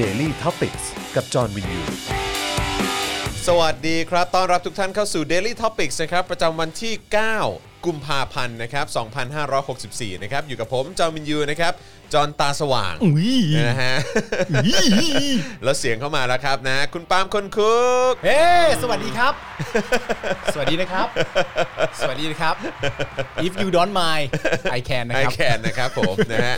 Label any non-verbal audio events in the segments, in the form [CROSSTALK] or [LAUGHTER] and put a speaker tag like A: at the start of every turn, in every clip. A: Daily t o p i c กกับจอห์นวินยู
B: สวัสดีครับ ต้อนรับทุกท่านเข้าสู่ Daily Topics นะครับ ประจำวันที่ 9 กุมภาพันธ์ นะครับ 2564 นะครับ อยู่กับผม จอมินยู นะครับ จอนตาสว่างนะฮะ แล้วเสียงเข้ามาแล้วครับนะ คุณปาล์มคนคุก
C: เฮ้สวัสดีครับ สวัสดีนะครับ สวัสดีนะครับ if you don't mind I can นะ
B: ไอ
C: ครับ
B: แคนนะครับผม นะฮะ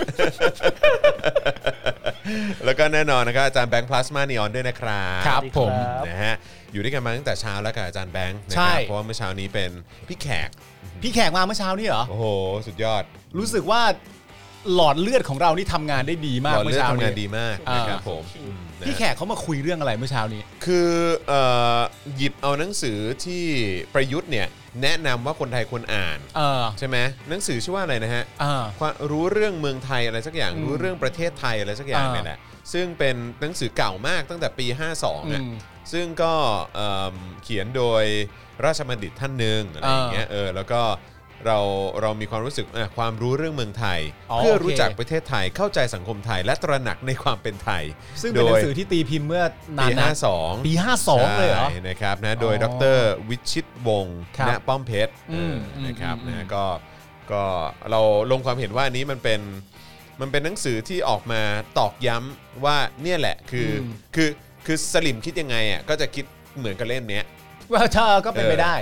B: แล้วก็แน่นอนนะครับอาจารย์แบงค์พลาสมานีออนด้วยนะครับ
C: ครับผม
B: นะฮะ อยู่ด้วยกันมาตั้งแต่เช้าแล้วกับอาจารย์แบงค์นะ
C: ใช่
B: ครับเพราะว่าเมื่อเช้านี้เป็นพี่แขก
C: พี่แขกมาเมื่อเช้านี่เหรอ
B: โอ้โห สุดยอด
C: รู้สึกว่าหลอดเลือดของเรานี่ทำงานได้ดีมาก
B: หล่อ
C: เมื่อ
B: เลือดทำ
C: เช้านี้
B: งานดีมาก
C: อ่าน
B: นะครับผมอืมนะ
C: พี่แขกเขามาคุยเรื่องอะไรเมื่อเช้านี้
B: คือเอ่อหยิบเอาหนังสือที่ประยุทธ์เนี่ยแนะนำว่าคนไทยควรอ่าน
C: เออ
B: ใช่ไหมหนังสือชื่อว่าอะไรนะฮะ
C: เออ
B: ความรู้เรื่องเมืองไทยอะไรสักอย่างรู้เรื่องประเทศไทยอะไรสักอย่าง
C: อ่า
B: เนี่ยแหละซึ่งเป็นหนังสือเก่ามากตั้งแต่ปี 52นะ
C: อืม
B: ซึ่งก็เอิ่มเขียนโดยราชบัณฑิตท่านหนึ่งอะไรอย่างเงี้ยเออแล้วก็เราเรามีความรู้สึกอ่ะความรู้เรื่องเมืองไทย
C: อ๋อ
B: เพื่อ
C: โอเค
B: รู้จักประเทศไทยเข้าใจสังคมไทย และตระหนักในความเป็นไทย
C: ซึ่งเป็นหนั
B: โด
C: ง
B: ย
C: สือที่ตีพิมพ์เมื่อนาน
B: ปี
C: นะ
B: 52
C: ปี 52 เลยเหรอ
B: ใช่นะครับนะโดย
C: อ๋อ
B: ดรวิชิตวงศ์
C: ครับ
B: ณป้อมเพชร
C: อืม
B: เออนะครับ
C: อืม
B: นะก็ก็เราลงความเห็นว่าอันนี้มันเป็นมันเป็นหนังสือที่ออกมาตอกย้ำว่าเนี่ยแหละคืออ
C: ม
B: คือคือสลิมคิดยังไงอ่ะก็จะคิดเหมือนกับเล่มเนี้ย [LAUGHS]
C: ว่าเธอก็เป็นไป
B: เออ
C: ได้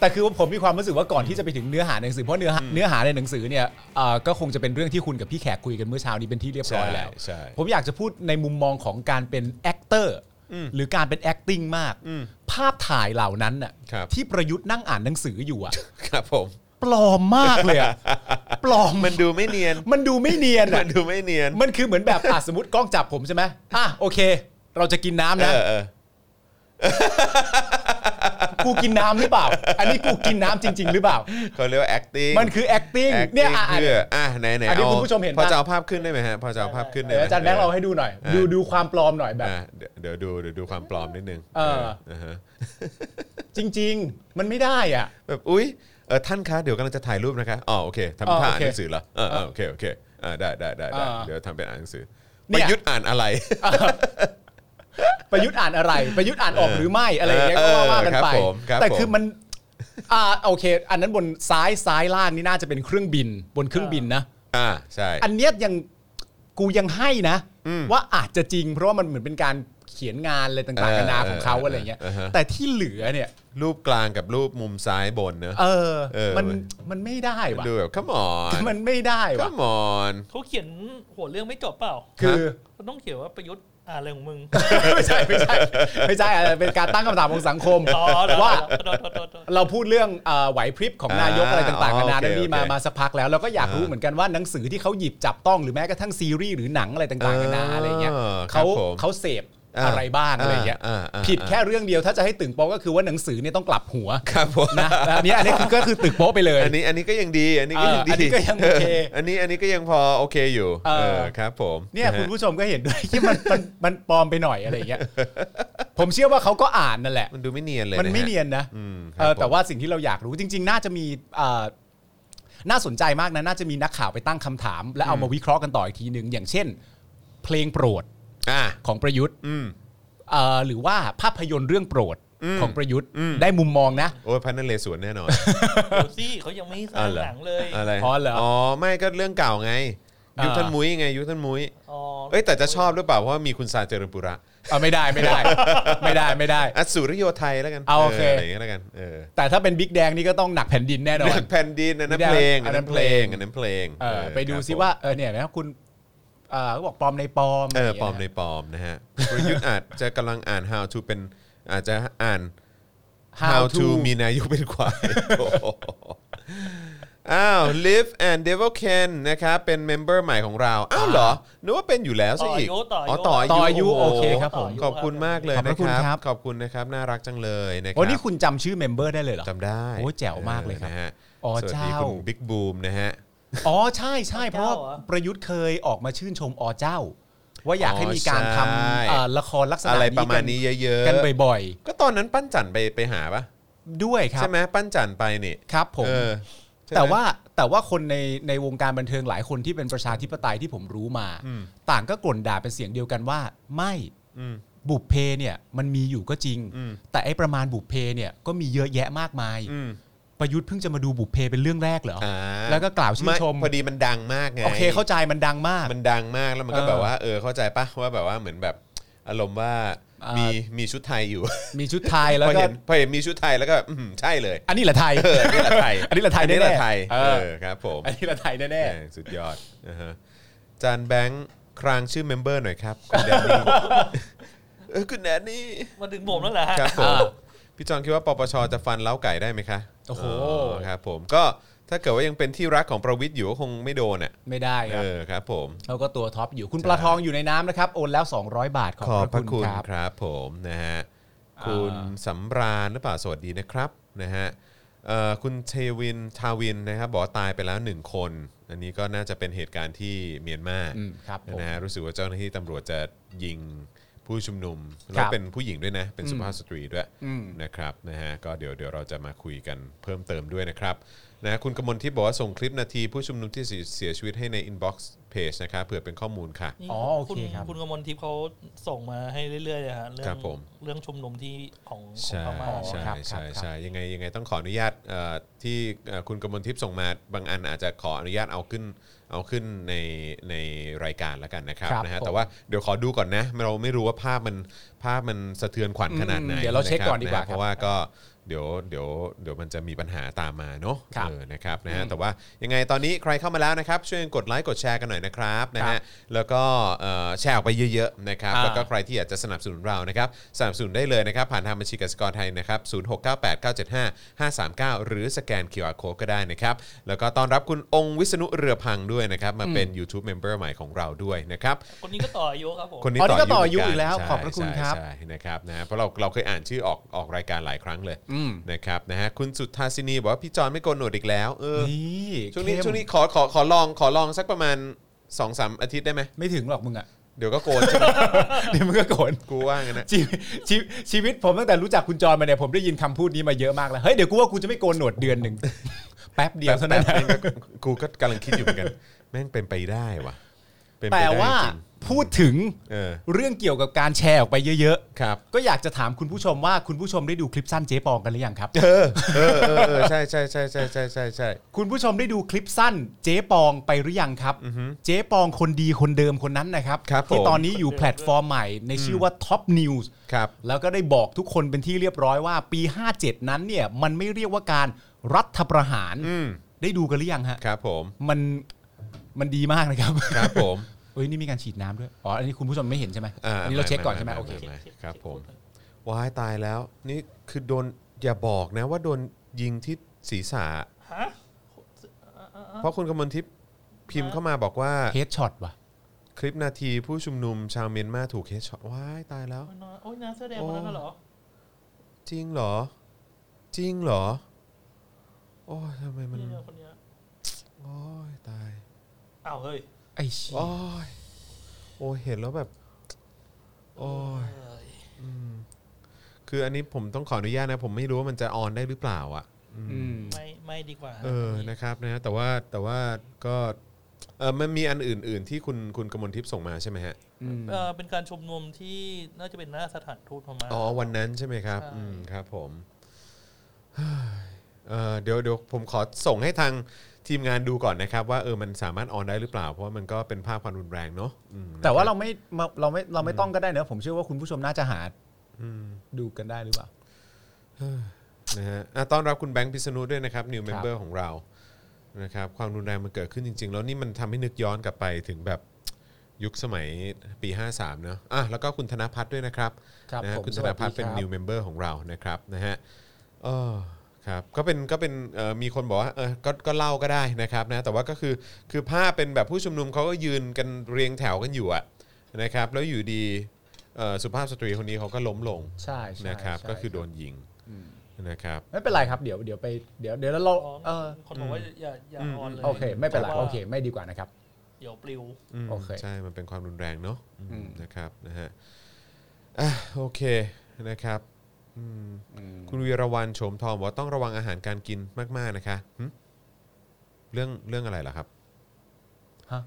C: แต่คือว่าผมมีความรู้สึกว่าก่อนที่จะไปถึงเนื้อหาในหนังสือเพราะเนื้อหาเนื้อหาในหนังสือเนี่ยเอ่อก็คงจะเป็นเรื่องที่คุณกับพี่แขกคุยกันเมื่อเช้านี้เป็นที่เรียบร้อยแล้ว
B: ใช่ใช่
C: ผมอยากจะพูดในมุมมองของการเป็นแอคเตอร์
B: อืม
C: หรือการเป็น acting มาก
B: อืม
C: ภาพถ่ายเหล่านั้นน่ะ
B: ครับ
C: ที่ประยุทธ์นั่งอ่านหนังสืออยู่อะ
B: ครับผม
C: ปลอมมากเลยอะปลอม
B: มันดูไม่เนียน
C: มันดูไม่เนียน
B: มั
C: อะ
B: นดูไม่เนียน
C: มันคือเหมือนแบบอ่ะสมมติกล้องจับผมใช่ไหมอ่ะโอเค เราจะกินน้ำ
B: เอ
C: นะ
B: อเออ
C: กูกินน้ำหรือเปล่า อันนี้กูกินน้ำจริง ๆ หรือเปล่า
B: เขาเรียกว่า acting
C: มันคือ acting เนี่ย
B: acting
C: อ่ะอ่ะ
B: เพื่ออ่ะไหนไหน
C: อันนี้
B: เอา
C: คุณผู้ชมเห็น
B: พอ
C: ปะ
B: จะเอาภาพขึ้นได้ไหมฮะพอจะเอาภาพขึ้นได้
C: เดี๋ยว
B: ไหม
C: อาจารย์แบงค์เราให้ดูหน่อย
B: เออ
C: ดูดูความปลอมหน่อยแบบ
B: อ่ะเดี๋ยวเดี๋ยวดูเดี๋ยวดูความปลอมนิดนึง
C: เออ
B: นะฮะ
C: จริง ๆ มันไม่ได้อ่ะ
B: แบบอุ้ยเออท่านคะเดี๋ยวกำลังจะถ่ายรูปนะคะอ๋อโอเค
C: อ๋อ
B: ทำท่าอ่า
C: โอน เค
B: หนังสือเหรอเออเออโอเคโอเคอ่าได้ได้ได้ได้
C: อ่า
B: เดี๋ยวทำเป็นอ่านหนังสือป
C: เนี่ย
B: ระยุทธ์อ่านอะไร
C: ประยุทธ์อ่านอะไร ประยุทธ์อ่านออกหรือไม่อะไรอย่างเงี้ย
B: เอ
C: ก็
B: อ
C: ว่ากัน
B: ค
C: ไป
B: รับผมครับ
C: แต่
B: ผม
C: คือมันอ่าโอเค อันนั้นบนซ้ายซ้ายล่างนี่น่าจะเป็นเครื่องบิน บนเครื่องบินนะ
B: อ่าใช่
C: อันเนี้ยยังกูยังให้นะ ว่าอาจจะจริง เพราะว่ามันเหมือนเป็นการเขียนงานอะไรต่างๆ
B: เออ
C: กันานาของเขา
B: เออ
C: อะไรเงี้ย
B: เออฮะ
C: แต่ที่เหลือเนี่ย
B: รูปกลางกับรูปมุมซ้ายบนเนอะ
C: เออ
B: เออ
C: มัน
B: เว้ย
C: มันไม่ได้ว่ะ
B: ดูแบบ come on
C: มันไม่ได้ว่ะ
B: come on
D: เขาเขียนหัวเรื่องไม่จบเปล่า
C: คือ
D: เขาต้องเขียนว่าประยุทธ์อ่านอะไรของมึง
C: ไม่ใช่ไม่ใช่ไม่ใช่อะไรเป็นการตั้งคำถามของสังคม
D: อ๋อเหรอ
C: ว่า
D: โทษโทษโทษโทษ
C: เราพูดเรื่องเอ่อไหวพริบของนายก
B: อ่า
C: อะไรต่างๆ
B: อ๋อ
C: นานา
B: โอเค
C: เรื่องนี้มา
B: โอเค
C: มาสักพักแล้วเราก็อยากรู้
B: อ่า
C: เหมือนกันว่าหนังสือที่เขาหยิบจับต้องหรือแม้กระทั่งซีรีส์หรือหนังอะไรต่างๆนานาอะไรเงี้ย
B: เออครับ
C: เขา
B: ผม
C: เขาเสพ
B: อ่า
C: อะไรบ้างอะไรเงี้ย
B: อ่าอ่า
C: ผิดแค่เรื่องเดียวถ้าจะให้ตึงโป๊ะก็คือว่าหนังสือเนี่ยต้องกลับหัว
B: ครับผม
C: นะอันนี้อันนี้
B: [LAUGHS]
C: คือก็คือตึงโป๊ะไปเลย
B: อันนี้อันนี้ก็ยังดีอันนี้ก็ยังดี
C: เอออันนี้ก็ยังโอเค
B: อันนี้อันนี้ก็ยังพอโอเคอยู่
C: เออ
B: เออครับผม
C: เนี่ย
B: ะฮะ
C: คุณผู้ชมก็เห็นด้วยที่มันมันมันปลอมไปหน่อยอะไรเงี้ยผมเชื่อว่าเขาก็อ่านนั่นแหละ
B: มันดูไม่เนียนเลย
C: มันไม่
B: ะฮะ
C: เนียนนะ
B: อืมครับ
C: เออแต่
B: ผม
C: ว่าสิ่งที่เราอยากรู้จริง ๆ น่าจะมีเอ่อน่าสนใจมากนะ น่าจะมีนักข่าวไปตั้งคำถาม และเอามาวิเคราะห์กันต่ออีกทีหนึ่งอย่างเช่น เพลงโปรด
B: อ่ะ
C: ของประยุทธ์
B: อืม
C: เอ่อหรือว่าภาพยนตร์เรื่องโปรด
B: อืม
C: ของประยุทธ์
B: อืม
C: ได้มุมมองนะ
B: โอ้ยพันนเลสวนแน่นอน
D: เดี๋ยวสิเขายังไม่สร้างหนังเลย
B: อะไร
C: อ๋อเหรออ๋
B: อไม่ก็เรื่องเก่าไง
C: อ่ายุ
B: ยุคท่านมุ้ยไง ยุคท่านมุ้ย
D: อ๋อ
B: เอ้ยแต่จะชอบหรือเปล่าเพราะว่ามีคุณซาเจริญปุระ
C: เอาไม่ได้ไม่
B: [LAUGHS]
C: ได้ ไม่ได้ไม่ได้
B: อสุริโยไทยแล้วกัน
C: เอาโอเค
B: ไรย่างเงี้ยแล้วกันเออ
C: แต่ถ้าเป็นบิ๊กแดงนี่ก็ต้องหนักแผ่นดินแน่นอ
B: เรื่อ
C: น
B: งแผ่นดินอันนั้น
C: ไม่
B: เพ
C: ได้
B: ลง
C: อั
B: อัน
C: นนั้
B: นั้น
C: น
B: เพ
C: เพ
B: ล
C: ล
B: ง
C: ง
B: อันนั้นเพลง
C: เออ
B: เออ
C: ไปดู
B: ครับ
C: ซิ
B: ผม
C: ว่าเออเนี่ยนะคุณเออเขาบอกปลอมในปลอม
B: เออ
C: ไร
B: ปลอม
C: ย่าง
B: ใน
C: งี้ย
B: ปลอมนะฮะประยุทธ์อาจจะกำลังอ่าน how to เป็นอาจจะอ่าน
C: นะ
B: how to มีนายกเป็น [LAUGHS] ควายโอ้โหอ้าว live and devil can นะครับเป็นเมมเบอร์ใหม่ของเรา อ้าวเหรอนึกว่าเป็นอยู่แล้วซะ
D: ต่ออา
B: อีก
D: ยุต่อ
B: อ๋
D: อา
B: อ
D: ยุ
B: ต่ออายุ
C: ต่ออายุโอเคครับผม
B: ขอบคุณมากเลย
C: ขอบพ
B: นะ
C: ระคุณ
B: ค
C: ครั
B: รับ
C: บ
B: ขอบคุณนะครับ น่ารักจังเลยนะครั
C: โอ้นี่คุณจำชื่อเมมเบอร์ได้เลยเหรอ
B: จำได้
C: โอ้ยแจ๋วมากเลยครับ
B: นะฮะ
C: อ๋อ
B: สวัสดี
C: เจ้า
B: คุณบิ๊กบูมนะฮะ
C: อ๋อใช่ใช่เพราะว่า
D: เจ้าเหรอ
C: ประยุทธ์เคยออกมาชื่นชมอ๋อเจ้า ว่าอยากให้มีการ
B: อ๋อใช่
C: ทำเอ่อละครลักษณะ
B: อะไร
C: นี้
B: ประมาณนี้เยอะ
C: กันกัน
B: ๆ
C: บ่อย
B: ก็ตอนนั้นปั้นจันไปไปหาปะ
C: ๆ ด้วยครับ
B: ใช่ไหมปั้นจันไปนี่
C: ครับผม
B: เออ ใช่ไหม
C: แต่ว่าแต่ว่าคนในในวงการบันเทิงหลายคนที่เป็นประชาธิปไตยที่ผมรู้มา
B: อืม
C: ต่างก็กล่นด่าเป็นเสียงเดียวกันว่า ไม่
B: อืม
C: บุพเพเนี่ยมันมีอยู่ก็จริง
B: อืม
C: แต่ไอ้ประมาณบุพเพเนี่ยก็มีเยอะแยะมากมาย
B: อืม
C: ประยุทธ์เพิ่งจะมาดูบุพเพเป็นเรื่องแรกเหรอ
B: อ่า
C: แล้วก็กล่าวชื่น
B: ไม่
C: ชม
B: พอดีมันดังมากไง
C: โอเคเข้าใจมันดังมาก
B: มันดังมากแล้วมันก็
C: เออ
B: แบบว่า เออเข้าใจปะว่าแบบว่าเหมือนแบบอารมณ์ว่า
C: อ่ามี
B: มีมีชุดไทยอยู่
C: มีชุดไทย
B: พ
C: แล้
B: อ
C: วก็
B: เห็นพอเห็นมีชุดไทยแล้วก็อืมใช่เลย
C: อันนี้แหละไทย [LAUGHS]
B: เออนี่แหละไทย
C: อันนี้แหละไทย
B: นี่แหละ
C: แน่ๆ
B: ไทย
C: เอ
B: เอ
C: อ
B: อครับผม
C: อันนี้แหละไทยแน่
B: แม่งสุดยอดนะฮะจานแบงค์ครางชื่อเมมเบอร์หน่อยครับคุณแดน
C: [LAUGHS]
B: นี่เออคุณแดนนี่
D: มาถึงผมแล้วเหรอฮะ
B: ครับผม
C: อ่า
B: พี่จอนคิดว่าปปชจะฟันเล้าไก่ได้ไหมคะ
C: โอ้โห
B: ครับผมก็ถ้าเกิดว่ายังเป็นที่รักของประวิทย์อยู่ก็คงไม่โดนอ่ะ
C: ๆ ไม่ได้ค
B: เอ
C: รับ
B: อครับผม
C: เขาก็ตัวท็อปอยู่คุณปลาทองอยู่ในน้ำนะครับ โอนแล้ว 200 บาท ขอบ
B: ขอบ
C: พ
B: พ
C: ระ
B: ระ
C: คุ
B: คุณณ
C: ครับ
B: ครับผมนะฮะคุณสำราญหรือเปล่าสวัสดีนะครับนะฮะเอ่อคุณเทวินทาวินนะครับบอกว่าตายไปแล้วหนึ่งคน อันนี้ก็น่าจะเป็นเหตุการณ์ที่เมียนมา
C: อืมครับผม
B: นะฮะรู้สึกว่าเจ้าหน้าที่ตำรวจจะยิงผู้ชุมนุม
C: ครั
B: แล้ว
C: บ
B: เป็นผู้หญิงด้วยนะ เป็นสุภาพสตรีด้วย
C: อืม
B: นะครับนะฮะก็เดี๋ยวเดี๋ยวเราจะมาคุยกันเพิ่มเติมด้วยนะครับนะฮะคุณกมลที่บอกว่าส่งคลิปนาทีผู้ชุมนุมที่เสียเสียชีวิตให้ในอินบ็อกซ์เพจนะครับเผื่อเป็นข้อมูลค่ะ
D: นี่
C: อ๋อโอเคครับ
D: ณกมลทิพย์เขาส่งมาให้เรื่อยๆเลยฮะเรื่อ
B: ครั
D: ง
B: บผม
D: เรื่องชุมนุมที่ของของ
B: ใช่
D: พม่า
B: ใช่
C: ครับ
B: ใช่
C: ครับ
B: ใช่ยังไงยังไงต้องขออนุญาตเอ่อที่เอ่อคุณกมลทิพย์ส่งมาบางอันอาจจะขออนุญาตเอาขึ้นเอาขึ้นในในรายการแล้วกันนะครับ
C: ครับ
B: นะ
C: ผ
B: ฮะ
C: ม
B: แต่ว่าเดี๋ยวขอดูก่อนนะเราไม่รู้ว่าภาพมันภาพมันสะเทือนขวัญขนาดไหน
C: อืมเดี๋ยวเราเช็คก่อนะ ดี
B: รั
C: ก
B: บะฮะเพ
C: ว่า
B: ราะว่าก็เดี๋ยวเดี๋ยวเดี๋ยวมันจะมีปัญหาตามมาเนาะ
C: ครับ
B: เออนะครับนะฮะแต่ว่ายังไงตอนนี้ใครเข้ามาแล้วนะครับ ช่วยกดไลค์กดแชร์กันหน่อยนะครับนะ
C: ครั
B: ฮะ
C: บ
B: แล้วก็เอ่อแชร์ออกไปเยอะๆนะครับ
C: อ่า
B: แล้วก็ ใครที่อยากจะสนับสนุนเรานะครับสนับสนุนได้เลยนะครับ ผ่านทางบัญชีกสิกรไทยนะครับ 0698975539 หรือสแกน QR Code ก็ได้นะครับ แล้วก็ต้อนรับคุณองค์วิษณุเรือพังด้วยนะครับ มาเป็น YouTube Member ใหม่ของเราด้วยนะครับ
D: คนนี้ก็ต่ออายุครับผม
B: คนนี้
C: อ๋อนี่ก็ต่
B: ต่
C: อ
B: อ
C: อา
B: อา
C: ยุ
B: ยุ
C: อีกแล้ว
B: ใช่
C: ขอบพระคุณครับ
B: ใช่ใช่นะครับนะเพราะเราเราเคยอ่านชื่อออกออกรายการหลายครั้งเลย
C: อืม
B: นะครับนะฮะคุณสุทธาสินีบอกว่าพี่จอนไม่โกนหนวดอีกแล้วเออ
C: นี่
B: ช่วงนี้
C: เข้ม
B: ช่วงนี้ขอขอขอลองขอลองสักประมาณสองสามอาทิตย์ได้ไหม
C: ไม่ถึงหรอกมึงอ่ะ [LAUGHS]
B: เดี๋ยวก็โกนใช่ไหม
C: เดี๋ยวมึงก็โกรธ
B: กูว่างั้นนะ
C: ชีวิตชีวิตชีวิตผมตั้งแต่รู้จักคุณจรมาเนี่ยผมได้ยินคำพูดนี้มาเยอะมากแล้วเฮ้ยเดี๋ยวกูว่ากูจะไม่โกนหนวดเดือน
B: [LAUGHS]
C: หนึ่ง แป๊บเดียวเท่านั้น
B: แป๊บแป๊บแม่งก็กูก็กำลังคิดอยู่เหมือนกัน แม่งเป็นไปได้ว่ะเป็นไป
C: แต่
B: ได้
C: ว่า
B: จริง
C: พูดถึง
B: เออ
C: เรื่องเกี่ยวกับการแชร์ออกไปเยอะ
B: ครับ
C: ๆ ก็อยากจะถามคุณผู้ชมว่าคุณผู้ชมได้ดูคลิปสั้นเจ๊ปองกันหรือยังครับ
B: เออเออเออเออใช่ใช่ใช่ใช่ใช่ใช่ใช่
C: คุณผู้ชมได้ดูคลิปสั้นเจ๊ปองไปหรือยังครับ เจ๊ปองคนดีคนเดิมคนนั้นนะครับ
B: ครับผม
C: ที่ตอนนี้อยู่แพลตฟอร์มใหม่ในชื่อว่า Top News
B: ครับ
C: แล้วก็ได้บอกทุกคนเป็นที่เรียบร้อยว่าปี 57 นั้นเนี่ยมันไม่เรียกว่าการรัฐประหาร
B: อืม
C: ได้ดูกันหรือยังฮะ
B: ครับผม
C: มันมันดีมากนะครับ [LAUGHS]
B: ครับผม
C: เอ้ยนี่มีการฉีดน้ำด้วย อ๋อ อันนี้คุณผู้ชมไม่เห็นใช่ไหม
B: อ่า
C: อันนี้เราเช็คก่อนใช่ไหมโอเค
B: าๆครับผมว้ายตายแล้ว นี่คือโดนอย่าบอกนะว่าโดนยิงที่ศีรษะ
D: ฮะ
B: เพราะคุณกำมลทิพย์พิมพ์เข้ามาบอกว่า
C: เฮดช็อตว่ะ
B: คลิปนาทีผู้ชุมนุมชาวเมียนมาถูกเคสช็อตว้ายตายแล้ว
D: โอ้ยน้อยโอ้ยน้าเสื้อแดงคนนั้นน่ะเหรอ
B: จริงเหรอ จริงเหรอ โอ้ยทำไมมัน
D: นี่เนี่ยคนเนี้ย
B: โอ้ยตาย
D: อ้าวเฮ้ย
C: ไอ้เชี่ย
B: โอ้ย โอ้ยเห็นแล้วแบบ โอ้ย
D: เอ้ย
B: คืออันนี้ผมต้องขออนุญาตนะ ผมไม่รู้ว่ามันจะออนได้หรือเปล่าอ่ะ
C: อืม
D: ไม่ไม่ดีกว่า
B: เออ นะครับนะ แต่ว่าแต่ว่าก็เออมันมีอันอื่น ๆ ที่คุณคุณกมลทิพย์ส่งมาใช่ไหมฮะ
D: เออเป็นการชุมนุมที่น่าจะเป็นหน้าสถานทูตพม่า
B: อ๋อ วันนั้นใช่ไหมครับ
D: ใช่
B: อืม ครับผมเฮ้ยเอ่อเดี๋ยวเดี๋ยวผมขอส่งให้ทางทีมงานดูก่อนนะครับ ว่าเออ มันสามารถออนได้หรือเปล่า เพราะว่ามันก็เป็นภาพความรุนแรงเนาะอืม
C: แต่ว่า
B: นะคบ
C: เราไม่มาเราไม่เราไม่ต้องก็ได้นะผมเชื่อว่าคุณผู้ชมน่าจะหาดูกันได้หรือเปล่า
B: นะฮะอ่ะต้อนรับคุณแบงค์พิษณุด้วยนะครับ new
C: ครับ
B: member ของเรา นะครับ ความรุนแรงมันเกิดขึ้นจริง ๆ แล้วนี่มันทำให้นึกย้อนกลับไปถึงแบบยุคสมัยปี 53 เนอะอ่ะ แล้วก็คุณธนพัฒน์ด้วยนะครับ
C: ครับ
B: นะฮะ
C: ผม
B: คุณ
C: ส
B: ธ
C: วัส
B: น
C: ดี
B: พัฒน์เป็น
C: ครับ
B: new member ของเรานะครับนะฮะเออครับก็เป็นก็เป็นเอ่อมีคนบอกว่าเออก็ก็เล่าก็ได้นะครับนะแต่ว่าก็คือคือภาพเป็นแบบผู้ชุมนุมเขาก็ยืนกันเรียงแถวกันอยู่อะนะครับแล้วอยู่ดีเอ่อสุภาพสตรีคนนี้เขาก็ล้มลง
C: ใช่ใช่
B: นะครับ
C: ใช่
B: ก็คือโดนยิงนะครับ
C: ไม่เป็นไรครับเดี๋ยวเดี๋ยวไปเดี๋ยวเดี๋ยวเรา
D: อ๋อ
C: เออ
D: คนบอกว่าอย่าอย่าออนเลย
C: โอเค ไม่เป็นไร
D: พาะว่า
C: โอเค ไม่ดีกว่านะครับ
D: เดี๋ยวปลิว
B: อืม
C: โอเค
B: ใช่ มันเป็นความรุนแรงเนอะอืม
C: อืม
B: นะครับนะฮะอ่ะโอเคนะครับอืมคุณวีรวันโฉมทองบอกว่าต้องระวังอาหารการกินมาก ๆ นะคะหึ เรื่องเรื่องอะไรล่ะครับ
C: ฮะ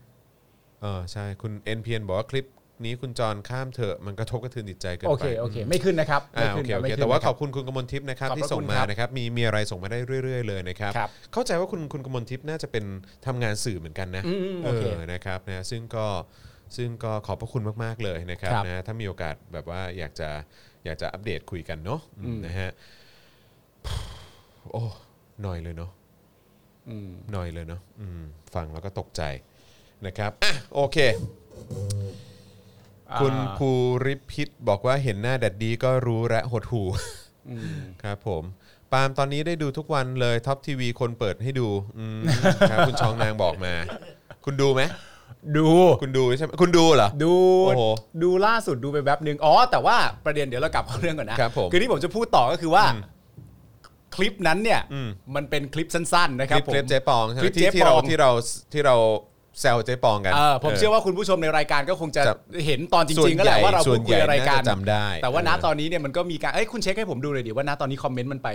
B: เออใช่คุณ NPN บอกว่าคลิปนี้คุณจรข้ามเถอะมันกระทบกระเทือนจิตใจเกินไป
C: โอเคโอเค ไม่ขึ้นนะครับ
B: อ่า
C: ไม่
B: โอ
C: ขึ้น
B: เค
C: ครั
B: โอบเค
C: ไม่ขึ้น
B: แต่ว่า
C: นะค
B: ข
C: รั
B: อบคุณคุณกมลทิพย์นะครับ
C: ขอบพระ
B: ที่ส่ง
C: คุณ
B: มา
C: ครับ
B: นะครับมีมีอะไรส่งมาได้เรื่อย ๆ เลยนะครับ
C: ครับ
B: เข้าใจว่าคุณคุณกมลทิพย์น่าจะเป็นทำงานสื่อเหมือนกันนะ
C: อืมอืม
B: เอ
C: โอเค
B: อนะครับนะซึ่งก็ซึ่งก็ขอบพระคุณมาก ๆ เลยนะครับ
C: ครับ
B: นะถ้ามีโอกาสแบบว่าอยากจะอยากจะอัปเดตคุยกันเนาะอืม
C: อืม
B: นะฮะโอ้หน่อยเลยเนาะ
C: อืม
B: หน่อยเลยเนาะอืมฟังแล้วก็ตกใจนะครับอ่ะโอเค
C: อ่า
B: คุณภูริพิษบอกว่าเห็นหน้าแดดดีก็รู้และหดหู ครับผม ปาล์มตอนนี้ได้ดูทุกวันเลยท็อปทีวีคนเปิดให้ดูอืมครับคุณชองนางบอกมา คุณดูไหม
C: ดู
B: คุณดูใช่ไหมคุณดูเหรอ
C: ดู
B: โอ้โห
C: ดูล่าสุดดูไปแป๊บหนึ่งอ๋อ แต่ว่าประเด็นเดี๋ยวเรากลับเข้าเรื่องก่อนนะครับ
B: ผม
C: อที่ผมจะพูดต่อก็คือว่า
B: อืม
C: คลิปนั้นเนี่ย
B: อืม
C: มันเป็นคลิปสั้นๆ นะค
B: ครับ ลิป
C: ผม
B: คลิปเจ๊ปองใช่ไหม
C: คลิป
B: ที่
C: เจ๊
B: ที่
C: ป
B: เรา
C: อง
B: ที่เราที่เราแซวเจ๊ปองกัน
C: เออผมเชื่อว่าคุณผู้ชมในรายการก็คงจะ
B: จะ
C: เห็นตอนจริงๆก็แหละว่าเรา
B: ส่
C: พู
B: ว
C: ด
B: นให
C: คุย
B: ญ่
C: อะไรายการ
B: น่าจะจำได้
C: แต่ว่าณ
B: เออ
C: ตอนนี้เนี่ยมันก็มีการเอ้ยคุณเช็คให้ผมดูเลยดิว่าณตอนนี้คอมเมนต์มันไป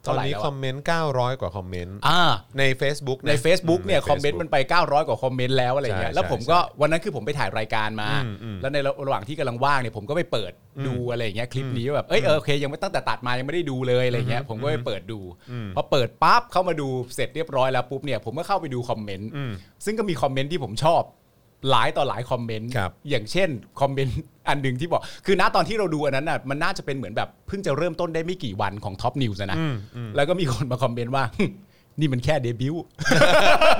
B: ตอ
C: เท่าน ไหร่
B: นี้
C: แล้ว
B: คอ
C: อะ
B: มเมนต์900 กว่าคอมเมนต์
C: อ่า
B: ใน Facebook ะ
C: ใน Facebook เนี่ย
B: ใ
C: คอมเมนต์มันไป 900 กว่าคอมเมนต์แล้วอะไรเงี้
B: ใช่
C: ยแล้วผมก็วันนั้นคือผมไปถ่ายรายการมา
B: อืมอืม
C: แล้วในระหว่างที่กำลังว่างเนี่ยผมก็ไปเปิดดูอะไรเงี้ยคลิปนี้ว่าแบบเอ้ยเออโอเคยังไม่ตั้งแต่ตัดมายังไม่ได้ดูเลยอะไรเงี้ยผมก็ไปเปิดดูพอเปิดปั๊บเข้ามาดูเสร็จเรียบร้อยแล้วปุ๊บเนี่ยผมก็เข้าไปดูคอมเมนต์
B: อืม
C: ซึ่งก็มีคอมเมนต์ที่ผมชอบหลายต่อหลายคอมเมนต์
B: ครับ
C: อย่างเช่นคอมเมนต์อันหนึ่งที่บอก คือณตอนที่เราดูอันนั้นน่ะมันน่าจะเป็นเหมือนแบบเพิ่งจะเริ่มต้นได้ไม่กี่วันของท็อปนิวส์นะ
B: อืมอืม
C: แล้วก็มีคนมาคอมเมนต์ว่า [LAUGHS] นี่มันแค่เดบิวต์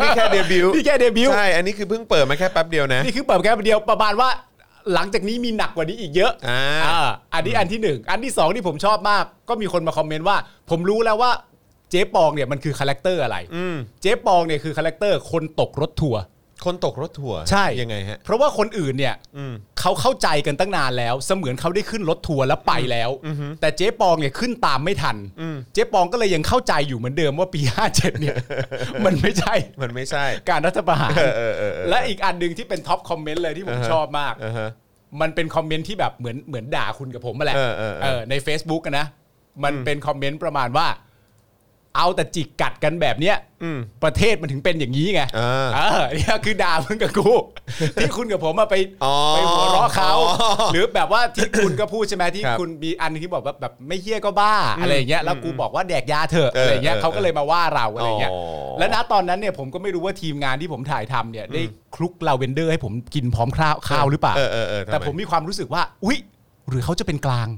B: นี่แค่เดบิวต์
C: [LAUGHS] นี่แค่เดบิวต์
B: ใช่ อันนี้คือเพิ่งเปิดมาแค่แป๊บเดียวนะ
C: นี่คือเปิดแค่เดียวประมาณว่าหลังจากนี้มีหนักกว่านี้อีกเยอะ
B: อ่า
C: อ่าอันนี้อันที่หนึ่งอันที่สองที่ผมชอบมาก ก็มีคนมาคอมเมนต์ว่า ผมรู้แล้วว่าเจ๊ปองเนี่ยมันคือคาแรคเตอร์อะไร
B: อืม
C: เจ๊ปองเนี่ยคือคาแรคเตอร์คนตกรถทัวร์
B: คนตกรถทัวร์
C: ใช่
B: ยังไงฮะ
C: เพราะว่าคนอื่นเนี่ย
B: อืม
C: เขาเข้าใจกันตั้งนานแล้ว เสมือนเขาได้ขึ้นรถทัวร์แล้วไปแล้ว แต่เจ๊ปองเนี่ยขึ้นตามไม่ทัน
B: อืม
C: เจ๊ปองก็เลยยังเข้าใจอยู่เหมือนเดิมว่าปี 57เนี่ย
B: [LAUGHS]
C: มันไม่ใช่
B: มันไม่ใช่
C: การรัฐประหาร
B: เออเออเออเออ
C: และอีกอันหนึ่งที่เป็นท็อปคอมเมนต์เลยที่ผมชอบมาก
B: อ่าฮะ
C: มันเป็นคอมเมนต์ที่แบบเหมือนเหมือนด่าคุณกับผมมาแหละ
B: เออเออเออ
C: ใน Facebook อะนะ มันเป็นคอมเมนต์ประมาณว่า เอาแต่จิกกัดกันแบบเนี้ย
B: อืม
C: ประเทศมันถึงเป็นอย่างนี้ไง
B: อ่า
C: เออเนี่ยคือด่ามึงกับ
B: [LAUGHS]
C: กู ที่คุณกับผมมาไป
B: อ๋อ
C: ไปหัวเราะเขาหรือแบบว่าที่คุณก็พูดใช่ไหมที่
B: ครับ
C: คุณมีอันที่บอกว่าแบบไม่เฮี้ยก็บ้าอะไรอย่างเงี้ยแล้วกูบอกว่าแดกยาเถอะ
B: เออ
C: อะไรอย่างเงี้ย
B: เออ
C: เขาก็เลยมาว่าเราอะไรอย่างเงี้ย
B: อ๋อ
C: และณตอนนั้นเนี่ยผมก็ไม่รู้ว่าทีมงานที่ผมถ่ายทำเนี่ยได้คลุกลาเวนเดอร์ให้ผมกินพร้อมข้าวข้าวหรือเปล่า
B: เออเออเออทำไ
C: แต่ผมมีความรู้สึกว่า อุ๊ย หรือเขาจะเป็นกลาง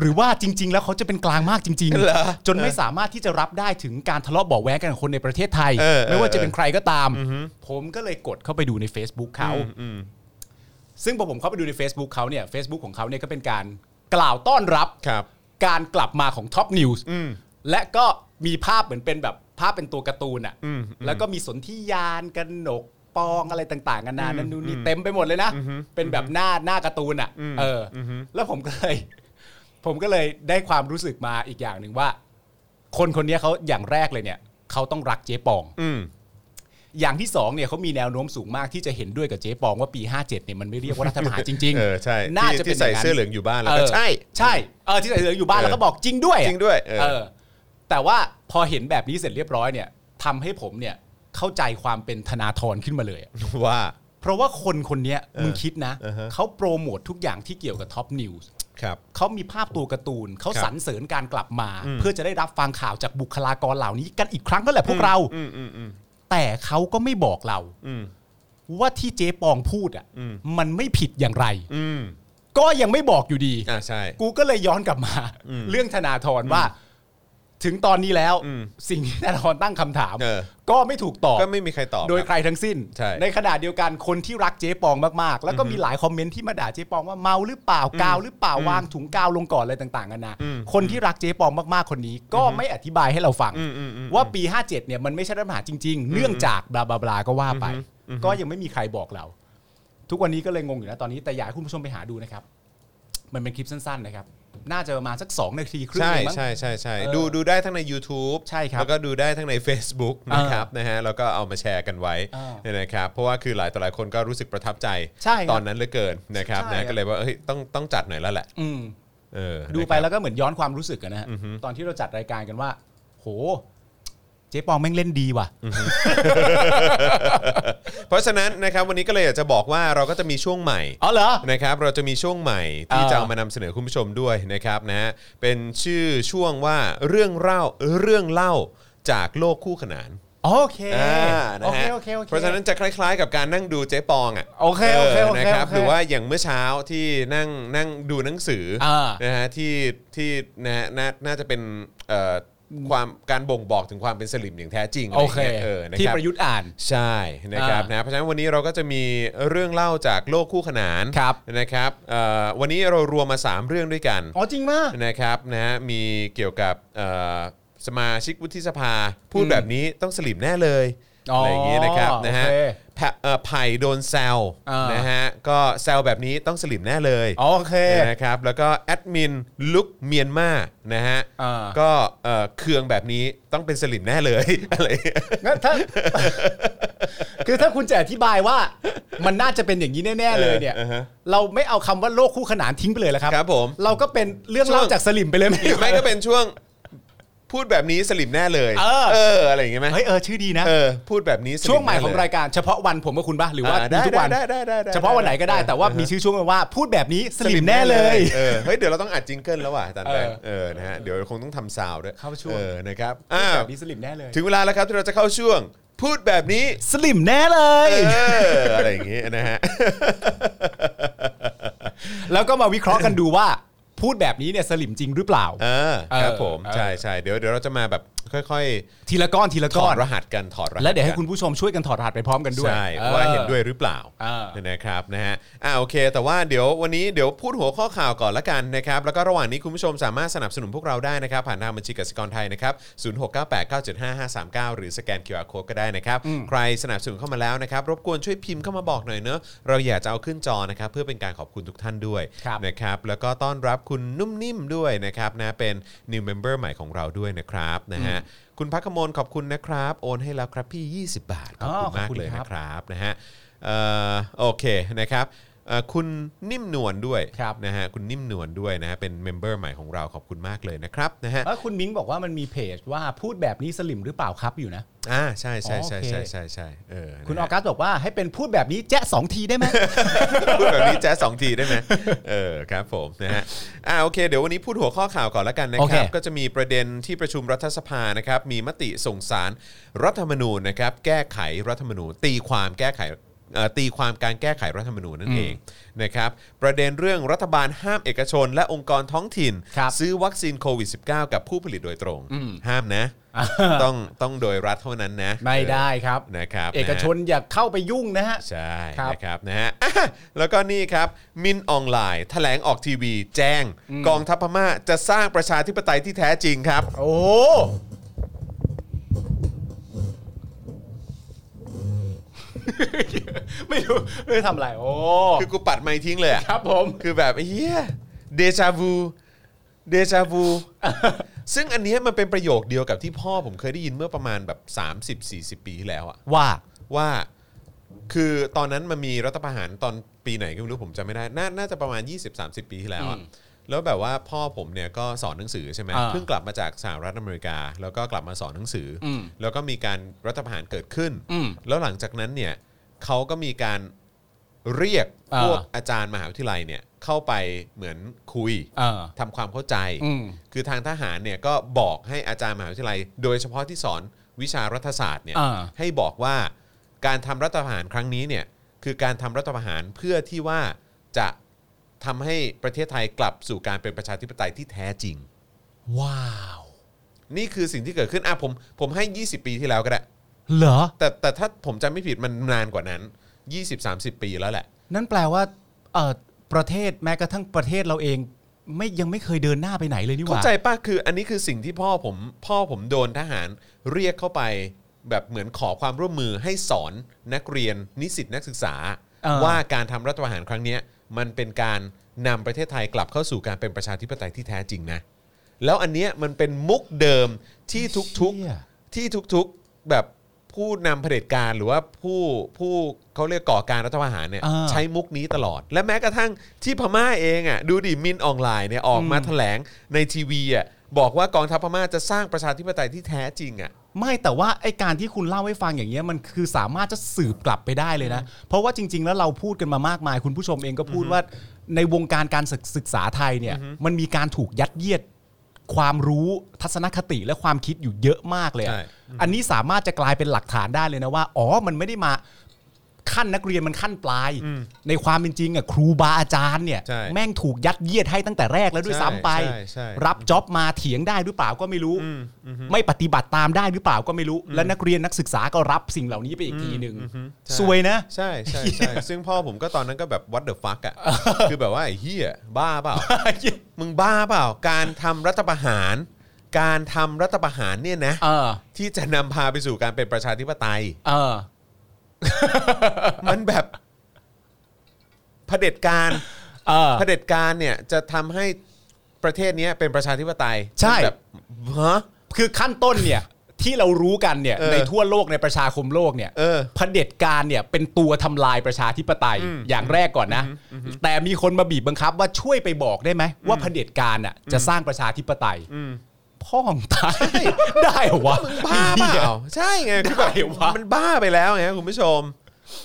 C: หรือว่าจริง ๆ แล้วเขาจะเป็นกลางมากจริง
B: เหรอ
C: ๆ จนไม่สามารถที่จะรับได้ถึงการทะเลาะเบาะแว้งกันของคนในประเทศไทย
B: เออเออ
C: ไม่ว่าจะเป็นใครก็ตาม ผมก็เลยกดเข้าไปดูใน Facebook เขา
B: อืมอืม
C: ซึ่งพอผมเข้าไปดูใน Facebook เขาเนี่ย Facebook ของเขาเนี่ยก็เป็นการกล่าวต้อนรับ
B: ครับ
C: การกลับมาของ Top News
B: อืม
C: และก็มีภาพเหมือนเป็นแบบภาพเป็นตัวการ์ตูนอ่ะ
B: อืม
C: แล้วก็มีสนธิยานกันหนกปองอะไรต่างๆกันานานั่นนู่นนี่เต็มไปหมดเลยนะ เป็นแบบหน้าหน้าการ์ตูนอ่ะ เอออแล้วผมก็เลย [LAUGHS] ผมก็เลยได้ความรู้สึกมาอีกอย่างหนึ่งว่า คนคนเนี้ยเขาอย่างแรกเลยเนี่ยเขาต้องรักเจ๊ปอง
B: อืม
C: อย่างที่สองเนี่ยเขามีแนวโน้มสูงมากที่จะเห็นด้วยกับเจ๊ปองว่าปี 57เนี่ยมันไม่เรียกว่ารัฐประหารจริง
B: เออใช่
C: น่า
B: ที่
C: จะเป็
B: ที่
C: น
B: ใส่
C: ย่างนั้น
B: เสื้อเหลืองอยู่บ้านแล้ว
C: เอ
B: ก็
C: อ
B: ใช่
C: ใช่เออที่ใส่เสื้อเหลืองอยู่บ้านแล้วก็บอกจริงด้วยอะ
B: จริงด้วย เอ
C: เอ
B: อ
C: อแต่ว่าพอเห็นแบบนี้เสร็จเรียบร้อยเนี่ยทำให้ผมเนี่ยเข้าใจความเป็นธนาธรขึ้นมาเลยอะ
B: ว่า
C: เพราะว่าคนคนเนี้ย
B: เออ
C: มึงคิดนะ
B: อ่าฮะ
C: เขาโปรโมททุกอย่างที่เกี่ยวกับท็อปนิวส์
B: ครับ
C: เขามีภาพตัวการ์ตูน เขา
B: ครับ
C: สรรเสริญการกลับมา
B: อืม
C: เพื่อจะได้รับฟังข่าวจากบุคลากรเหล่านี้กันอีกครั้งก็แหละพวกเรา
B: อืมอืมอืม
C: แต่เขาก็ไม่บอกเรา
B: อืม
C: ว่าที่เจ๊ปองพูดอ่ะ
B: อืม
C: มันไม่ผิดอย่างไร
B: อืม
C: ก็ยังไม่บอกอยู่ดี
B: อ่าใช่
C: กูก็เลยย้อนกลับมา
B: อืม
C: เรื่องธนาธรว่า ถึงตอนนี้แล้ว
B: อืม
C: สิ่งที่ธนาธรตั้งคำถาม
B: เออ
C: ก็ไม่ถูกตอบ
B: ก็ไม่มีใครตอบ
C: โดยใครทั้งสิ้น
B: ใช่
C: ในขณะเดียวกันคนที่รักเจ๊ปองมากๆ แล้วก็มีหลายคอมเมนต์ที่มาด่าเจ๊ปองว่าเมาหรือเปล่ากาวหรือเปล่าวางถุงกาวลงก่อนอะไรต่างๆกันานะ
B: อืม
C: คนที่รักเจ๊ปองมากๆคนนี้ ก็ไม่อธิบายให้เราฟัง
B: อืมอืมอืม
C: ว่าปี 57 เนี่ยมันไม่ใช่รัฐประหารจริง ๆ เนื่องจากบลาบลาบลาก็ว่าไป ก็ยังไม่มีใครบอกเรา ทุกวันนี้ก็เลยงงอยู่นะตอนนี้แต่อยากให้คุณผู้ชมไปหาดูนะครับ มันเป็นคลิปสั้น ๆ นะครับ น่าจะประมาณสัก 2 นาทีครึ่ง
B: ใช่
C: เองมั้ง
B: ใช่ใช่ใช่
C: เออ
B: ดูดูได้ทั้งใน YouTube
C: ใช่ครับ
B: แล้วก็ดูได้ทั้งใน Facebook
C: เออ
B: นะครับนะฮะแล้วก็เอามาแชร์กันไว้
C: เออ
B: เนี่ยนะครับเพราะว่าคือหลายต่อหลายคนก็รู้สึกประทับใจ
C: ใช่ครับ
B: ตอนนั้นเหลือเกินนะครับ
C: ใช่ครั
B: นะ
C: บ
B: ก็เลยว่าเฮ้ยต้องต้องจัดหน่อยแล้วแหละ
C: อืม
B: เออ
C: ดูไป
B: นะครับ
C: แล้วก็เหมือนย้อนความรู้สึกอะนะฮะตอนที่เราจัดรายการกันว่า โห เจ๊ปองแม่งเล่นดีว่ะ
B: เพราะฉะนั้นนะครับวันนี้ก็เลยอยากจะบอกว่าเราก็จะมีช่วงใหม่
C: อ๋อเหรอ
B: นะครับเราจะมีช่วงใหม่ที่
C: เออ
B: จะเอามานำเสนอคุณผู้ชมด้วยนะครับนะฮะเป็นชื่อช่วงว่าเรื่องเล่าเรื่องเล่าจากโลกคู่ขนาน
C: โอเค
B: อ่านะ
C: โอเค
B: ฮะ
C: โอเคโอเค
B: เพราะฉะนั้นจะคล้ายๆ กับการนั่งดูเจ๊ปองอ่ะ
C: โอเคโอเคโอเค
B: นะครับ
C: โอเค
B: หรือว่าอย่างเมื่อเช้าที่นั่งนั่งดูหนังสือ
C: อ่า
B: นะฮะที่ที่นะฮะน่าน่าจะเป็นเอ่อความการบ่งบอกถึงความเป็นสลิมอย่างแท้จริงะไร
C: โอย่าง เค
B: งี้ยเออนะ
C: ที่
B: ครับ
C: ประยุทธ์อ่าน
B: ใช่นะครับ
C: อ่าน
B: นะเพราะฉะนั้นวันนี้เราก็จะมีเรื่องเล่าจากโลกคู่ขนาน
C: ครับ
B: นะครับเอ่อวันนี้เรารวมมา 3 เรื่องด้วยกัน
C: อ๋อจริงมาก
B: นะครับนะฮะมีเกี่ยวกับเอ่อสมาชิกวุฒิสภา พูดแบบนี้ต้องสลิมแน่เลย
C: อ๋ออ
B: อะไรอย่างนี้นะครับนะฮะ
C: โอเค
B: แพะเอ่อไผ่โดนแซว
C: อ่าน
B: นะฮะก็แซวแบบนี้ต้องสลิมแน่เลย
C: โอเค
B: นะครับแล้วก็แอดมินลุกเมียนมานะฮะ
C: อ่า
B: ก็เอ่อเคืองแบบนี้ต้องเป็นสลิมแน่เลย [LAUGHS] อะไร
C: งั้นถ้า คือถ้าคุณจะอธิบายว่า มันน่าจะเป็นอย่างนี้แน่ ๆ เลยเนี่ย
B: เออเออฮะ
C: เราไม่เอาคำว่าโลกคู่ขนานทิ้งไปเลยแล้วครับ
B: ครับผม
C: เราก็เป็นเรื่องเล่า
B: ช่วง
C: จากสลิมไปเลยไหม
B: หรือไม่ก็เป็นช่วงพูดแบบนี้สลิมแน่เลย
C: เออ
B: ออะไรอย่างเงี้ยไหม
C: เฮ้ยเออชื่อดีนะ
B: เออ พูดแบบนี้สลิ
C: ช่วงใหม่ของ
B: แน่เล
C: รายการเฉพาะวันผมกับคุณปะหรือว่า
B: อ่าได้
C: มีทุกวัน
B: ได้ได้ได้ได้
C: เฉพาะวันไหนก็ได้
B: ได้
C: แต่ว่ามีชื่อช่วงว่าพูดแบบนี้สลิมแน่เลย
B: เออเฮ้ยเดี๋ยวเราต้องอัดจิงเกิลแล้วว่ะอาจารย์แบงค์
C: เออ
B: เออนะฮะเดี๋ยวคงต้องทำซาวด์ด้วย
C: เข้าช่วง
B: เออนะครับ
C: พู
B: อ้า
C: ด
B: ว
C: แบบนี้สลิมแน่เลย
B: ถึงเวลาแล้วครับที่เราจะเข้าช่วง พูดแบบนี้
C: สลิมแน่เลย
B: เอออะไรอย่างเงี้ยนะฮะ
C: แล้วก็มาวิเคราะห์กันดูว่า พูดแบบนี้เนี่ยสลิมจริงหรือเปล่า
B: เออครับ
C: เออ
B: ผม
C: เออ
B: ใช่ใช่เดี๋ยวเดี๋ยวเราจะมาแบบค่อย
C: ทีละก้อนทีละ
B: ๆ ถ
C: ก้
B: อ
C: อ
B: ด
C: น
B: รหัสกันถอดรหัส
C: แล้วเดี๋ยวให้
B: กัน
C: คุณผู้ชมช่วยกันถอดรหัสไปพร้อมกันด้วย
B: ใช่
C: ออ
B: ว่าเห็นด้วยหรือเปล่า
C: เออ
B: นะครับนะฮะอ่าโอเค แต่ว่าเดี๋ยววันนี้เดี๋ยวพูดหัวข้อข่าวก่อนละกันนะครับแล้วก็ระหว่างนี้คุณผู้ชมสามารถสนับสนุนพวกเราได้นะครับผ่านทางบัญชีกสิกรไทยนะครับ0698975539 หรือสแกน QR Code ก็ได้นะครับ ใครสนับสนุนเข้ามาแล้วนะครับ รบกวนช่วยพิมพ์เข้ามาบอกหน่อยเนอะเราอยากจะเอาขึ้นจอนะครับเพื่อเป็นการขอบคุณทุกท่านด้วย
C: ครับ
B: นะครับแล้วก็ต้อนรับคุณนุ่มนิ่มด้วยนะครับนะเป็น new member ใหม่ของเราด้วยนะครับนะฮะคุณพักขมลขอบคุณนะครับโอนให้แล้วครับพี่ 20 บาท ขอบคุณมากเลยนะครับนะฮะเอ่อโอเคนะครับเอ่อคุณนิ่มนวลด้วย
C: ครับ
B: นะฮะคุณนิ่มนวลด้วยนะฮะเป็นเมมเบอร์ใหม่ของเราขอบคุณมากเลยนะครับนะฮะ
C: แล้วคุณมิ้งบอกว่ามันมีเพจว่าพูดแบบนี้สลิมหรือเปล่าครับอยู่นะ
B: อ่าใช่ใช่ใช่
C: โอเค
B: ใช่ใช่ใช่เออนะฮะ
C: คุณออกัสบอกว่าให้เป็นพูดแบบนี้แจ๊ะสองทีได้ไหม
B: พูดแบบนี้แจ๊สสองทีได้ไหมเออครับผมนะฮะอ่าโอเค เดี๋ยววันนี้พูดหัวข้อข่าวก่อนละกันนะ
C: โอ
B: ค
C: เค
B: รับ ก็จะมีประเด็นที่ประชุมรัฐสภานะครับมีมติส่งสารรัฐธรรมนูญนะครับแก้ไขรัฐธรรมนูญ ตีความแก้ไขเอ่อตีความการแก้ไขรัฐธรรมนูญนั่นเองนะครับประเด็นเรื่องรัฐบาลห้ามเอกชน และองค์กรท้องถิ่น
C: ครับ
B: ซื้อวัคซีนโควิด -19 กับผู้ผลิตโดยตรง ห้ามนะ
C: [LAUGHS]
B: ต้องต้องโดยรัฐเท่านั้นนะ
C: ไม่ได้ครับ
B: เออนะครับ
C: เอกชนอย่าเข้าไปยุ่งนะฮะ
B: ใช่
C: ครับ
B: นะครับนะฮะ [COUGHS] อ่ะแล้วก็นี่ครับมินออนไลน์แถลงออกทีวี แจ้ง กองทัพพม่าจะสร้างประชาธิปไตยที่แท้จริงครับ
C: โอ้ ไม่รู้ไม่รู้ทำอะไร โอ้
B: คือกูปัดไม้ทิ้งเลยอะ
C: ครับผม
B: คือแบบเฮียเดชาวู เดชาวู [LAUGHS] ซึ่งอันเนี้ยมันเป็นประโยคเดียวกับที่พ่อผมเคยได้ยินเมื่อประมาณแบบ 30-40 ปีที่แล้วอะ
C: ว่า
B: ว่าคือตอนนั้นมันมีรัฐประหารตอนปีไหนก็ไม่รู้ผมจำไม่ได้นาน่าจะประมาณ 20-30 ปีที่แล้วอะแล้วแบบว่าพ่อผมเนี่ยก็สอนหนังสือใช่ไหม
C: อ่า
B: เพิ่งกลับมาจากสหรัฐอเมริกา แล้วก็กลับมาสอนหนังสืออ
C: ม
B: แล้วก็มีการรัฐประหารเกิดขึ้น
C: อืม
B: แล้วหลังจากนั้นเนี่ยเขาก็มีการเรียก
C: อ่า
B: พวกอาจารย์มหาวิทยาลัยเนี่ยเข้าไปเหมือนคุย
C: เออ
B: ทำความเข้าใจ
C: อืม
B: คือทางทหารเนี่ยก็บอกให้อาจารย์มหาวิทยาลัย โดยเฉพาะที่สอนวิชารัฐศาสตร์เนี่ย
C: อ่า
B: ให้บอกว่าการทำรัฐประหารครั้งนี้เนี่ยคือการทำรัฐประหารเพื่อที่ว่าจะทำให้ประเทศไทยกลับสู่การเป็นประชาธิปไตยที่แท้จริง
C: ว้าว
B: นี่คือสิ่งที่เกิดขึ้นอ่ะผมผมให้ 20 ปีที่แล้วก็ได้
C: เหรอ
B: แต่แต่ถ้าผมจำไม่ผิดมันนานกว่านั้น 20-30 ปีแล้วแหละ
C: นั่นแปลว่าเออประเทศแม้กระทั่งประเทศเราเอง ไม่ยังไม่เคยเดินหน้าไปไหนเลยนี่ห
B: เข้า
C: ว่า
B: ใจป่ะคืออันนี้คือสิ่งที่พ่อผมพ่อผมโดนทหารเรียกเข้าไป แบบเหมือนขอความร่วมมือให้สอนนักเรียนนิสิตนักศึกษา
C: เออ
B: ว่าการทำรัฐประหารครั้งเนี้ยมันเป็นการนำประเทศไทยกลับเข้าสู่การเป็นประชาธิปไตยที่แท้จริงนะ แล้วอันเนี้ยมันเป็นมุกเดิมที่ทุก
C: เชี่ย
B: ๆที่ทุกๆแบบผู้นำเผด็จการหรือว่าผู้ผู้เขาเรียกก่อการรัฐประหารเนี่ย
C: อ่า
B: ใช้มุกนี้ตลอด และแม้กระทั่งที่พม่าเองอ่ะดูดิมินออนไลน์เนี่ยออกมาแถลงในทีวีอ่ะบอกว่ากองทัพพม่าจะสร้างประชาธิปไตยที่แท้จริงอ่ะ
C: ไม่แต่ว่าไอการที่คุณเล่าให้ฟังอย่างเงี้ยมันคือสามารถจะสืบกลับไปได้เลยนะ เพราะว่าจริง ๆ แล้วเราพูดกันมามากมาย คุณผู้ชมเองก็พูดว่าในวงการการศึกศึกษาไทยเนี่ยมันมีการถูกยัดเยียดความรู้ทัศนคติและความคิดอยู่เยอะมากเลยอะ
B: ใช่
C: อันนี้สามารถจะกลายเป็นหลักฐานได้เลยนะว่าอ๋อมันไม่ได้มาขั้นนักเรียนมันขั้นปลาย ในความเป็นจริงอ่ะครูบาอาจารย์เนี่ย
B: ใช่
C: แม่งถูกยัดเยียดให้ตั้งแต่แรกแล้วด้วยซ้ำไป
B: ใช่ใช่ใช่
C: รับจ็อบมาเถียงได้หรือเปล่าก็ไม่รู้ ไม่ปฏิบัติตามได้หรือเปล่าก็ไม่รู้ และนักเรียนนักศึกษาก็รับสิ่งเหล่านี้ไปอีกทีหนึ่ง
B: ใช่
C: ซวยนะ [LAUGHS]
B: ใช่ใช่ใช่ [LAUGHS] ซึ่งพ่อผมก็ตอนนั้นก็แบบ what the fuck อ่ะ คือแบบว่าไอ้ [LAUGHS] เฮียบ้าเปล่า มึงบ้าเปล่า การทำรัฐประหาร การทำรัฐประหารเนี่ยนะ
C: เออ
B: ที่จะนำพาไปสู่การเป็นประชาธิปไตย
C: เออ
B: มันแบบเผด็จการ
C: เออ
B: เผด็จการเนี่ยจะทำให้ประเทศเนี้ยเป็นประชาธิปไตย
C: ใช่
B: แบบฮะ
C: คือขั้นต้นเนี่ย ที่เรารู้กันเนี่ย
B: เออ
C: ในทั่วโลกในประชาคมโลกเนี่ย
B: เออ
C: เผด็จการเนี่ยเป็นตัวทำลายประชาธิปไตยอย่างแรกก่อนนะ แต่มีคนมาบีบบังคับว่าช่วยไปบอกได้ไหมว่าเผด็จการอ่ะจะสร้างประชาธิปไตยพ่อมงตายได้เหรอวะ
B: บ้าเปล่าใช่ไงคือแบบ
C: ได้วะ
B: มันบ้าไปแล้วไงครับคุณผู้ชม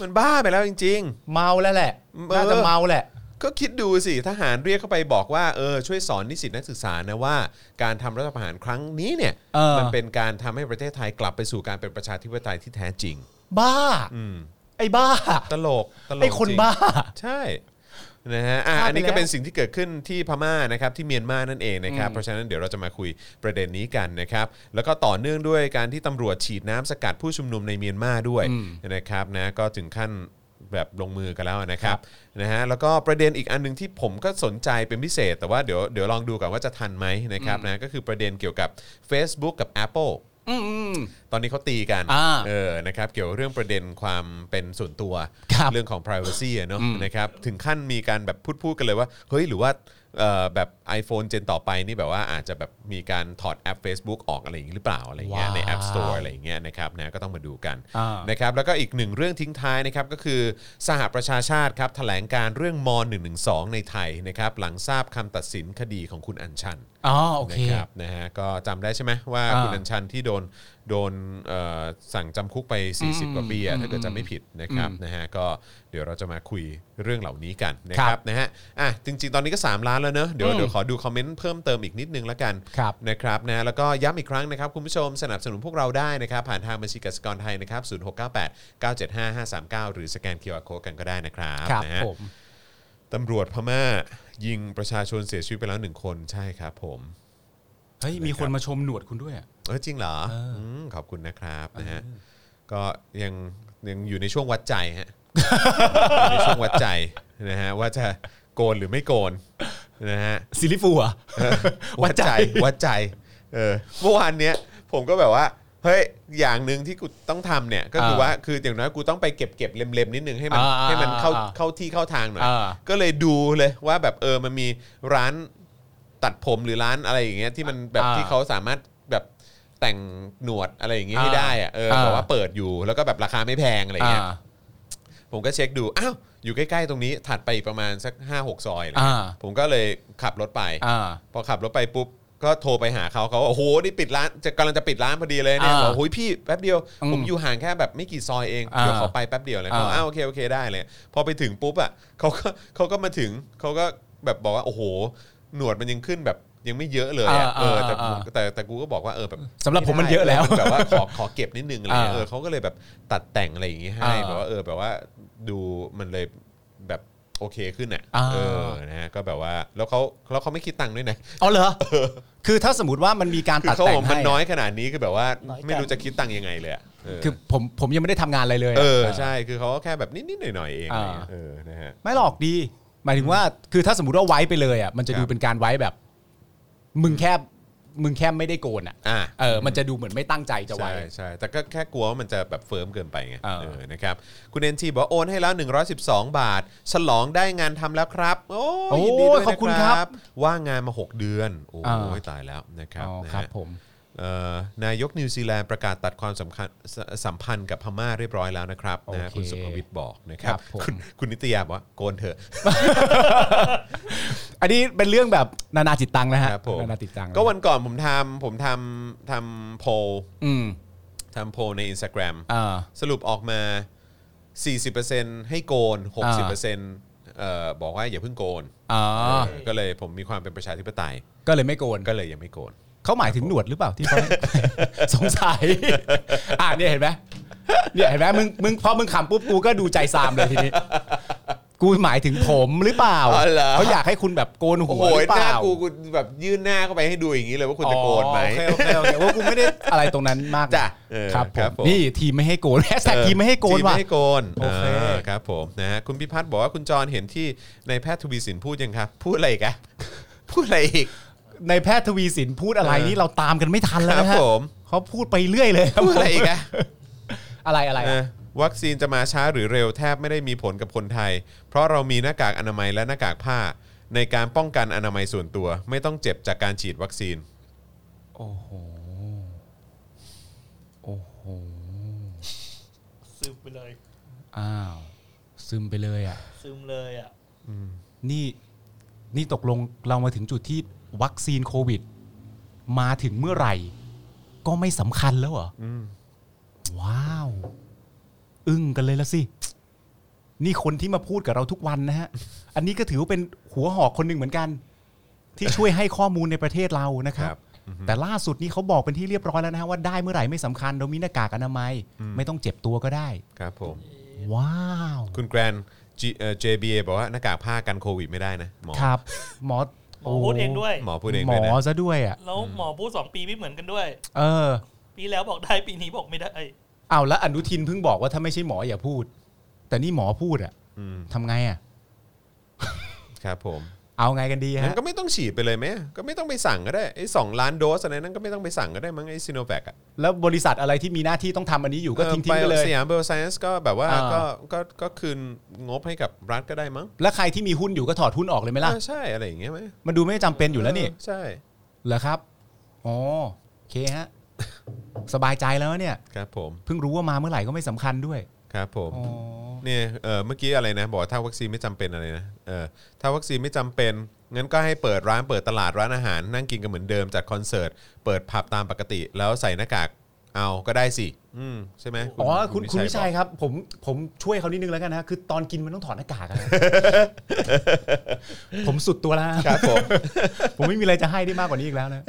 B: มันบ้าไปแล้วจริง
C: เมาแล้วแหละน่าจะเมาแหละ
B: ๆ ก็คิดดูสิทหารเรียกเข้าไปบอกว่าเออช่วยสอนนิสิตนักศึกษานะว่า การทำรัฐประหารครั้งนี้เนี่ย
C: เออ
B: มันเป็นการทำให้ประเทศไทยกลับไปสู่การเป็นประชาธิปไตยที่แท้จริง
C: บ้า
B: อืม
C: ไอ้บ้า
B: ตลกตลก
C: ไอ้คน
B: จริง
C: บ้า
B: ใช่นะฮะอ่ะ
C: พลาดไป
B: อันนี้ก็
C: แล้ว
B: เป็นสิ่งที่เกิดขึ้นที่พม่านะครับที่เมียนมานั่นเองนะครับ
C: อืม
B: เพราะฉะนั้นเดี๋ยวเราจะมาคุยประเด็นนี้กันนะครับแล้วก็ต่อเนื่องด้วยการที่ตำรวจฉีดน้ำสกัดผู้ชุมนุมในเมียนมาด้วย
C: อืม
B: นะครับนะก็ถึงขั้นแบบลงมือกันแล้วนะครั
C: ครับ บ
B: นะฮะแล้วก็ประเด็นอีกอันหนึงที่ผมก็สนใจเป็นพิเศษ แต่ว่าเดี๋ยวเดี๋ยวลองดูก่อนว่าจะทันไหมนะครับนะก็คือประเด็นเกี่ยวกับ Facebook กับ Apple
C: อืม
B: ตอนนี้เขาตีกัน
C: อ่า
B: เออ นะครับ เกี่ยวเรื่องประเด็นความเป็นส่วนตัว
C: ครับ
B: เรื่องของ p r i เวซีเนอะ
C: อืม
B: นะครับ ถึงขั้นมีการแบบพูดพูดกันเลยว่า เฮ้ย หรือว่าเอ่อแบบ iPhone เจนต่อไปนี่แบบว่าอาจจะแบบมีการถอดแอป Facebook ออกอะไรอย่างนี้หรือเปล่าอะไรอย่างเงี้ย
C: ว้าว
B: ใน App Store อะไรอย่างเงี้ยนะครับ นะ ก็ต้องมาดูกัน
C: อ่าน
B: นะครับ แล้วก็อีกหนึ่งเรื่องทิ้งท้ายนะครับ ก็คือสหประชาชาติครับแถลงการเรื่องม .112 ในไทยนะครับ หลังทราบคำตัดสินคดีของคุณอัญชัน
C: อ๋อโอเค
B: นะครับนะฮะก็จำได้ใช่ไหมว่า
C: อ่า
B: คุณอัญชันที่โดนโดนเอ่อสั่งจำคุกไป 40 กว่าปีอะถ้าเกิดจะไม่ผิดนะครับนะฮะก็เดี๋ยวเราจะมาคุยเรื่องเหล่านี้กันนะค
C: ครั
B: รับบ นะฮะอ่ะจริง ๆ ตอนนี้ก็ 3 ล้านแล้วเนอะเดี๋ยว
C: อืม
B: เดี๋ยวขอดูคอมเมนต์เพิ่มเติมอีกนิดนึงละกัน
C: ครับ
B: นะครับนะแล้วก็ย้ำอีกครั้งนะครับ คุณผู้ชมสนับสนุนพวกเราได้นะครับ ผ่านทางบัญชีกสิกรไทยนะครับ0698 975 539 หรือสแกน QR Code กันก็ได้นะครับนะฮะ ตำรวจพม่ายิงประชาชนเสียชีวิตไปแล้วหนึ่งคนใช่ครับผม
C: เฮ้ย มีคนมาชมหนวดคุณด้วยอะ
B: เออจริงเหรอมขอบคุณนะครับนะฮะก็ยังยังอยู่ในช่วงวัดใจ
C: [LAUGHS]
B: ฮะ อยู่ในช่วงวัดใจนะฮะว่าจะโกนหรือไม่โกนนะฮะ
C: ซิลิฟูเหรอ่ะ [LAUGHS] วัดใจ
B: วัดใจ เออเมื่อวานเนี้ยผมก็แบบว่าเฮ้ยอย่างหนึ่งที่กูต้องทำเนี่ยก็คือ
C: เออ
B: ว่าคืออย่างน้อยกูต้องไปเก็บเก็บเล็มๆนิดนึงให้มัน
C: อ่า
B: ให้มันเข้า
C: อ่า
B: เข้าที่เข้าทางหน่อย
C: อ่า
B: ก็เลยดูเลยว่าแบบเออมันมีร้านตัดผมหรือร้านอะไรอย่างเงี้ยที่มันแบบ
C: อ่า
B: ที่เขาสามารถแบบแต่งหนวดอะไรอย่างเงี้ยให้
C: อ่า
B: ได้อะเออ
C: อ่า
B: แบบว่าเปิดอยู่แล้วก็แบบราคาไม่แพงอะไรเงี้ย
C: อ่า
B: ผมก็เช็คดูอ้าวอยู่ใกล้ๆตรงนี้ถัดไปอีกประมาณสัก5-6ซอยเลย
C: อ่า
B: ผมก็เลยขับรถไป
C: อ่า
B: พอขับรถไปปุ๊บ ก็โทรไปหาเขาเขาบอกโอ้โหนี่ปิดร้านจะกำลังจะปิดร้านพอดีเลยเนี่ย
C: อ่า
B: บอกโอ้ยพี่แป๊บเดียว
C: อืม
B: ผมอยู่ห่างแค่แบบไม่กี่ซอยเอง
C: อ่า
B: เดี๋ยวขอไปแป๊บเดียวเลยเขา
C: อ่า
B: อ้าวโอเคโอเคได้เลย พอไปถึงปุ๊บอ่ะเขาก็เขาก็มาถึงเขาก็แบบบอกว่าโอ้โห หนวดมันยังขึ้นแบบยังไม่เยอะเลยอะ
C: อ่า
B: เออแต่
C: อ่าอ่า
B: แต่แต่กูก็บอกว่าเออแบบ
C: สำหรับผมมัน
B: ไได้
C: เยอะแล้ว
B: แบบว่าขอขอเก็บนิดนึงอะไรเงี้ย
C: อ่า
B: เออเขาก็เลยแบบตัดแต่งอะไรอย่างงี้ให้
C: อ่า
B: แบบว่าเออแบบว่าดูมันเลยแบบโอเคขึ้นอ่ะ
C: อ่า
B: เออนะฮะก็แบบว่าแล้วเขาแล้วเขาไม่คิดตังค์ด้วยนะ
C: เอาเหรอ คือถ้าสมมติว่ามันมีการ
B: คือ
C: ตัด
B: เขา
C: แต่
B: บ
C: ง
B: อก
C: ให้
B: มันน้อยขนาดนี้คือแบบว่า
D: น้อยจัง
B: ไม่รู้จะคิดตังค์ยังไงเลยอะเออ
C: คือผมผมยังไม่ได้ทำงานอะไรเลยะ
B: เออใช่คือเขาก็แค่แบบนิดๆหน่อยๆเอง
C: อ่า
B: อะไรเงี้ยเออนะฮะ
C: ไม่หรอกดี หมายถึงว่า คือถ้าสมมติว่าไว้ไปเลยอ่ะ มันจะ
B: ครับ
C: ดูเป็นการไว้แบบ มึงแค่ มึงแค่ไม่ได้โกนอ่ะ
B: อ่ะ
C: เออ มันจะดูเหมือนไม่ตั้งใจจะไว้
B: ใช่ใช่แต่ก็แค่กลัวว่ามันจะแบบเฟิร์มเกินไปไง
C: อ่า
B: เออนะครับคุณเอนทีบอกว่าโอนให้แล้ว 112 บาท ฉลองได้งานทำแล้วครับ โอ้ยยินดีด้วยนะว่างงานมา 6 เดือน โอ้ยตายแล้วนะครับ
C: อ๋อ
B: นะฮะ
C: ครับ ผม
B: เอ่อนายกนิวซีแลนด์ประกาศตัดความสำคัญสสัมพันธ์กับพม่าเรียบร้อยแล้วนะครับนะฮะ
C: โอเค
B: คุณสุภวิทย์บอกนะครับ
C: ครับผม
B: คุณคุณนิตยาบอกว่าโกนเถอะ
C: อันนี้เป็นเรื่องแบบนานาจิตตังนะฮะ
B: ครับผม
C: นานาจิตตัง
B: ก็วันก่อนผมทำผมทำทำโพล
C: อืม
B: ทำโพลใน Instagram
C: อ่า
B: สรุปออกมา 40%ให้โกน 60%เอ่อบอกว่าอย่าเพิ่งโกน
C: อ๋อ
B: เออก็เลยผมมีความเป็นประชาธิปไตย
C: ก็เลยไม่โกน
B: ก็เลยยังไม่โกน
C: เขาหมายถึงหนวดหรือเปล่าที่เขา [LAUGHS] สงสัย อ่าเนี่ยเห็นไหมเนี่ยเห็นไหมมึงมึงพอมึงขำปุ๊บกูก็ดูใจซามเลยทีนี้ กูหมายถึงผมหรือเปล่า
B: อ๋อเหรอ
C: เขาอยากให้คุณแบบโกนหั
B: โอ้
C: ว
B: โห
C: หรือ
B: ห
C: เป
B: น้า
C: ล่า
B: กูกูแบบยื่นหน้าเข้าไปให้ดูอย่างนี้เลยว่าคุณจะโกนไหม
C: อ๋อโอเคโอเคโอเคว่ากูไม่ได้อะไรตรงนั้นมากนะ
B: จ้ะเออ
C: ครับผ
B: ครับ
C: ม
B: ผม
C: นี่ทีมไม่ให้โกนแฮ [LAUGHS] ชแท็กทีมไม่ให้โกน
B: ทีม
C: ว่ะ
B: ไม่ให้โกน
C: โอเค
B: าครับผมนะฮะคุณพิพัฒน์บอกว่าคุณจรเห็นที่ในายแพทย์ทวีสินพูดยังครับ พูดอะไรอีกอะ พูดอะไรอีก
C: ในแพทย์ทวีสินพูดอะไร
B: เออ
C: นี่เราตามกันไม่ทันแล้ว
B: ค
C: นะ
B: รั
C: ฮะ
B: บผม
C: เขาพูดไปเรื่อยเลยครับ
B: พูดอะไรอีกอะ
C: อะไรอะไร
B: เอ
C: อะ
B: อวัคซีนจะมาช้าหรือเร็วแทบไม่ได้มีผลกับคนไทย เพราะเรามีหน้ากากอนามัยและหน้ากากผ้า ในการป้องกันอนามัยส่วนตัว ไม่ต้องเจ็บจากการฉีดวัคซีน
C: โอ้โหโอ้โห
D: ซึมไปเลย
C: อ้าว ซึมไปเลยอ่ะ
D: ซึมเลยอ่ะ
C: นี่นี่ตกลงเรามาถึงจุดที่วัคซีนโควิด มาถึงเมื่อไหร่ ก็ไม่สำคัญแล้วเหรออว้าว อึ้งกันเลยละสิ นี่คนที่มาพูดกับเราทุกวันนะฮะ อันนี้ก็ถือว่าเป็นหัวหอกคนหนึ่งเหมือนกัน ที่ช่วยให้ข้อมูลในประเทศเรานะครับ
B: ครับ
C: แต่ล่าสุดนี้เขาบอกเป็นที่เรียบร้อยแล้วนะฮะว่าได้เมื่อไหร่ไม่สำคัญเรามีหน้ากากอนามัย
B: อืม
C: ไม่ต้องเจ็บตัวก็ได้
B: ครับผม
C: ว้าว
B: คุณแกรน G- เอ่อ JBA บอกว่าหน้ากากผ้ากันโควิดไม่ได้นะหมอ
C: ครับ หมอ
D: หมอพูดเองด้วย
B: หมอพูดเอง
C: หม
B: เลยนะ
C: อซะด้วยอ่ะ
D: แล้วหมอพูดสองปีไม่เหมือนกันด้วย
C: เออ
D: ปีแล้วบอกได้ปีนี้บอกไม่ได้เอ้ย
C: เอาแล้วอนุทินเพิ่งบอกว่าถ้าไม่ใช่หมออย่าพูด แต่นี่หมอพูดอะ
B: อืม
C: ทำไงอะ
B: ครับผม
C: เอาไงกันดี
B: งั้
C: ฮะ
B: นก็ไม่ต้องฉีดไปเลยไหมก็ไม่ต้องไปสั่งก็ได้ไอ้สองล้านโดสอะไรนั้นก็ไม่ต้องไปสั่งก็ได้มั้งไอ้ซีโนแวคอะ
C: แล้วบริษัทอะไรที่มีหน้าที่ต้องทำอันนี้อยู่ก็ทิ้ง
B: ไป
C: ๆไปเลย
B: สยามเบลไซเอนส์ก็แบบว่า
C: อ่า
B: ก็ก็ก็คืนงบให้กับรัฐก็ได้มั้ง
C: แล้วใครที่มีหุ้นอยู่ก็ถอดหุ้นออกเลยไหมล่ะ
B: เออใช่อะไรอย่างเงี้ยไหม
C: มันดูไม่จำเป็นอยู่แล้วนี่
B: เใช่
C: เหรอครับอ๋อโอเคฮะสบายใจแล้วเนี่ย
B: ครับผม
C: เพิ่งรู้ว่ามาเมื่อไหร่ก็ไม่สำคัญด้วย
B: ครับผม
C: อ๋อ
B: เนี่ยเออเมื่อกี้อะไรนะบอกว่าถ้าวัคซีนไม่จำเป็นอะไรนะเออถ้าวัคซีนไม่จำเป็นงั้นก็ให้เปิดร้านเปิดตลาดร้านอาหาร นั่งกินกันเหมือนเดิมจัดคอนเสิร์ตเปิดผับตามปกติ แล้วใส่หน้ากากเอาก็ได้สิอืมใช่ไหม
C: อ๋อคุณคุณวิชัย
B: บอก
C: ครับ ผมผมช่วยเขานิดนึงแล้วกันนะคือตอนกินมันต้องถอดหน้ากาก
B: [LAUGHS]
C: อะนะ ผมสุดตัวแล้วนะครับ
B: ผม
C: ผมไม่มีอะไรจะให้ได้มากกว่านี้อีกแล้วนะ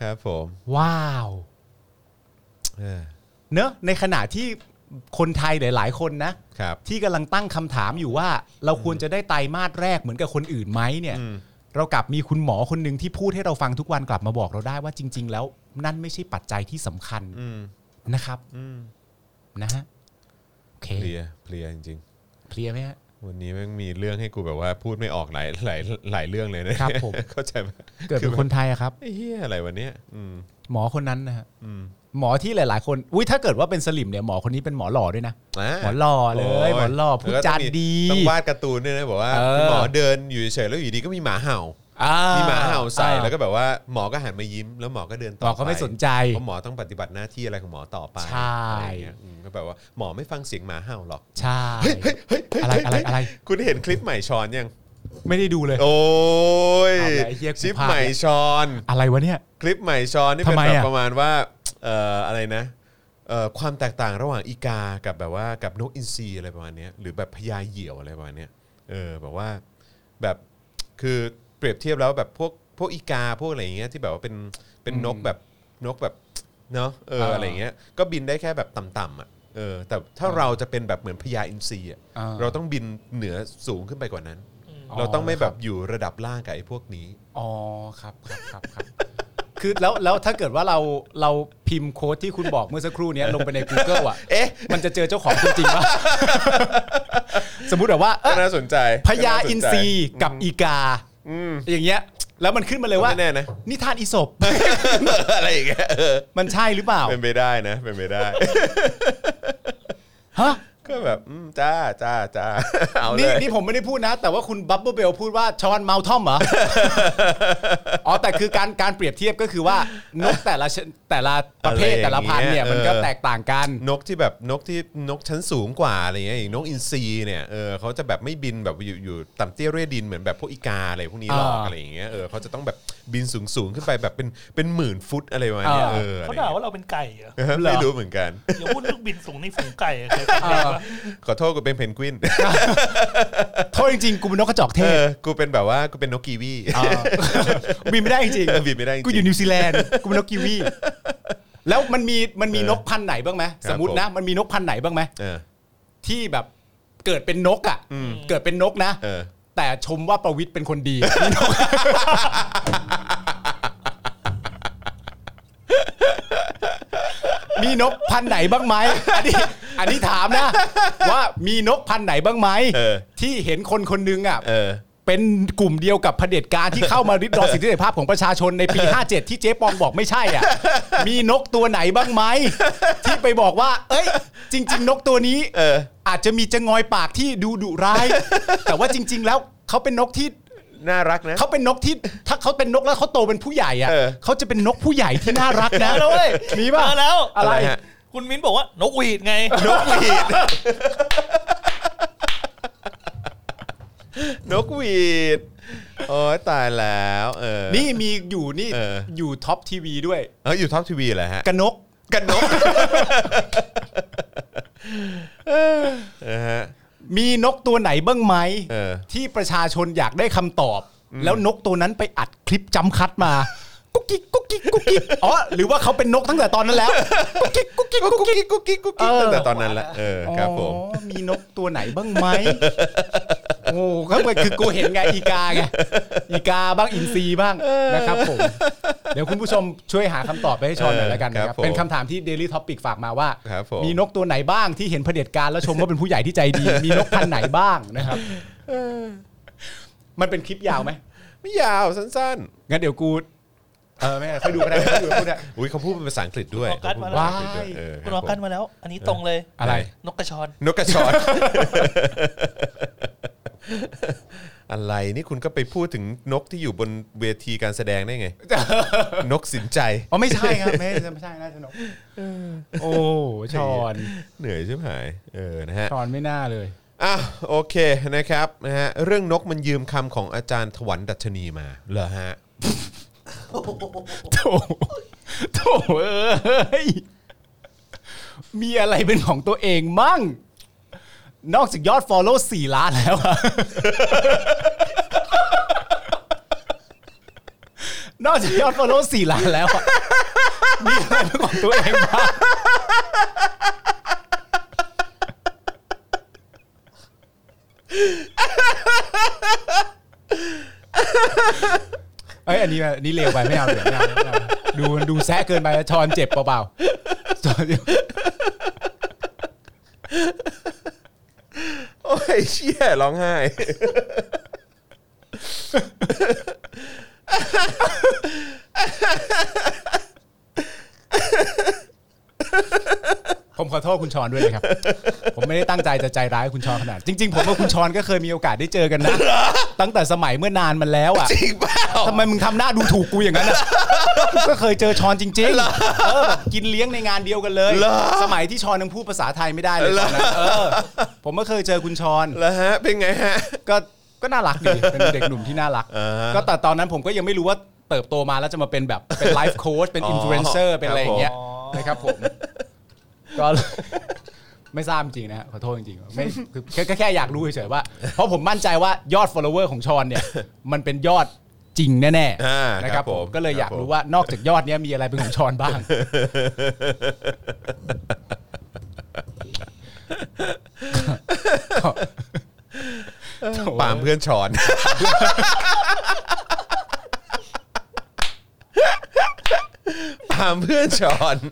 B: ครับผม
C: ว้าว
B: เออ
C: เนอะในขณะที่คนไทยหลาย ๆ คนนะ
B: ครับ
C: ที่กำลังตั้งคำถามอยู่ว่า เราควรจะได้ไตรมาสแรกเหมือนกับคนอื่นไหมเนี่ย
B: อืม
C: เรากลับมีคุณหมอคนหนึ่งที่พูดให้เราฟังทุกวันกลับมาบอกเราได้ว่าจริง ๆ แล้ว นั่นไม่ใช่ปัจจัยที่สำคัญ
B: อืม
C: นะครับ
B: อืม
C: นะฮะโอเค
B: เพลียเพลียจริง
C: เพลียไหมฮะ
B: ๆ วันนี้แมันมีเรื่องให้กูแบบว่าพูดไม่ออกหลายหลายหลายเรื่องเลยนะครับ
C: ผม
B: เข้าใจไหม
C: เกิดเป็นคนไทยอะครับ
B: ไอ้เฮียอะไรวันเนี้ยอืม
C: หมอคนนั้นนะฮะ
B: อืม
C: หมอที่หลาย ๆ คนอุ้ยถ้าเกิดว่าเป็นสลิมเนี่ยหมอคนนี้เป็นหมอหล่อด้วยนะ
B: ะ
C: หมอหล่อเลย
B: โย
C: หมอหล่อพูดจา
B: แล้วก็
C: ดี
B: ต้องวาดการ์ตูนด้วยนะบอกว่า
C: เออ
B: คุณหมอเดินอยู่เฉยๆแล้วอยู่ดีก็มีหมาเห่า
C: อ่
B: มีหมาเห่าใส่
C: อ่
B: แล้วก็แบบว่าหมอก็หันมายิ้ม แล้วหมอก็เดิน
C: หม
B: ต่อ
C: อเขาไม่
B: ป
C: สนใจ
B: เพราะหมอต้องปฏิบัติหน้าที่อะไรของหมอต่อไป
C: ใช่
B: อะไรอย่างเงี้ยอืมก็แบบว่าหมอไม่ฟังเสียงหมาเห่าหรอก
C: ใช่ อะไรอะไรอะไร
B: คุณเห็นคลิปใหม่ชอนยัง
C: ไม่ได้ดูเลย
B: โอ้ย
C: เอาแล้วไอ้เหี้ยกู
B: ชิป
C: พลาด
B: ใหม่ชอน
C: อะไรวะเนี่ย
B: คลิปใหม่ชอนนี่เป็น
C: ทำไม
B: แบบ
C: อะ
B: ประมาณว่าเอ่ออะไรนะเอ่อความแตกต่างระหว่างอีกากับแบบว่ากับนกอินทรีอะไรประมาณเนี้ยหรือแบบพญาเหยี่ยวอะไรประมาณเนี้ยเออแบบว่าแบบคือเปรียบเทียบแล้วแบบพวกพวกอีกาพวกอะไรอย่างเงี้ยที่แบบว่าเป็นเป็นนกแบบนกแบบเนาะเอออะไรอย่างเงี้ยก็บินได้แค่แบบต่ำๆอ่ะเออแต่ถ้าเราจะเป็นแบบเหมือนพญาอินทรีอ่ะ
C: อ่า
B: เราต้องบินเหนือสูงขึ้นไปกว่านั้น
D: อืม
B: เราต้องไม่แบบอยู่ระดับล่างกับไอ้พวกนี้
C: อ๋อครับครับครับครับ คือแล้วแล้วถ้าเกิดว่าเราเราพิมพ์โค้ดที่คุณบอกเมื่อสักครู่เนี้ยลงไปใน Google อ่ะ
B: เอ๊ะ
C: มันจะเจอเจ้าของตัวจริงปะ [LAUGHS] สมมุติแบบว่าเอ้
B: ก็
C: ย
B: น่าสนใจ
C: พญาอินทรีกับอีกา
B: อืม
C: อย่างเงี้ย แล้วมันขึ้นมาเลยว่า
B: ไม่แน่นะ
C: นิทานอีศบ
B: อะไรอย่างเงี้ยเออ
C: [LAUGHS] มันใช่หรือเปล่า
B: เป็นไปได้นะ เป็นไปได้
C: ฮะ
B: ก็แบบอืมจ้าจ้าจ้า เอาเล
C: นี่
B: ย
C: นี่ผมไม่ได้พูดนะ แต่ว่าคุณบับเบิลเบลพูดว่าช้อนเมาท่ [LAUGHS] อมเหรอ อ๋อแต่คือการการเปรียบเทียบก็คือว่านกแต่ละชนแต่ละประเภทแต่ละพันธุ์เนี่ยมันก็แตกต่างกัน
B: นกที่แบบนกที่นกชั้นสูงกว่าอะไรเงี้ยอย่างนกอินทรีเนี่ยเออเขาจะแบบไม่บินแบบอยู่อยู่ต่ำเตี้ยเร่ยดินเหมือนแบบพวกอีกาอะไรพวกนี้หรอก
C: อ่า
B: อะไรอย่างเงี้ยเออเขาจะต้องแบบบินสูงสูงๆขึ้นไปแบบเป็นเป็นหมื่นฟุตอะไรประมาณเนี้ย
C: อ่า
B: เอออะไร
D: เขา
B: เงี้
D: ด่าย ว่าเราเป็นไก่เหรอ
B: ไม่รู้เหมือนกัน
D: อย่าพูดลูกบินสูงในฝูงไก่อะเคยฟังไหมวะ
B: [LAUGHS] ขอโทษกูเป็นเพน
C: [LAUGHS]
B: กวิน
C: โทษจริงๆกูเป็นนกกระจอกเท
B: เอ
C: ศ
B: อ กูเป็นแบบว่ากูเป็นนกกีวี [LAUGHS]
C: บินไม่ได้จริง
B: เออบินไม่ได้จริง
C: กูอยู่นิวซีแลนด์กูเป็นนกกีวีแล้วมันมีมันมีนกพันธุ์ไหนบ้างไหม
B: ครับ
C: สมมตินะ
B: ผม
C: มันมีนกพันธุ์ไหนบ้างไหม
B: เออ
C: ที่แบบเกิดเป็นนกอ่ะเกิดเป็นนกนะ
B: เออ
C: แต่ชมว่าประวิทย์เป็นคนดี มีนกมีนกพันธุ์ไหนบ้างไหมอันนี้อันนี้ถามนะ ว่ามีนกพันธุ์ไหนบ้างไหม
B: เออ
C: ที่เห็นคนคนหนึงอ่ะ
B: เออ
C: เป็นกลุ่มเดียวกับเผด็จการที่เข้ามาริดรอนสิทธิเสรีภาพของประชาชนใน
B: [LAUGHS]
C: ปี 57 ที่เจ๊ปองบอกไม่ใช่อ่ะ [LAUGHS] มีนกตัวไหนบ้างไหมที่ไปบอกว่า เอ้ย จริง ๆ นกตัวนี้
B: เออ
C: อาจจะมีจะงอยปากที่ดูดุร้าย [LAUGHS] แต่ว่าจริง ๆ แล้วเขาเป็นนกที่
B: น่ารักนะ
C: เขาเป็นนกที่ถ้าเขาเป็นนกแล้วเขาโตเป็นผู้ใหญ่อะ
B: เออ
C: เขาจะเป็นนกผู้ใหญ่ที่น่ารักนะเว้ย
B: [LAUGHS]
C: มีป่ะ
D: เจอแล้ว
C: อะไร
B: ฮะ
D: คุณมิ้นบอกว่านกหวีดไง
B: นกหวีด [LAUGHS] นกหวีด โอ้ยตายแล้ว เออ
C: นี่มีอยู่นี่
B: เออ
C: อยู่ท็อปทีวีด้วย
B: เอออยู่ท็อปทีวีเหรอฮะ
C: กระนก
B: [LAUGHS] กันนกเออฮะ
C: มีนกตัวไหนบ้างไหม
B: เออ
C: ที่ประชาชนอยากได้คำตอบ แล้วนกตัวนั้นไปอัดคลิปจำคัดมากุ๊กกิ๊กกุ๊กกิ๊กกุ๊กกิ๊กอ๋อหรือว่าเขาเป็นนกตั้งแต่ตอนนั้นแล้วกุ๊กกิ๊กกุ๊กกิ๊กกุ๊กกิ๊ก
B: กุ๊กกิ๊กกุ๊กกิ๊ก
C: เออ
B: ตั้งแต่ตอนนั้นละ เออ ครับผม
C: อ๋อ มีนกตัวไหนบ้างไหม โอ้ก็เหมือนคือกูเห็นไงอีกาไง อีกาบ้างอินทรีบ้างนะครับผม เดี๋ยวคุณผู้ชมช่วยหาคำตอบไปให้ชอนหน่อยแล้วกันนะค
B: ครับ
C: รั
B: บ ผม
C: เป็นคำถามที่ Daily Topic ฝากมาว่า
B: ครับผม
C: มีนกตัวไหนบ้างที่เห็นเผด็จการแล้วชมว่าเป็นผู้ใหญ่ที่ใจดี มีนกพันธุ์ไหนบ้างนะครับ มันเป็นคลิปยาวไหม
B: ไม่ยาวสั้น
C: งั้นเดี๋ยวกู เออไม่เป็นไรค่อยดูก็ได้ค่อยดูค่อยดูก็ได้
B: ๆ อุ้ยเขาพูดเป็นภาษาอังกฤษด้วย
D: คุณออกัสมา
B: เขพูดเป็นภษอังกฤษด้วยเออ
C: ว้าย
D: คุณ
B: ค
D: ร
B: รั
D: อบ
B: ผม
D: กันมาแล้ว อันนี้ตรงเลย
C: อะไร
D: นกกระชอน
B: นกกระชอน อะไรนี่คุณก็ไปพูดถึงนกที่อยู่บนเวทีการแสดงได้ไง นกสินใจ
C: อ๋อไม่ใช่ครับไม่ไม่ใช่น่าจะนกโอ้ชอน
B: เหนื่อยใช่ไหมเออนะฮะ
C: ชอนไม่น่าเลย
B: อ่ะโอเคนะครับนะฮะเรื่องนกมันยืมคำของอาจารย์ถวันดัชนีมาเหรอฮะ
C: โถโถเอ้ย มีอะไรเป็นของตัวเองมั่ง นอกจากยอด follow 4 ล้านแล้วอะนอกจากยอด follow 4 ล้านแล้วอะมีอะไรเป็นของตัวเองบ้าง เอ้ยอันนี้อันนี้เร็วไปไม่เอาเดี๋ยวไม่เอาไม่เอาดูดูแซะเกินไปชอนเจ็บเปล่าๆชอนเจ็บ
B: โอ้ยเชี่ยร้องไห้
C: ผมขอโทษคุณชอนด้วยนะครับ [LAUGHS] ผมไม่ได้ตั้งใจจะใจร้ายคุณชอนขนาด จริง ๆ ผมกับคุณชอนก็เคยมีโอกาสได้เจอกัน [LAUGHS] นะ ตั้งแต่สมัยเมื่อนานมันแล้วอ่ะ
B: [LAUGHS] จริงเปล่า
C: ทำไมมึงทำหน้าดูถูกกูอย่างนั้นอ่ [LAUGHS] ะก็เคยเจอชอนจริงๆเออแบบกินเลี้ยงในงานเดียวกันเลย สมัยที่ชอนยังพูดภาษาไทยไม่ได้เลยตอนนั้นเออ ผมก็เคยเจอคุณชอน
B: เหรอฮะ เป็นไงฮะ
C: ก็ก็น่ารักดี เป็นเด็กหนุ่มที่น่ารัก
B: อ่าฮะ
C: ก็แต่ตอนนั้นผมก็ยังไม่รู้ว่าเติบโตมาแล้วจะมาเป็นแบบเป็นไลฟ์โค้ชเป็น
B: อ๋อ
C: อินฟลูเอนเซอร์เป็นอะไรอย่างเงี้ย
B: ครับผม
C: นะครับผม ก็ ไม่ทราบจริงนะฮะขอโทษจริงๆไม่คือแค่แค่แค่อยากรู้เฉยๆว่า เพราะผมมั่นใจว่ายอด follower ของชอนเนี่ย มันเป็นยอดจริงแน่
B: อ่า
C: ๆนะครับผมก็เลยอยาก
B: คบผม
C: รู้ว่านอกจากยอดเนี้ยมีอะไรเป็นของชอนบ้าง
B: ปามเพื่อนชอน [LAUGHS] ปามเพื่อนชอน [LAUGHS]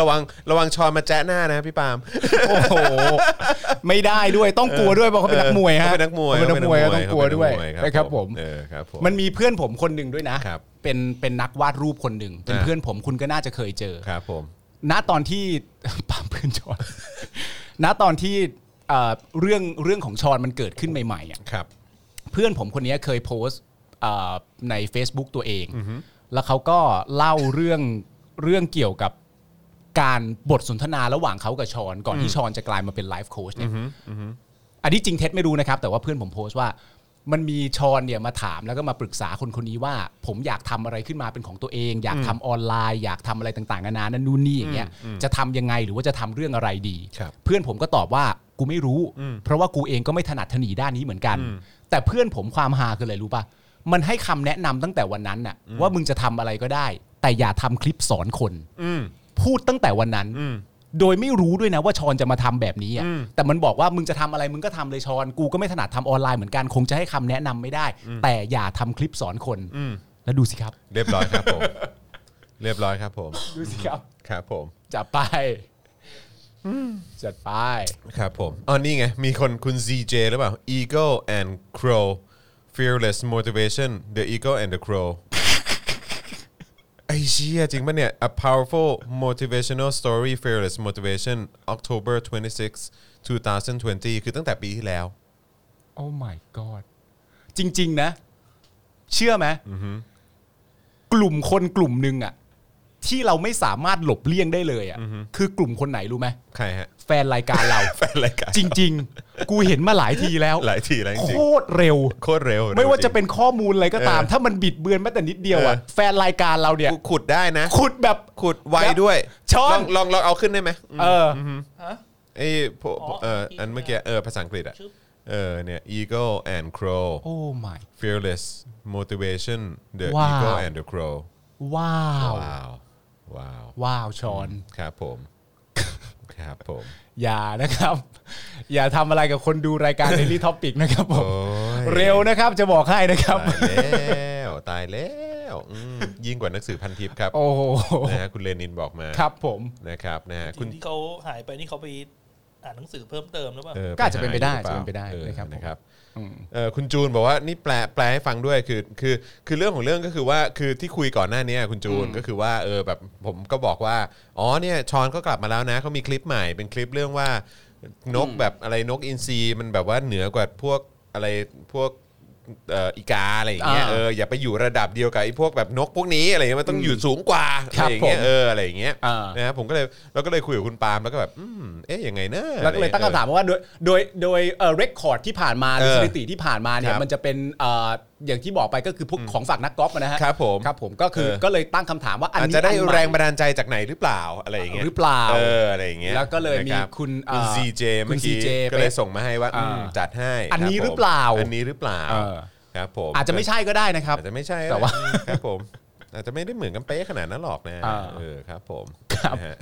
B: ระวังระวังชอนมาแจ้หน้านะพี่ปาล์ม
C: โอ้โห ไม่ได้ด้วยต้องกลัวด้วยเพราะเขาเป็นนักมวยฮะ
B: เขาเป็นนักมวย
C: เขาเป็นนักมวยก็ต้องกลัวด้วย
B: เขาเป็นนักมวย
C: นะครับผม
B: เออครับผม
C: มันมีเพื่อนผมคนหนึ่งด้วยนะ
B: ครับ
C: เป็นเป็นนักวาดรูปคนหนึ่งเป็น
B: อ่า
C: เพื่อนผมคุณก็น่าจะเคยเจอ
B: ครับผม
C: ณตอนที่ [LAUGHS] ปามเพื่อนชอน ณตอนที่เอ่อเรื่องเรื่องของชอนมันเกิดขึ้นใหม่ๆอ่ะ
B: ครับ
C: เพื่อนผมคนนี้เคยโพสต์เอ่อใน Facebook ตัวเอง แล้วเขาก็เล่าเรื่องเรื่องเกี่ยวกับการบทสนทนาระหว่างเขากับชอน ก่อนที่ชอนจะกลายมาเป็นไลฟ์โค้ชเนี่ยอันนี้จริงเท็จไม่รู้นะครับ แต่ว่าเพื่อนผมโพสต์ว่า มันมีชอนเนี่ยมาถามแล้วก็มาปรึกษาคนคนนี้ว่า ผมอยากทำอะไรขึ้นมาเป็นของตัวเอง อยากทำออนไลน์ อยากทำอะไรต่างๆนานานั่นนู่นนี่อย่างเงี้ยจะทำยังไงหรือว่าจะทำเรื่องอะไรดี
B: ครับ
C: เพื่อนผมก็ตอบว่ากูไม่รู้ เพราะว่ากูเองก็ไม่ถนัดถนีด้านนี้เหมือนกัน แต่เพื่อนผมความฮาคืออะไรรู้ปะมันให้คำแนะนำตั้งแต่วันนั้นน่ะว่ามึงจะทำอะไรก็ได้ แต่อย่าทำคลิปสอนคน
B: อืม
C: พูดตั้งแต่วันนั้น
B: อืม
C: โดยไม่รู้ด้วยนะว่าชอนจะมาทำแบบนี้อ่ะ
B: อืม
C: แต่มันบอกว่ามึงจะทำอะไรมึงก็ทำเลยชอน กูก็ไม่ถนัดทำออนไลน์เหมือนกัน คงจะให้คำแนะนำไม่ได้ แต่อย่าทำคลิปสอนคน
B: อืม
C: แล้วดูสิครับ
B: เรียบร้อยครับผม เรียบร้อยครับผม
C: ดูสิครับ
B: ครับผม
C: จัดไปจัดไป
B: ครับผมอ๋อนี่ไง มีคนคุณ ZJ หรือเปล่า Eagle and Crow Fearless Motivation The Eagle and the Crow [LAUGHS] ไอ้เชี่ยจริงปะเนี่ย A powerful motivational story Fearless motivation October 26 2020 คือตั้งแต่ปีที่แล้ว
C: โอ้ my god จริง ๆ นะ เชื่อไหมกลุ่มคนกลุ่มหนึ่งอ่ะ ที่เราไม่สามารถหลบเลี่ยงได้เลยอ่ะคือกลุ่มคนไหนรู้ไหม
B: ใครฮะ [LAUGHS]
C: แฟนรายการเรา
B: แฟนรายการ
C: จริง ๆ กูเห็นมาหลายทีแล้ว
B: หลายทีแล้วจริง
C: โคตรเร็ว
B: ๆโคตรเร็ว
C: ไม่ว่าจะ
B: เร็
C: เป็นข้อมูลอะไรก็ตาม
B: เออ
C: ถ้ามันบิดเบือนแม้แต่นิดเดียวอ่ะ
B: เออ
C: แฟนรายการเราเนี่ย
B: กูขุดได้นะ
C: ขุดแบบ
B: ขุดไวด้วย
C: ช้อน
B: ลงลองลองเอาขึ้นได้ไหม
C: เอออ
D: ฮะ
B: ไอ้พวก
D: อ๋อ
B: เออ
D: อีก
B: อันเมื่อกี้เออภาษาอังกฤษอ่ะ
D: ชึบ
B: เออเนี่ย eagle and crow
C: โอ้ my
B: fearless motivation the
C: ว้าว
B: eagle and the crow
C: ว้าว
B: ว้าวว้าว
C: ว้าวชอน
B: ครับผม
C: [LAUGHS]
B: ครับผม
C: อย่านะครับ อย่าทำอะไรกับคนดูรายการ Daily Topic นะครับผม
B: โอ้ย
C: เร็วนะครับจะบอกให้นะครับ
B: ตายแล้วตายแล้วอืมยิ่งกว่าหนังสือพันทิปครับ
C: โอ้โห
B: นะฮะคุณเลนินบอกมา
C: ครับผม
B: นะครับนะฮะ
D: คุ
B: คุณ ณ
D: ที่เขาหายไปนี่เขาไปอ่านหนังสือเพิ่มเติมหรือเปล่า
B: เออ
C: ก็อาจจะเป็นไปได้
B: หรือ
C: อาจจะเป็นไปได้
B: เออ
C: นะครับผม
B: นะครับ เอ่อคุณจูนบอกว่านี่แปลแปลให้ฟังด้วยคือคือคือเรื่องของเรื่องก็คือว่าคือที่คุยก่อนหน้านี้คุณจูนก็คือว่าเออแบบผมก็บอกว่าอ๋อเนี่ยชอนก็กลับมาแล้วนะเขามีคลิปใหม่เป็นคลิปเรื่องว่านกแบบอะไรนกอินทรีมันแบบว่าเหนือกว่าพวกอะไรพวกเอ่ออีกาอะไรอย่างเงี้ย
C: อ่า
B: เอออย่าไปอยู่ระดับเดียวกับไอ้พวกแบบนกพวกนี้อะไรเงี้ยมันต้องอยู่สูงกว่าอะ
C: ครั
B: ไร
C: บ
B: อย่างเงี้ย
C: ผม
B: เอออะไรอย่างเงี้ย
C: อ่าน
B: นะครับผมก็เลยเราก็เลยคุยกับคุณปาล์มแล้วก็แบบอืมเอ๊ยยังไงเนอะ
C: แล้วก็เลยตั้ง
B: อะไรอ
C: คำ
B: งี้
C: ถามว่าโดยโดยโดยเอ่อเรคคอร์ดที่ผ่านมาหรือ
B: เออ
C: สถิติที่ผ่านมาเนี่
B: ค
C: ย
B: รับ
C: มันจะเป็นเอ่ออย่างที่บอกไปก็คือพวกของฝากนักกอล์ฟนะฮะ
B: ครับผม
C: ครับผมก็คือ
B: เออ
C: ก็เลยตั้งคำถามว่าอัน
B: อาจ
C: นี้
B: จะได้
C: อันใหม่
B: แรงบันดาลใจจากไหนหรือเปล่าอะไรอย่างเงี้ย
C: หรือเปล่า
B: เอออะไรอย่างเงี้ย
C: แล้วก็เลยมี
B: นะครับ
C: คุณ
B: คุณ
C: เอ่อ
B: CJ
C: คุ
B: เมื่อ
C: ณ
B: กี้
C: CJ
B: ก็เลยส่งมาให้ว่า
C: อ่า
B: อืมจัดให้
C: อันนี้
B: คบผม
C: หรือเปล่า
B: อันนี้หรือเปล่า
C: เออ
B: ครับผม
C: อาจจะไม่ใช่ก็ได้นะครับ
B: อาจจะไม่ใช่
C: แต่ว่า
B: ครับผม อาจจะไม่ได้เหมือนกันเป๊ะขนาดนั้นหรอกนะ
C: อ่า
B: เออครับ ผมนะฮะ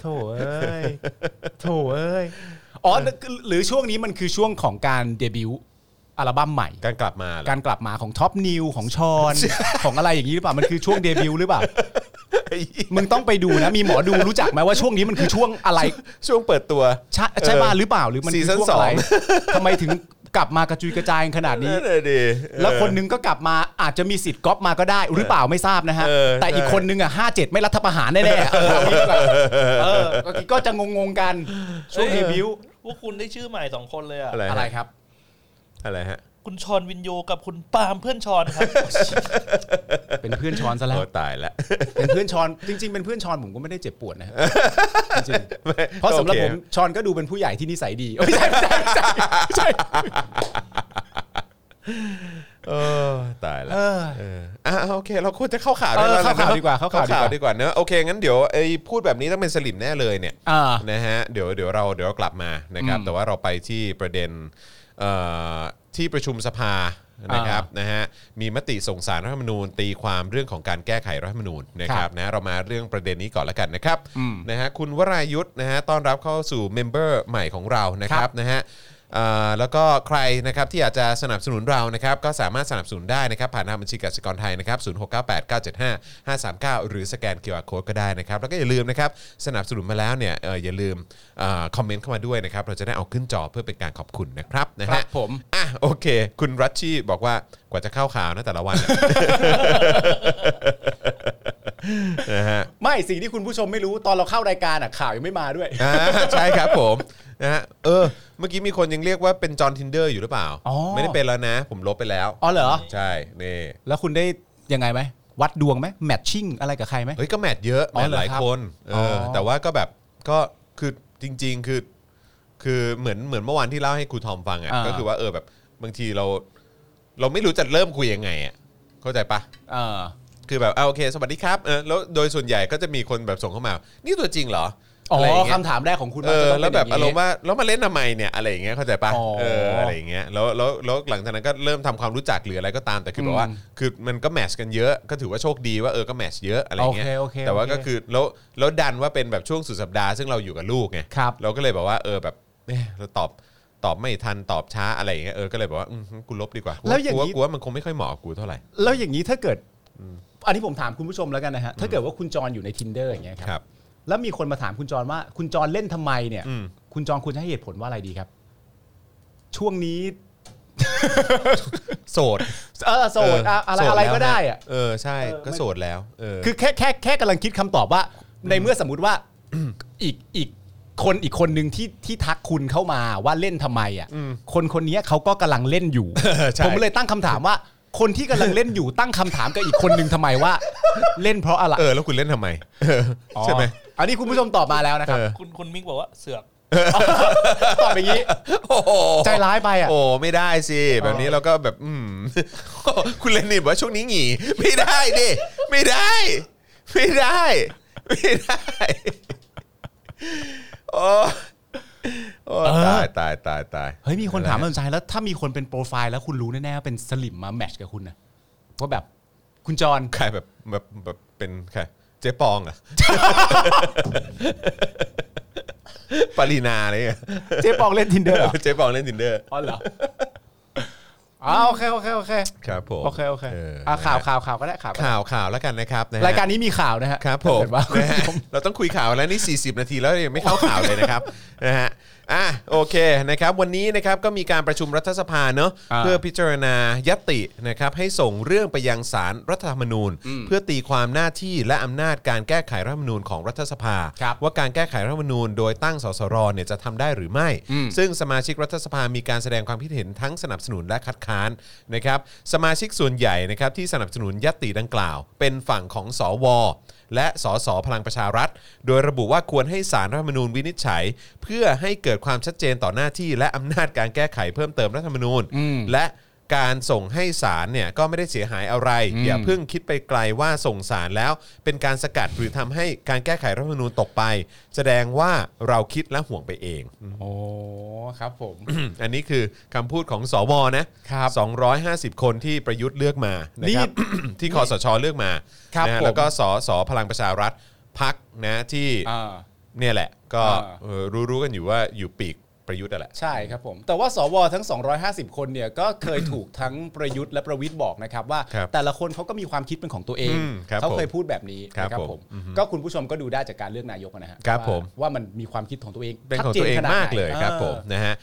C: โถเอ้ยโถเอ้ยอ๋อหรือช่วงนี้มันคือช่วงของการเดบิวต์อัลบั้มใหม่
B: การกลับมาเหรอ
C: การกลับมาของท็อปนิวของช
B: [LAUGHS]
C: อน ของอะไรอย่างนี้หรือเปล่า มันคือช่วงเดบิวต์หรือเปล่า มึงต้องไปดูนะ มีหมอดูรู้จักไหมว่าช่วงนี้มันคือช่วงอะไร
B: ช่วงเปิดตัว
C: ใช่ใช่ป่ะหรือเปล่าหรือมัน
B: ซี
C: คือ
B: ซั่น
C: ช่วงอะ
B: ส
C: ไร
B: อง
C: ทำไมถึงกลับมากระจุยกระจายขนาดนี้
B: นั่นเลยดี
C: แล้วคน
B: เออ
C: นึงก็กลับมาอาจจะมีสิทธิ์ก๊อปมาก็ได้ หรือเปล่าไม่ทราบนะฮะ
B: เออ
C: แต่อีก
B: ใช่
C: คนนึงอ่ะห้าเจ็ดไม่รัฐประหารแน่ๆเออเอางี้ดีกว่าเออก็จะงงๆกันช่วงเดบิวต์
D: พวกคุณได้ชื่อใหม่สองคนเลยอ่ะ
B: อะไร
C: อะไร
B: ฮะ
C: ครับ
B: อะไรฮะ
D: คุณชอนวินโยกับคุณปาล์มเพื่อนชอนครับ
C: เป็นเพื่อนชอนซะแล้ว
B: โอ้ตายละ [LAUGHS]
C: เป็นเพื่อนชอนจริง ๆ เป็นเพื่อนชอนผมก็ไม่ได้เจ็บปวดนะฮะจริงๆเพราะสำหรับ
B: โอเค
C: ผมชอนก็ดูเป็นผู้ใหญ่ที่นิสัยดีเอ้ยไม่ใช่ไม่ใช่ไม่ใช่ไม่ใช่
B: เออตายละ
C: เออ
B: เอออ่ะโอเค เราควรจะเข้าข่าว
C: เออ
B: ได้แล้ว
C: เข้าข่าว
B: นะ
C: ดีกว่าเข้าข่าวดีกว่า
B: ดีกว่าเนอะโอเค งั้นเดี๋ยวไอ้พูดแบบนี้ต้องเป็นสลิมแน่เลยเนี่ย
C: อ่า
B: นะฮะเดี๋ยวเดี๋ยวเราเดี๋ยวเรากลับมานะครับ
C: อืม
B: แต่ว่าเราไปที่ประเด็นเอ่อที่ประชุมสภานะครับนะฮะมีมติส่งสารรัฐธรรมนูญ ตีความเรื่องของการแก้ไขรัฐธรรมนูญนะค
C: ครั
B: รับบ นะเรามาเรื่องประเด็นนี้ก่อนละกันนะครับ
C: อืม
B: นะฮะคุณวรายุทธ์นะฮะต้อนรับเข้าสู่เมมเบอร์ใหม่ของเรานะค
C: ค
B: รั
C: รั
B: บบ นะฮะ เอ่อแล้วก็ใครนะครับที่อยากจะสนับสนุนเรานะครับก็สามารถสนับสนุนได้นะครับผ่านทางบัญชีกสิกรไทยนะครับศูนย์หกเก้หรือสแกน QR Code ก็ได้นะครับ แล้วก็อย่าลืมนะครับสนับสนุนมาแล้วเนี่ยเอ่ออย่าลืมเออคอมเมนต์เข้ามาด้วยนะครับเราจะได้เอาขึ้นจอเพื่อเป็นการขอบคุณนะครับนะ
C: ครั
B: ฮะ
C: บผม
B: อ่ะโอเค คุณรัชชีบอกว่ากว่าจะเข้าข่าวนะแต่ละวันอะ นะฮะ
C: ไม่สิ่งที่คุณผู้ชมไม่รู้ตอนเราเข้ารายการอ่ะข่าวยังไม่มาด้วย
B: [LAUGHS] อ่าใช่ครับผมนะฮะเออ เมื่อกี้มีคนยังเรียกว่าเป็นจอห์นทินเดอร์อยู่หรือเปล่า
C: อ๋อ
B: ไม่ได้เป็นแล้วนะ ผมลบไปแล้ว
C: อ๋อเหรอ
B: ใช่นี่
C: แล้วคุณได้ยังไงไหมวัดดวงไหมแมทชิ่งอะไรกับใครไหม
B: เฮ้ยก็แมทเยอะ
C: อ๋
B: แม
C: อ
B: ท
C: เหรอ
B: หลาย
C: ครับ
B: คนเอออ
C: อ
B: แต่ว่าก็แบบก็คือจริง ๆ คือ คือเหมือนเหมือนเมื่อวานที่เล่าให้ครูทอมฟังอ่ะ
C: อ่า
B: ก็คือว่าเออแบบบางทีเรา เราไม่รู้จะเริ่มคุยยังไงอ่ะเข้าใจปะ
C: เออ
B: คือแบบเอาโอเค สวัสดีครับเออแล้วโดยส่วนใหญ่ก็จะมีคนแบบส่งเข้ามา นี่ตัวจริงเหรอ
C: อ๋
B: อะไรย่า
C: อง
B: เงี้ย
C: คำถามแรกของคุณ
B: เออ
C: ว่าจะต้ง
B: แล้วน
C: เป็
B: แบบ
C: ย่งนี้
B: อารมณ์ว่าแล้วมาเล่นทำไมเนี่ยอะไรอย่างเงี้ยเข้าใจปะ
C: อ๋อ
B: เอออะไรอย่างเงี้ยแล้วแล้วแล้วหลังจากนั้นก็เริ่มทำความรู้จักหรืออะไรก็ตามแต่คือแบบว่า
C: อืม
B: คือมันก็แมทชกันเยอะก็ถือว่าโชคดีว่าเออก็แมทชเยอะอะไรอย่างเงี้ย
C: โอเคโอเค
B: แต่ว่า
C: โอเค
B: ก็คือแล้วแล้วดันว่าเป็นแบบช่วงสุดสัปดาห์ซึ่งเราอยู่กับลูกไง
C: ครับ
B: เราก็เลยแบบว่าเออแบบเอ๊ะเราตอบตอบไม่ทันตอบช้าอะไรอย่างเงี้ยเออก็เลยแบบว่าอืมกูลบดีกว่ากูว่ากูว่ามันคงไม่ค่อยเหมาะกับกูเท่าไหร่
C: แล้วอย่างนี้ถ้าเกิด อันนี้ผมถามคุณผู้ชมแล้วกันนะฮะ ถ้าเกิดว่าคุณจรอยู่ใน tinder อย่างเงี้ยค
B: ครั
C: รับ แล้วมีคนมาถามคุณจรว่า คุณจรเล่นทำไมเนี่ย
B: อืม
C: คุณจรควรจะให้เหตุผลว่าอะไรดีครับ ช่วงนี้
B: โสด
C: เออโสดอะอะไร
B: โส
C: อะไร
B: แล้ว
C: ก็ได้อะ
B: เออใช่ก็โสดแล้วเออ
C: คือแค่แค่แค่กำลังคิดคำตอบว่า ในเมื่อสมมติว่า [CLEARS THROAT] อีกอีกคนอีกคนหนึ่งที่ที่ทักคุณเข้ามาว่าเล่นทำไมอ่ะคนคนนี้เขาก็กำลังเล่นอยู่
B: ใช่
C: ผมเลยตั้งคำถามว่า คนที่กำลังเล่นอยู่ตั้งคำถามกับอีกคนหนึ่งทำไมว่า [LAUGHS] เล่นเพราะอะไร
B: เออแล้วคุณเล่นทำไมเออ
C: อ๋อ
B: ใช่ไหม
C: อันนี้คุณผู้ชมตอบมาแล้วนะครับ
B: เออ
D: คุณคุณมิกบอกว่าเสือก
C: ตอบ
B: [LAUGHS]
C: อย่างนี้
B: โอ้โห
C: ใจร้ายไปอ่ะ
B: โอ้ไม่ได้สิแบบนี้เราก็แบบอืม [LAUGHS] คุณเลนินบอกว่าช่วงนี้หงีไม่ได้ดิไม่ได้ ไม่ได้ ไม่ได้โอ้โอ้
C: เออ
B: ตายตายตายตาย
C: เฮ้ยมีคนถามมาสนใจแล้วถ้ามีคนเป็นโปรไฟล์แล้วคุณรู้แน่ๆว่าเป็นสลิมมาแมทช์กับคุณนะว่าแบบคุณจร
B: ใครแบบแบบแบบเป็นใครเจ๊ปอง [LAUGHS] เหรอะ ปรินาอะไรเงี้ย
C: เจ๊ปองเล่นทินเดอร์
B: [LAUGHS] เจ๊ปองเล่นทินเดอร์
C: อ๋อเหรออ๋อโอเคโอเคโอเค
B: ครับผม
C: โอเคโอเค
B: อ่ะ
C: อ่ะข่าวข่าวข่าวก็ได้ข่าวก็ได้
B: ข่าวข่าวแล้วกันนะครับนะฮะ
C: รายการนี้มีข่าวนะฮะ
B: ครับผม
C: ถ้าเกิดว่าคุณ
B: นะ
C: ผู้
B: ฮะ
C: ชม
B: เราต้องคุยข่าวแล้วนี่ 40 นาทีแล้วยังไม่เข้าข่าวเลย
C: [LAUGHS]
B: นะครับ นะฮะอ่ะโอเคนะครับวันนี้นะครับก็มีการประชุมรัฐสภาเนอะ
C: อ่า
B: เพื่อพิจารณายตตินะครับให้ส่งเรื่องไปยังสารรัฐธรรมนูญ เพื่อตีความหน้าที่และอำนาจการแก้ไขรัฐธรรมนูญของรัฐสภา
C: ครับ
B: ว่าการแก้ไขรัฐธรรมนูญโดยตั้งสสรเนี่ยจะทำได้หรือไม่
C: อืม
B: ซึ่งสมาชิกรัฐสภามีการแสดงความคิดเห็นทั้งสนับสนุนและคัดค้านนะครับสมาชิกส่วนใหญ่นะครับที่สนับสนุนยตติดังกล่าว เป็นฝั่งของสว และสสพลังประชารัฐ โดยระบุว่าควรให้สารรัฐธรรมนูญวินิจฉัย เพื่อให้เกิดความชัดเจนต่อหน้าที่ และอำนาจการแก้ไขเพิ่มเติมรัฐธรรมนูญ
C: อืม
B: และการส่งให้ศาลเนี่ยก็ไม่ได้เสียหายอะไร
C: อืม
B: อย่าเพิ่งคิดไปไกลว่าส่งศาลแล้ว เป็นการสกัดหรือทำให้การแก้ไขรัฐธรรมนูญตกไป แสดงว่าเราคิดและห่วงไปเอง
C: โอ้ครับผม
B: อืมอันนี้คือคำพูดของสวนะครับบ250 คนที่ประยุทธ์เลือกมานะครับ ที่คอสชเลือกมา
C: ครับ
B: นะฮะ
C: ผม
B: แล้วก็สสพลังประชารัฐพักนะที่
C: อ่า
B: เนี่ยแหละ ก็
C: อ่า
B: เออรู้ๆกันอยู่ว่าอยู่ปีกประยุทธ์นั่นแหละ
C: ใช่ครับผม แต่ว่าสวทั้ง 250 คนเนี่ยก็เคยถูกทั้งประยุทธ์และประวิทย์บอกนะครับว่า
B: ครับ
C: แต่ละคนเขาก็มีความคิดเป็นของตัวเอง
B: อืมครับ
C: เขาเคย
B: ผม
C: พูดแบบนี้
B: ครับ
C: นะครับ
B: ผ
C: ผม ม ก็คุณผู้ชมก็ดูได้จากการเลือกนายกนะฮะ
B: ครับ
C: ว่า
B: ผม
C: ว่ามันมีความคิดของตัวเอง
B: เป็นของตัวเอง
C: ชัดจขดไห
B: มากเลยครับ
C: ออ
B: ผมนะฮะ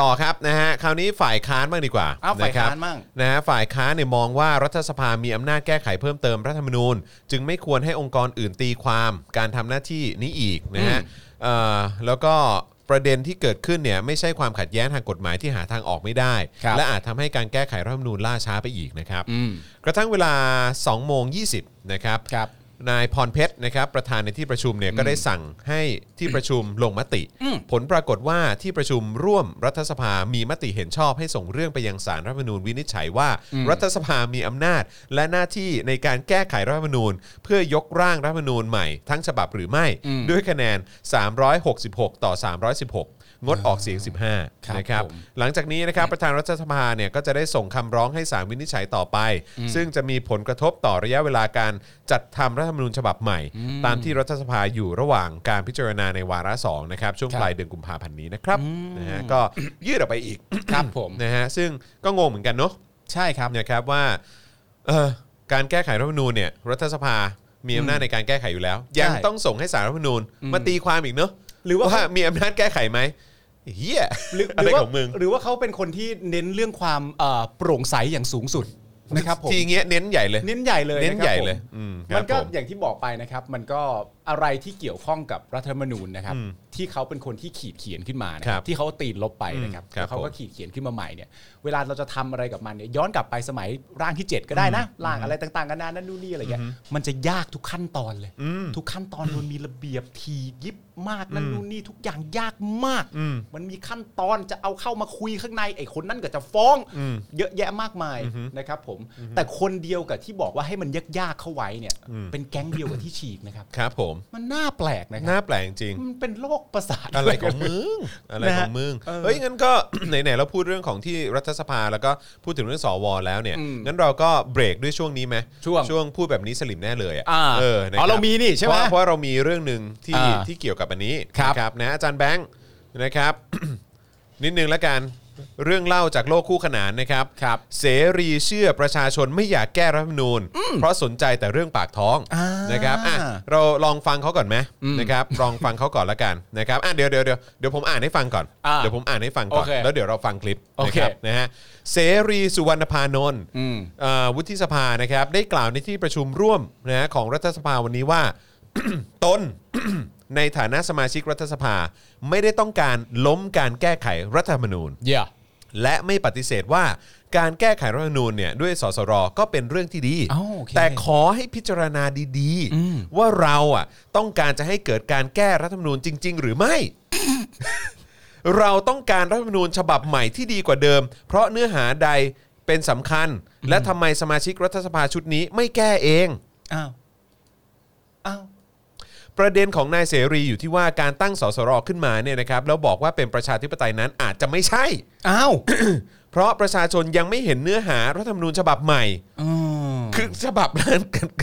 B: ต่อครับนะฮะคราวนี้ฝ่ายค้านบ้างดีกว่า
C: อ้าวฝ่ายค้านะครับ บ้าง
B: นะฮะฝ่ายค้านเนี่ยมองว่ารัฐสภามีอำนาจแก้ไขเพิ่มเติมรัฐธรรมนูญ จึงไม่ควรให้องค์กรอื่นตีความการทำหน้าที่นี้อีกนะฮะเอ่อแล้วก็ประเด็นที่เกิดขึ้นเนี่ยไม่ใช่ความขัดแย้งทางกฎหมายที่หาทางออกไม่ได้
C: ครับ
B: และอาจทำให้การแก้ไขรัฐธรรมนูญล่าช้าไปอีกนะครับ
C: อืม
B: กระทั่งเวลา2โมง20นะครับ
C: ครับ
B: นายพรเพชรนะครับประธานในที่ประชุมเนี่ยก็ได้สั่งให้ที่ประชุมลงมติ
C: อืม
B: ผลปรากฏว่าที่ประชุมร่วมรัฐสภามีมติเห็นชอบให้ส่งเรื่องไปยังสารรัฐธรรมนูญวินิจฉัยว่า รัฐสภามีอำนาจ และหน้าที่ในการแก้ไขรัฐธรรมนูญ เพื่อยกร่างรัฐธรรมนูญใหม่ทั้งฉบับหรือไม่ ด้วยคะแนน 366 ต่อ 316 งดออกเสียง
C: ครับ
B: 15 นะครับ
C: ผม
B: หลังจากนี้นะครับประธานรัฐสภาเนี่ยก็จะได้ส่งคำร้องให้ศาลวินิจฉัยต่อไป ซึ่งจะมีผลกระทบต่อระยะเวลาการจัดทำรัฐธรรมนูญฉบับใหม่ ตามที่รัฐสภาอยู่ระหว่างการพิจารณาในวาระสองนะครับช่วง
C: ครับ
B: ปลายเดือนกุมภาพันธ์นี้นะครับนะฮะก็ยืดออกไปอีก
C: ครับผม
B: นะฮะซึ่งก็งงเหมือนกันเนาะ
C: ใช่ครับ
B: นะครับว่าเอ่อการแก้ไขรัฐธรรมนูญเนี่ยรัฐสภา มีอำนาจในการแก้ไขอยู่แล้ว ยังต้องส่งให้สารรัฐธรรมนูญมาตีความอีกเนอะ
C: หรือว่า
B: มีอำนาจแก้ไขไหมเฮีย
C: หรือห
B: อะ
C: รื
B: ไร
C: ว่า
B: ของมึง
C: หรือว่าเขาเป็นคนที่เน้นเรื่องความเอ่อโปร่งใสอย่างสูงสุดนะครับผม
B: ทีเงี้ยเน้นใหญ่เลย
C: เน้นใหญ่เลย
B: เน้นใหญ่
C: ะครับผม
B: เลยอืมครับ
C: มันก็
B: ผม
C: อย่างที่บอกไปนะครับ มันก็อะไรที่เกี่ยวข้องกับรัฐธรรมนูญนะครับ ที่เขาเป็นคนที่ขีดเขียนขึ้นมานะค
B: ครั
C: รั
B: บบ
C: ที่เขาตีนลบไปนะครับ
B: อืมครับ
C: แล้วเขาก็
B: ผม
C: ขีดเขียนขึ้นมาใหม่เนี่ยเวลาเราจะทำอะไรกับมันเนี่ยย้อนกลับไปสมัยร่างที่เจ็ดก็ได้นะร่างอะไรต่างๆกันานานั่นนู่นนี่อะไรเงี้ยมันจะยากทุกขั้นตอนเลย ทุกขั้นตอนมันมีระเบียบทียิบมากนั่นนู่นนี่ทุกอย่างยากมาก
B: อืม
C: มันมีขั้นตอนจะเอาเข้ามาคุยข้างในไอ้คนนั่นก็จะฟ้อง
B: อืม
C: เยอะแยะมากมายนะครับผม แต่คนเดียวกับที่บอกว่าให้มันยากๆเข้าไว้เนี่ย
B: อืม
C: เป็นแก๊งเดียวกับที่ฉีกนะครับ
B: ครับผม
C: มันน่าแปลกนะค
B: ห
C: รับ
B: น้าแปลกจริง
C: มันเป็นโรคประสาท
B: อะไรของมึง อะไรของมึง
C: เออ
B: เฮ้ยงั้นก็ [COUGHS] ไหนๆเราพูดเรื่องของที่รัฐสภาแล้วก็พูดถึงเรื่องสวแล้วเนี่ย
C: อืม
B: งั้นเราก็เบรกด้วยช่วงนี้ไหม
C: ช่วง
B: ช่วงพูดแบบนี้สลิมแน่เลยอ่ะ
C: อ่า
B: เออนะคบ
C: อ๋อเรามีนี่ใช่ไหม
B: เพราะเพราะเรามีเรื่องหนึ่งที่
C: อ่า
B: ที่เกี่ยวกับอันนี้
C: ครับ
B: นะครับนะอาจารย์แบงค์นะครับ [COUGHS] นิดนึงละกันเรื่องเล่าจากโลกคู่ขนานนะครับ
C: ครับ
B: เสรีเชื่อประชาชนไม่อยากแก้รัฐธรรมนูญ เพราะสนใจแต่เรื่องปากท้อง
C: อ่าน
B: นะครับอ่ะเราลองฟังเขาก่อนไหมนะครับลองฟังเขาก่อนละกันนะครับอ่ะเดี๋ยวเดี๋ยวเดี๋ยวเดี๋ยวผมอ่านให้ฟังก่อน
C: อ่า
B: เดี๋ยวผมอ่านให้ฟังก่อน
C: โอเค
B: แล้วเดี๋ยวเราฟังคลิป
C: โอ
B: นะ
C: เค
B: ครับนะฮะเสรีสุวรรณพานนท์
C: อืม
B: เอ่อวุฒิสภานะครับได้กล่าวในที่ประชุมร่วมนะฮะของรัฐสภาวันนี้ว่า [COUGHS] ตน [COUGHS] ในฐานะสมาชิกรัฐสภาไม่ได้ต้องการล้มการแก้ไขรัฐธรรมนูญ
C: เย่ย
B: และไม่ปฏิเสธว่าการแก้ไขรัฐธรรมนูญเนี่ยด้วยสสรก็เป็นเรื่องที่ดี
C: อ้าวโอเค
B: แต่ขอให้พิจารณาดีๆ ว่าเราอ่ะต้องการจะให้เกิดการแก้รัฐธรรมนูญจริง ๆ หรือไม่ [LAUGHS] เราต้องการรัฐธรรมนูญฉบับใหม่ที่ดีกว่าเดิม เพราะเนื้อหาใดเป็นสำคัญ และทำไมสมาชิกรัฐสภาชุดนี้ไม่แก้เอง
C: อ้าวอ้าว
B: ประเด็นของนายเสรีอยู่ที่ว่าการตั้งสสรขึ้นมาเนี่ยนะครับแล้วบอกว่าเป็นประชาธิปไตยนั้นอาจจะไม่ใช่
C: อ้าว
B: เพราะประชาชนยังไม่เห็นเนื้อหารัฐธรรมนูญฉบับใหม่
C: อืม
B: คือฉบับนั้น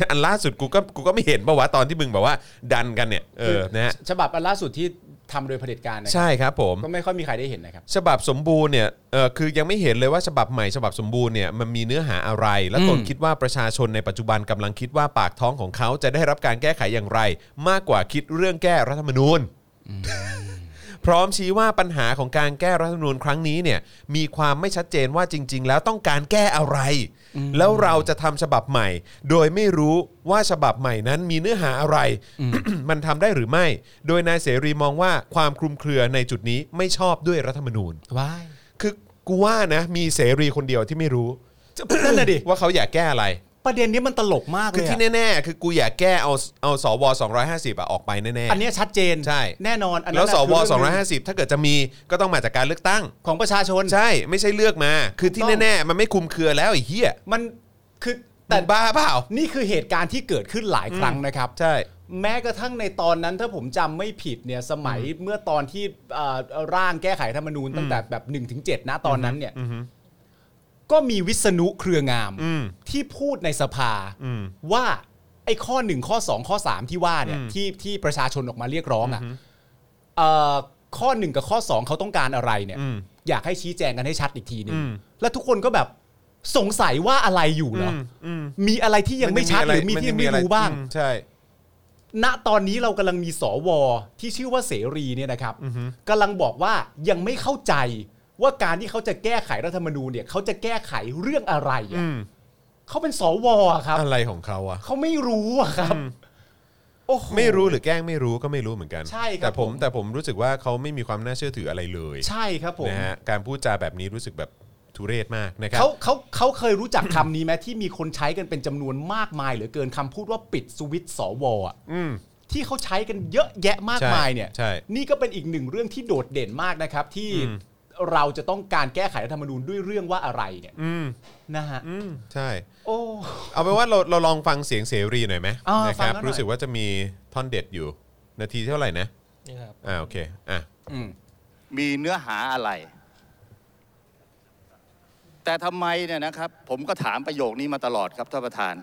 B: อันล่าสุดกูก็กูก็ไม่เห็นป่าวะตอนที่มึงแบบว่า ดันกันเนี่ยเออนะฮะ
C: ฉบับอันล่าสุดที่ทำโดยเผด็จการนะครั
B: ใช่ครับผม
C: บก็ไม่ค่อยมีใครได้เห็นนะครับ
B: ฉบับสมบูรณ์เนี่ยเออคือยังไม่เห็นเลยว่าฉบับใหม่ฉบับสมบูรณ์เนี่ยมันมีเนื้อหาอะไร และตน
C: อืม
B: คิดว่าประชาชนในปัจจุบันกำลังคิดว่าปากท้องของเขาจะได้รับการแก้ไขอย่างไร มากกว่าคิดเรื่องแก้รัฐธรรมนูญ พร้อมชี้ว่าปัญหาของการแก้รัฐธรรมนูญครั้งนี้เนี่ยมีความไม่ชัดเจนว่าจริง ๆ แล้วต้องการแก้อะไร แล้วเราจะทำฉบับใหม่ โดยไม่รู้ว่าฉบับใหม่นั้นมีเนื้อหาอะไร [COUGHS] มันทำได้หรือไม่ โดยนายเสรีมองว่าความคลุมเครือในจุดนี้ไม่ชอบด้วยรัฐธรรมนูญ
C: ว้าย
B: คือกูว่านะมีเสรีคนเดียวที่ไม่รู้
C: นั่นน่ะดิ
B: [COUGHS] ว่าเขาอยากแก้อะไร
C: ประเด็นนี้มันตลกมากเลย
B: คือ
C: อะ
B: ที่แน่ๆ คือกูอยากแก้เอาเอาสว250อะออกไปแน่ๆ
C: อันเนี้ยชัดเจน
B: ใช่
C: แน่นอนอันนั้น
B: แล้วส
C: น่ะคื
B: ว
C: เงหนึ่ง
B: 250 ถ้าเกิดจะมีก็ต้องมาจากการเลือกตั้ง
C: ของประชาชน
B: ใช่ไม่ใช่เลือกมา คือที่แน่ๆ มันไม่คลุมเครือแล้วไอ้เหี้ย
C: มันคือ
B: แต่
C: แต่
B: บ้าเปล่า
C: นี่คือเหตุการณ์ที่เกิดขึ้นหลายครั้งนะครับ
B: ใช่
C: แม้กระทั่งในตอนนั้นถ้าผมจำไม่ผิดเนี่ยสมัยเมื่อตอนที่เอ่อร่างแก้ไขรัฐธรรมนูญตั้งแต่แบบ1นถึงเนะตอนนั้นเนี่ยก็มีวิษณุเครืองาม
B: อืม
C: ที่พูดในสภา
B: อืม
C: ว่าไอ้ข้อหนึ่งข้อสองข้อสามที่ว่าเนี่ยที่ที่ประชาชนออกมาเรียกร้องอ่ะเอ่อข้อหนึ่งกับข้อสองเขาต้องการอะไรเนี่ย
B: อืม
C: อยากให้ชี้แจงกันให้ชัดอีกทีหนึ่ง
B: อืม
C: แล้วทุกคนก็แบบสงสัยว่าอะไรอยู่เหรออ
B: อืม
C: มีอะไรที่ยังไม่ชัดหรือมีที่ยังไม่รู้บ้าง
B: อืมใช่
C: ณตอนนี้เรากำลังมีสวที่ชื่อว่าเสรีเนี่ยนะครับกำลังบอกว่ายังไม่เข้าใจว่าการที่เขาจะแก้ไขรัฐธรรมนูญเนี่ยเขาจะแก้ไขเรื่องอะไรอะ
B: อืม
C: เขาเป็นสวอะครับ
B: อะไรของเขาอะ
C: เขาไม่รู้อะครับโอ้โห
B: ไม่รู้หรือแกล้งไม่รู้ก็ไม่รู้เหมือนกัน
C: ใช่ครับ
B: แต่ผม
C: ผม
B: แต่ผมรู้สึกว่าเขาไม่มีความน่าเชื่อถืออะไรเลย
C: ใช่ครับผม
B: นะฮะการพูดจาแบบนี้รู้สึกแบบทุเรศมากนะครับ
C: เขาเขาเขาเคยรู้จักคำนี้ไหมที่มีคนใช้กันเป็นจำนวนมากมายเหลือเกินคำพูดว่าปิดสวิตช์สวอะ
B: อืม
C: ที่เขาใช้กันเยอะแยะมากมายเนี่ย
B: ใช่ใช่
C: นี่ก็เป็นอีกหนึ่งเรื่องที่โดดเด่นมากนะครับ ที่เราจะต้องการแก้ไขรัฐธรรมนูญด้วยเรื่องว่าอะไรเนี่ย
B: อืม
C: นะฮะ
B: อืมใช่
C: โอ้
B: เอาเป็นว่าเราเราลองฟังเสียงเสรีหน่อยไหม
C: อ่า
B: นะ
C: ฟั
B: ค
C: ง
B: รับ
C: กันหน่อย
B: รู้สึกว่าจะมีท่อนเด็ดอยู่ นาทีเท่าไหร่นะ
D: นี่ครับ
B: อ่าโอเคอ่ะ
C: อืม
E: มีเนื้อหาอะไร แต่ทำไมเนี่ยนะครับ ผมก็ถามประโยคนี้มาตลอดครับท่านประธาน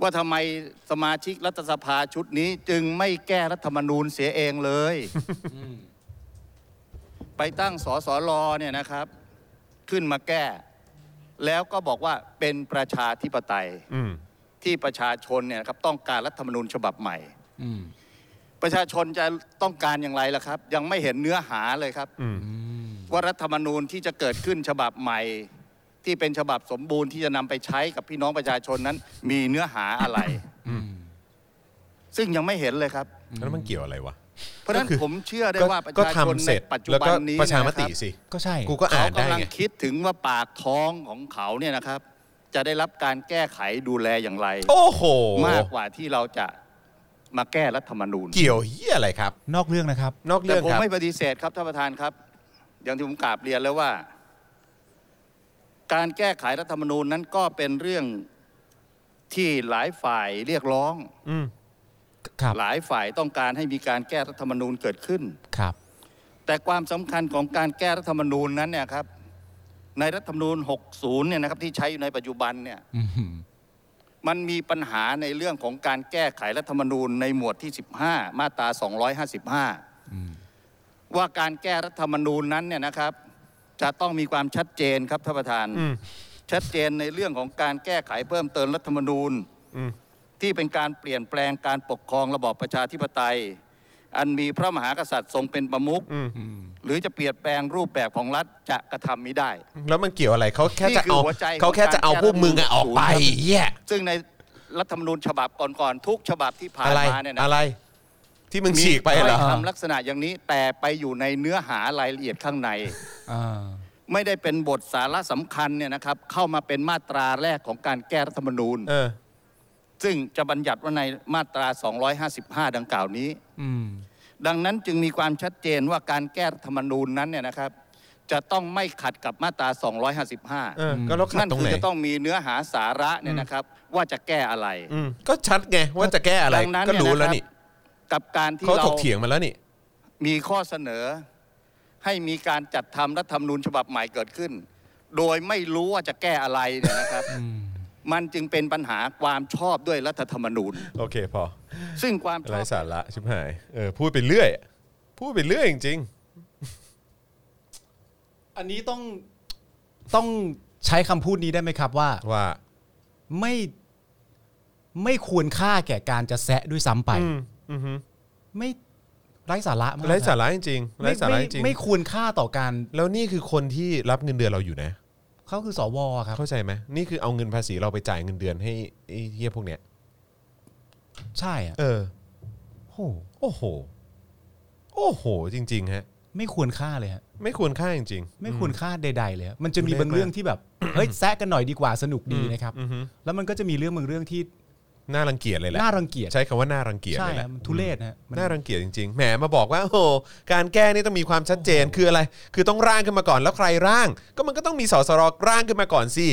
E: ว่าทำไมสมาชิกรัฐสภาชุดนี้ จึงไม่แก้รัฐธรรมนูญเสียเองเลย ไปตั้งสสรเนี่ยนะครับ ขึ้นมาแก้ แล้วก็บอกว่าเป็นประชาธิปไตย
B: อืม
E: ที่ประชาชนเนี่ยนะครับต้องการรัฐธรรมนูญฉบับใหม่
C: อืม
E: ประชาชนจะต้องการอย่างไรล่ะครับ ยังไม่เห็นเนื้อหาเลยครับ
B: อืม
E: ว่ารัฐธรรมนูญที่จะเกิดขึ้นฉบับใหม่ ที่เป็นฉบับสมบูรณ์ที่จะนำไปใช้กับพี่น้องประชาชนนั้น มีเนื้อหาอะไร ซึ่งยังไม่เห็นเลยครับ
B: แล้วมันเกี่ยวอะไรวะ
E: เพราะฉะนั้นผมเชื่อได้
B: ก็
E: ว่าประ
B: ก็
E: ชาชน
B: ทำเส
E: ใน
B: ร็จ
E: ปัจจุ
B: แล้ว
E: บั
B: ก็
E: นนี้
B: ประชามติ
E: น
B: สิ
C: ก็ใช่
B: กูก็
E: ะ
B: อ่า
E: ครั
B: น
E: บ
B: ได้
E: เขากำลัง
B: ไง
E: คิดถึงว่าปากท้องของเขาเนี่ยนะครับ จะได้รับการแก้ไขดูแลอย่างไร
B: โอ้โห
E: มากกว่าที่เราจะมาแก้รัฐธรรมนูญ
B: เกี่ยวเหี้ยอะไรครับ
C: นอกเรื่องนะครับ
B: นอก
E: แต่
B: เรื่อง
E: ผม
B: ครับ
E: ไม่ปฏิเสธครับท่านประธานครับ อย่างที่ผมกราบเรียนแล้วว่า การแก้ไขรัฐธรรมนูญนั้นก็เป็นเรื่องที่หลายฝ่ายเรียกร้อง
B: อืม
C: ครับ
E: หลายฝ่ายต้องการให้มีการแก้รัฐธรรมนูญเกิดขึ้น
C: ครับ
E: แต่ความสำคัญของการแก้รัฐธรรมนูญนั้นเนี่ยครับ ในรัฐธรรมนูญ 60 เนี่ยนะครับ ที่ใช้อยู่ในปัจจุบันเนี่ย
C: อืม
E: มันมีปัญหาในเรื่องของการแก้ไขรัฐธรรมนูญในหมวดที่ 15 มาตรา 255 ว่าการแก้รัฐธรรมนูญนั้นเนี่ยนะครับ จะต้องมีความชัดเจนครับท่านประธาน
B: อืม
E: ชัดเจนในเรื่องของการแก้ไขเพิ่มเติมรัฐธรรมนูญ
B: อืม
E: ที่เป็นการเปลี่ยนแปลงการปกครองระบอบประชาธิปไตย อันมีพระมหากษัตริย์ทรงเป็นประมุข
B: อืม
E: หรือจะเปลี่ยนแปลงรูปแบบของรัฐจะกระทำไม่ได้
B: แล้วมันเกี่ยวอะไรเขาแค่จะ
E: นี่
B: เอา
E: คือหัวใจของ
B: เขาแค่จะเอาพวกมึงอะ
E: การแก้
B: ออกไป
E: รัฐธรรมนูญ
B: เหี้ย
E: ซึ่งในรัฐธรรมนูญฉบับก่อนๆทุกฉบับที่ผ่า
B: อะ
E: น
B: ไร
E: มาเนี่ยนะ
B: อะไร ที่มึงฉีกไปเหรอ
E: ถ้ยคำลักษณะอย่างนี้แต่ไปอยู่ในเนื้อหารายละเอียดข้างใน
C: อ่า
E: ไม่ได้เป็นบทสาระสำคัญเนี่ยนะครับ เข้ามาเป็นมาตราแรกของการแก้รัฐธรรมนูญ
B: เออ
E: ซึ่งจะบัญญัติไว่าในมาตรา 255 ดังกล่าวนี้
C: อืม
E: ดังนั้นจึงมีความชัดเจนว่าการแก้รัฐธรรมนูญนั้นเนี่ยนะครับ จะต้องไม่ขัดกับมาตรา 255
B: เออ ก็แล้วขัด
E: นั่น
B: ตรง
E: คื
B: ไหน
E: อจะต้องมีเนื้อหาสาระเนี่ยนะครับ ว่าจะแก้อะไร
B: อืม ก็ชัดไงว่าจะแก้อะไร
E: ดังนั้น
B: ก็
E: เนี่ย
B: รู้แล้ว
E: นะครับ
B: นี่
E: กับการที่
B: เขา
E: เรา
B: ถกเถียงมาแล้วนี่
E: มีข้อเสนอให้มีการจัดทำรัฐธรรมนูญฉบับใหม่เกิดขึ้น โดยไม่รู้ว่าจะแก้อะไรเนี่ยนะครับ มันจึงเป็นปัญหาความชอบด้วยรัฐธรรมนูญ
B: โอเคพอ
E: ซึ่งความช
B: ไร้
E: อบ
B: สาระชิบหาย เออ พูดไปเรื่อย พูดไปเรื่อยจริง
C: อันนี้ต้องต้องใช้คำพูดนี้ได้ไหมครับว่า
B: ๆ ว่า
C: ไม่ไม่ควรค่าแก่การจะแซะด้วยซ้ำไป
B: อืม อือฮึ
C: ไม่ไร้สาระมาก
B: ไร้สา
C: นะ
B: ระจริงๆไร้
C: ไม่
B: สาระ
C: ไม่
B: จริง
C: ไม่ควรค่าต่อการ
B: ๆแล้วนี่คือคนที่รับเงินเดือนเราอยู่นะ
C: เขาคือสวครับ
B: เข้าใจไหมนี่คือเอาเงินภาษีเราไปจ่ายเงินเดือนให้ไอ้เฮียพวกเนี้ย
C: ใช่อ่ะ
B: เออ
C: โห
B: โอ้โห โอ้โห จริง ๆ ฮะ
C: ไม่ควรค่าเลยฮะ
B: ไม่ควรค่าจริง
C: ไม่ควรค่าใด ๆ เลยฮะมันจะมี
B: ดูเล่น
C: บางเรื่องที่แบบ เฮ้ยแซะกันหน่อยดีกว่าสนุกดี
B: อืม
C: นะครับ
B: อือฮึ
C: แล้วมันก็จะมีเรื่องบางเรื่องที่
B: น่ารังเกียจเลยแหละ
C: น่ารังเกียจ
B: ใช้คำว่าน่ารังเกียจ
C: ใช่
B: เลยแหละ
C: ฮะมันทุเรศนะฮะมัน
B: น่ารังเกียจจริง ๆ แหม มาบอกว่า โอ้โห การแก้นี่ต้องมีความชัดเจน คืออะไร คือต้องร่างขึ้นมาก่อน แล้วใครร่าง ก็มันก็ต้องมีสสรร่างขึ้นมาก่อนสิ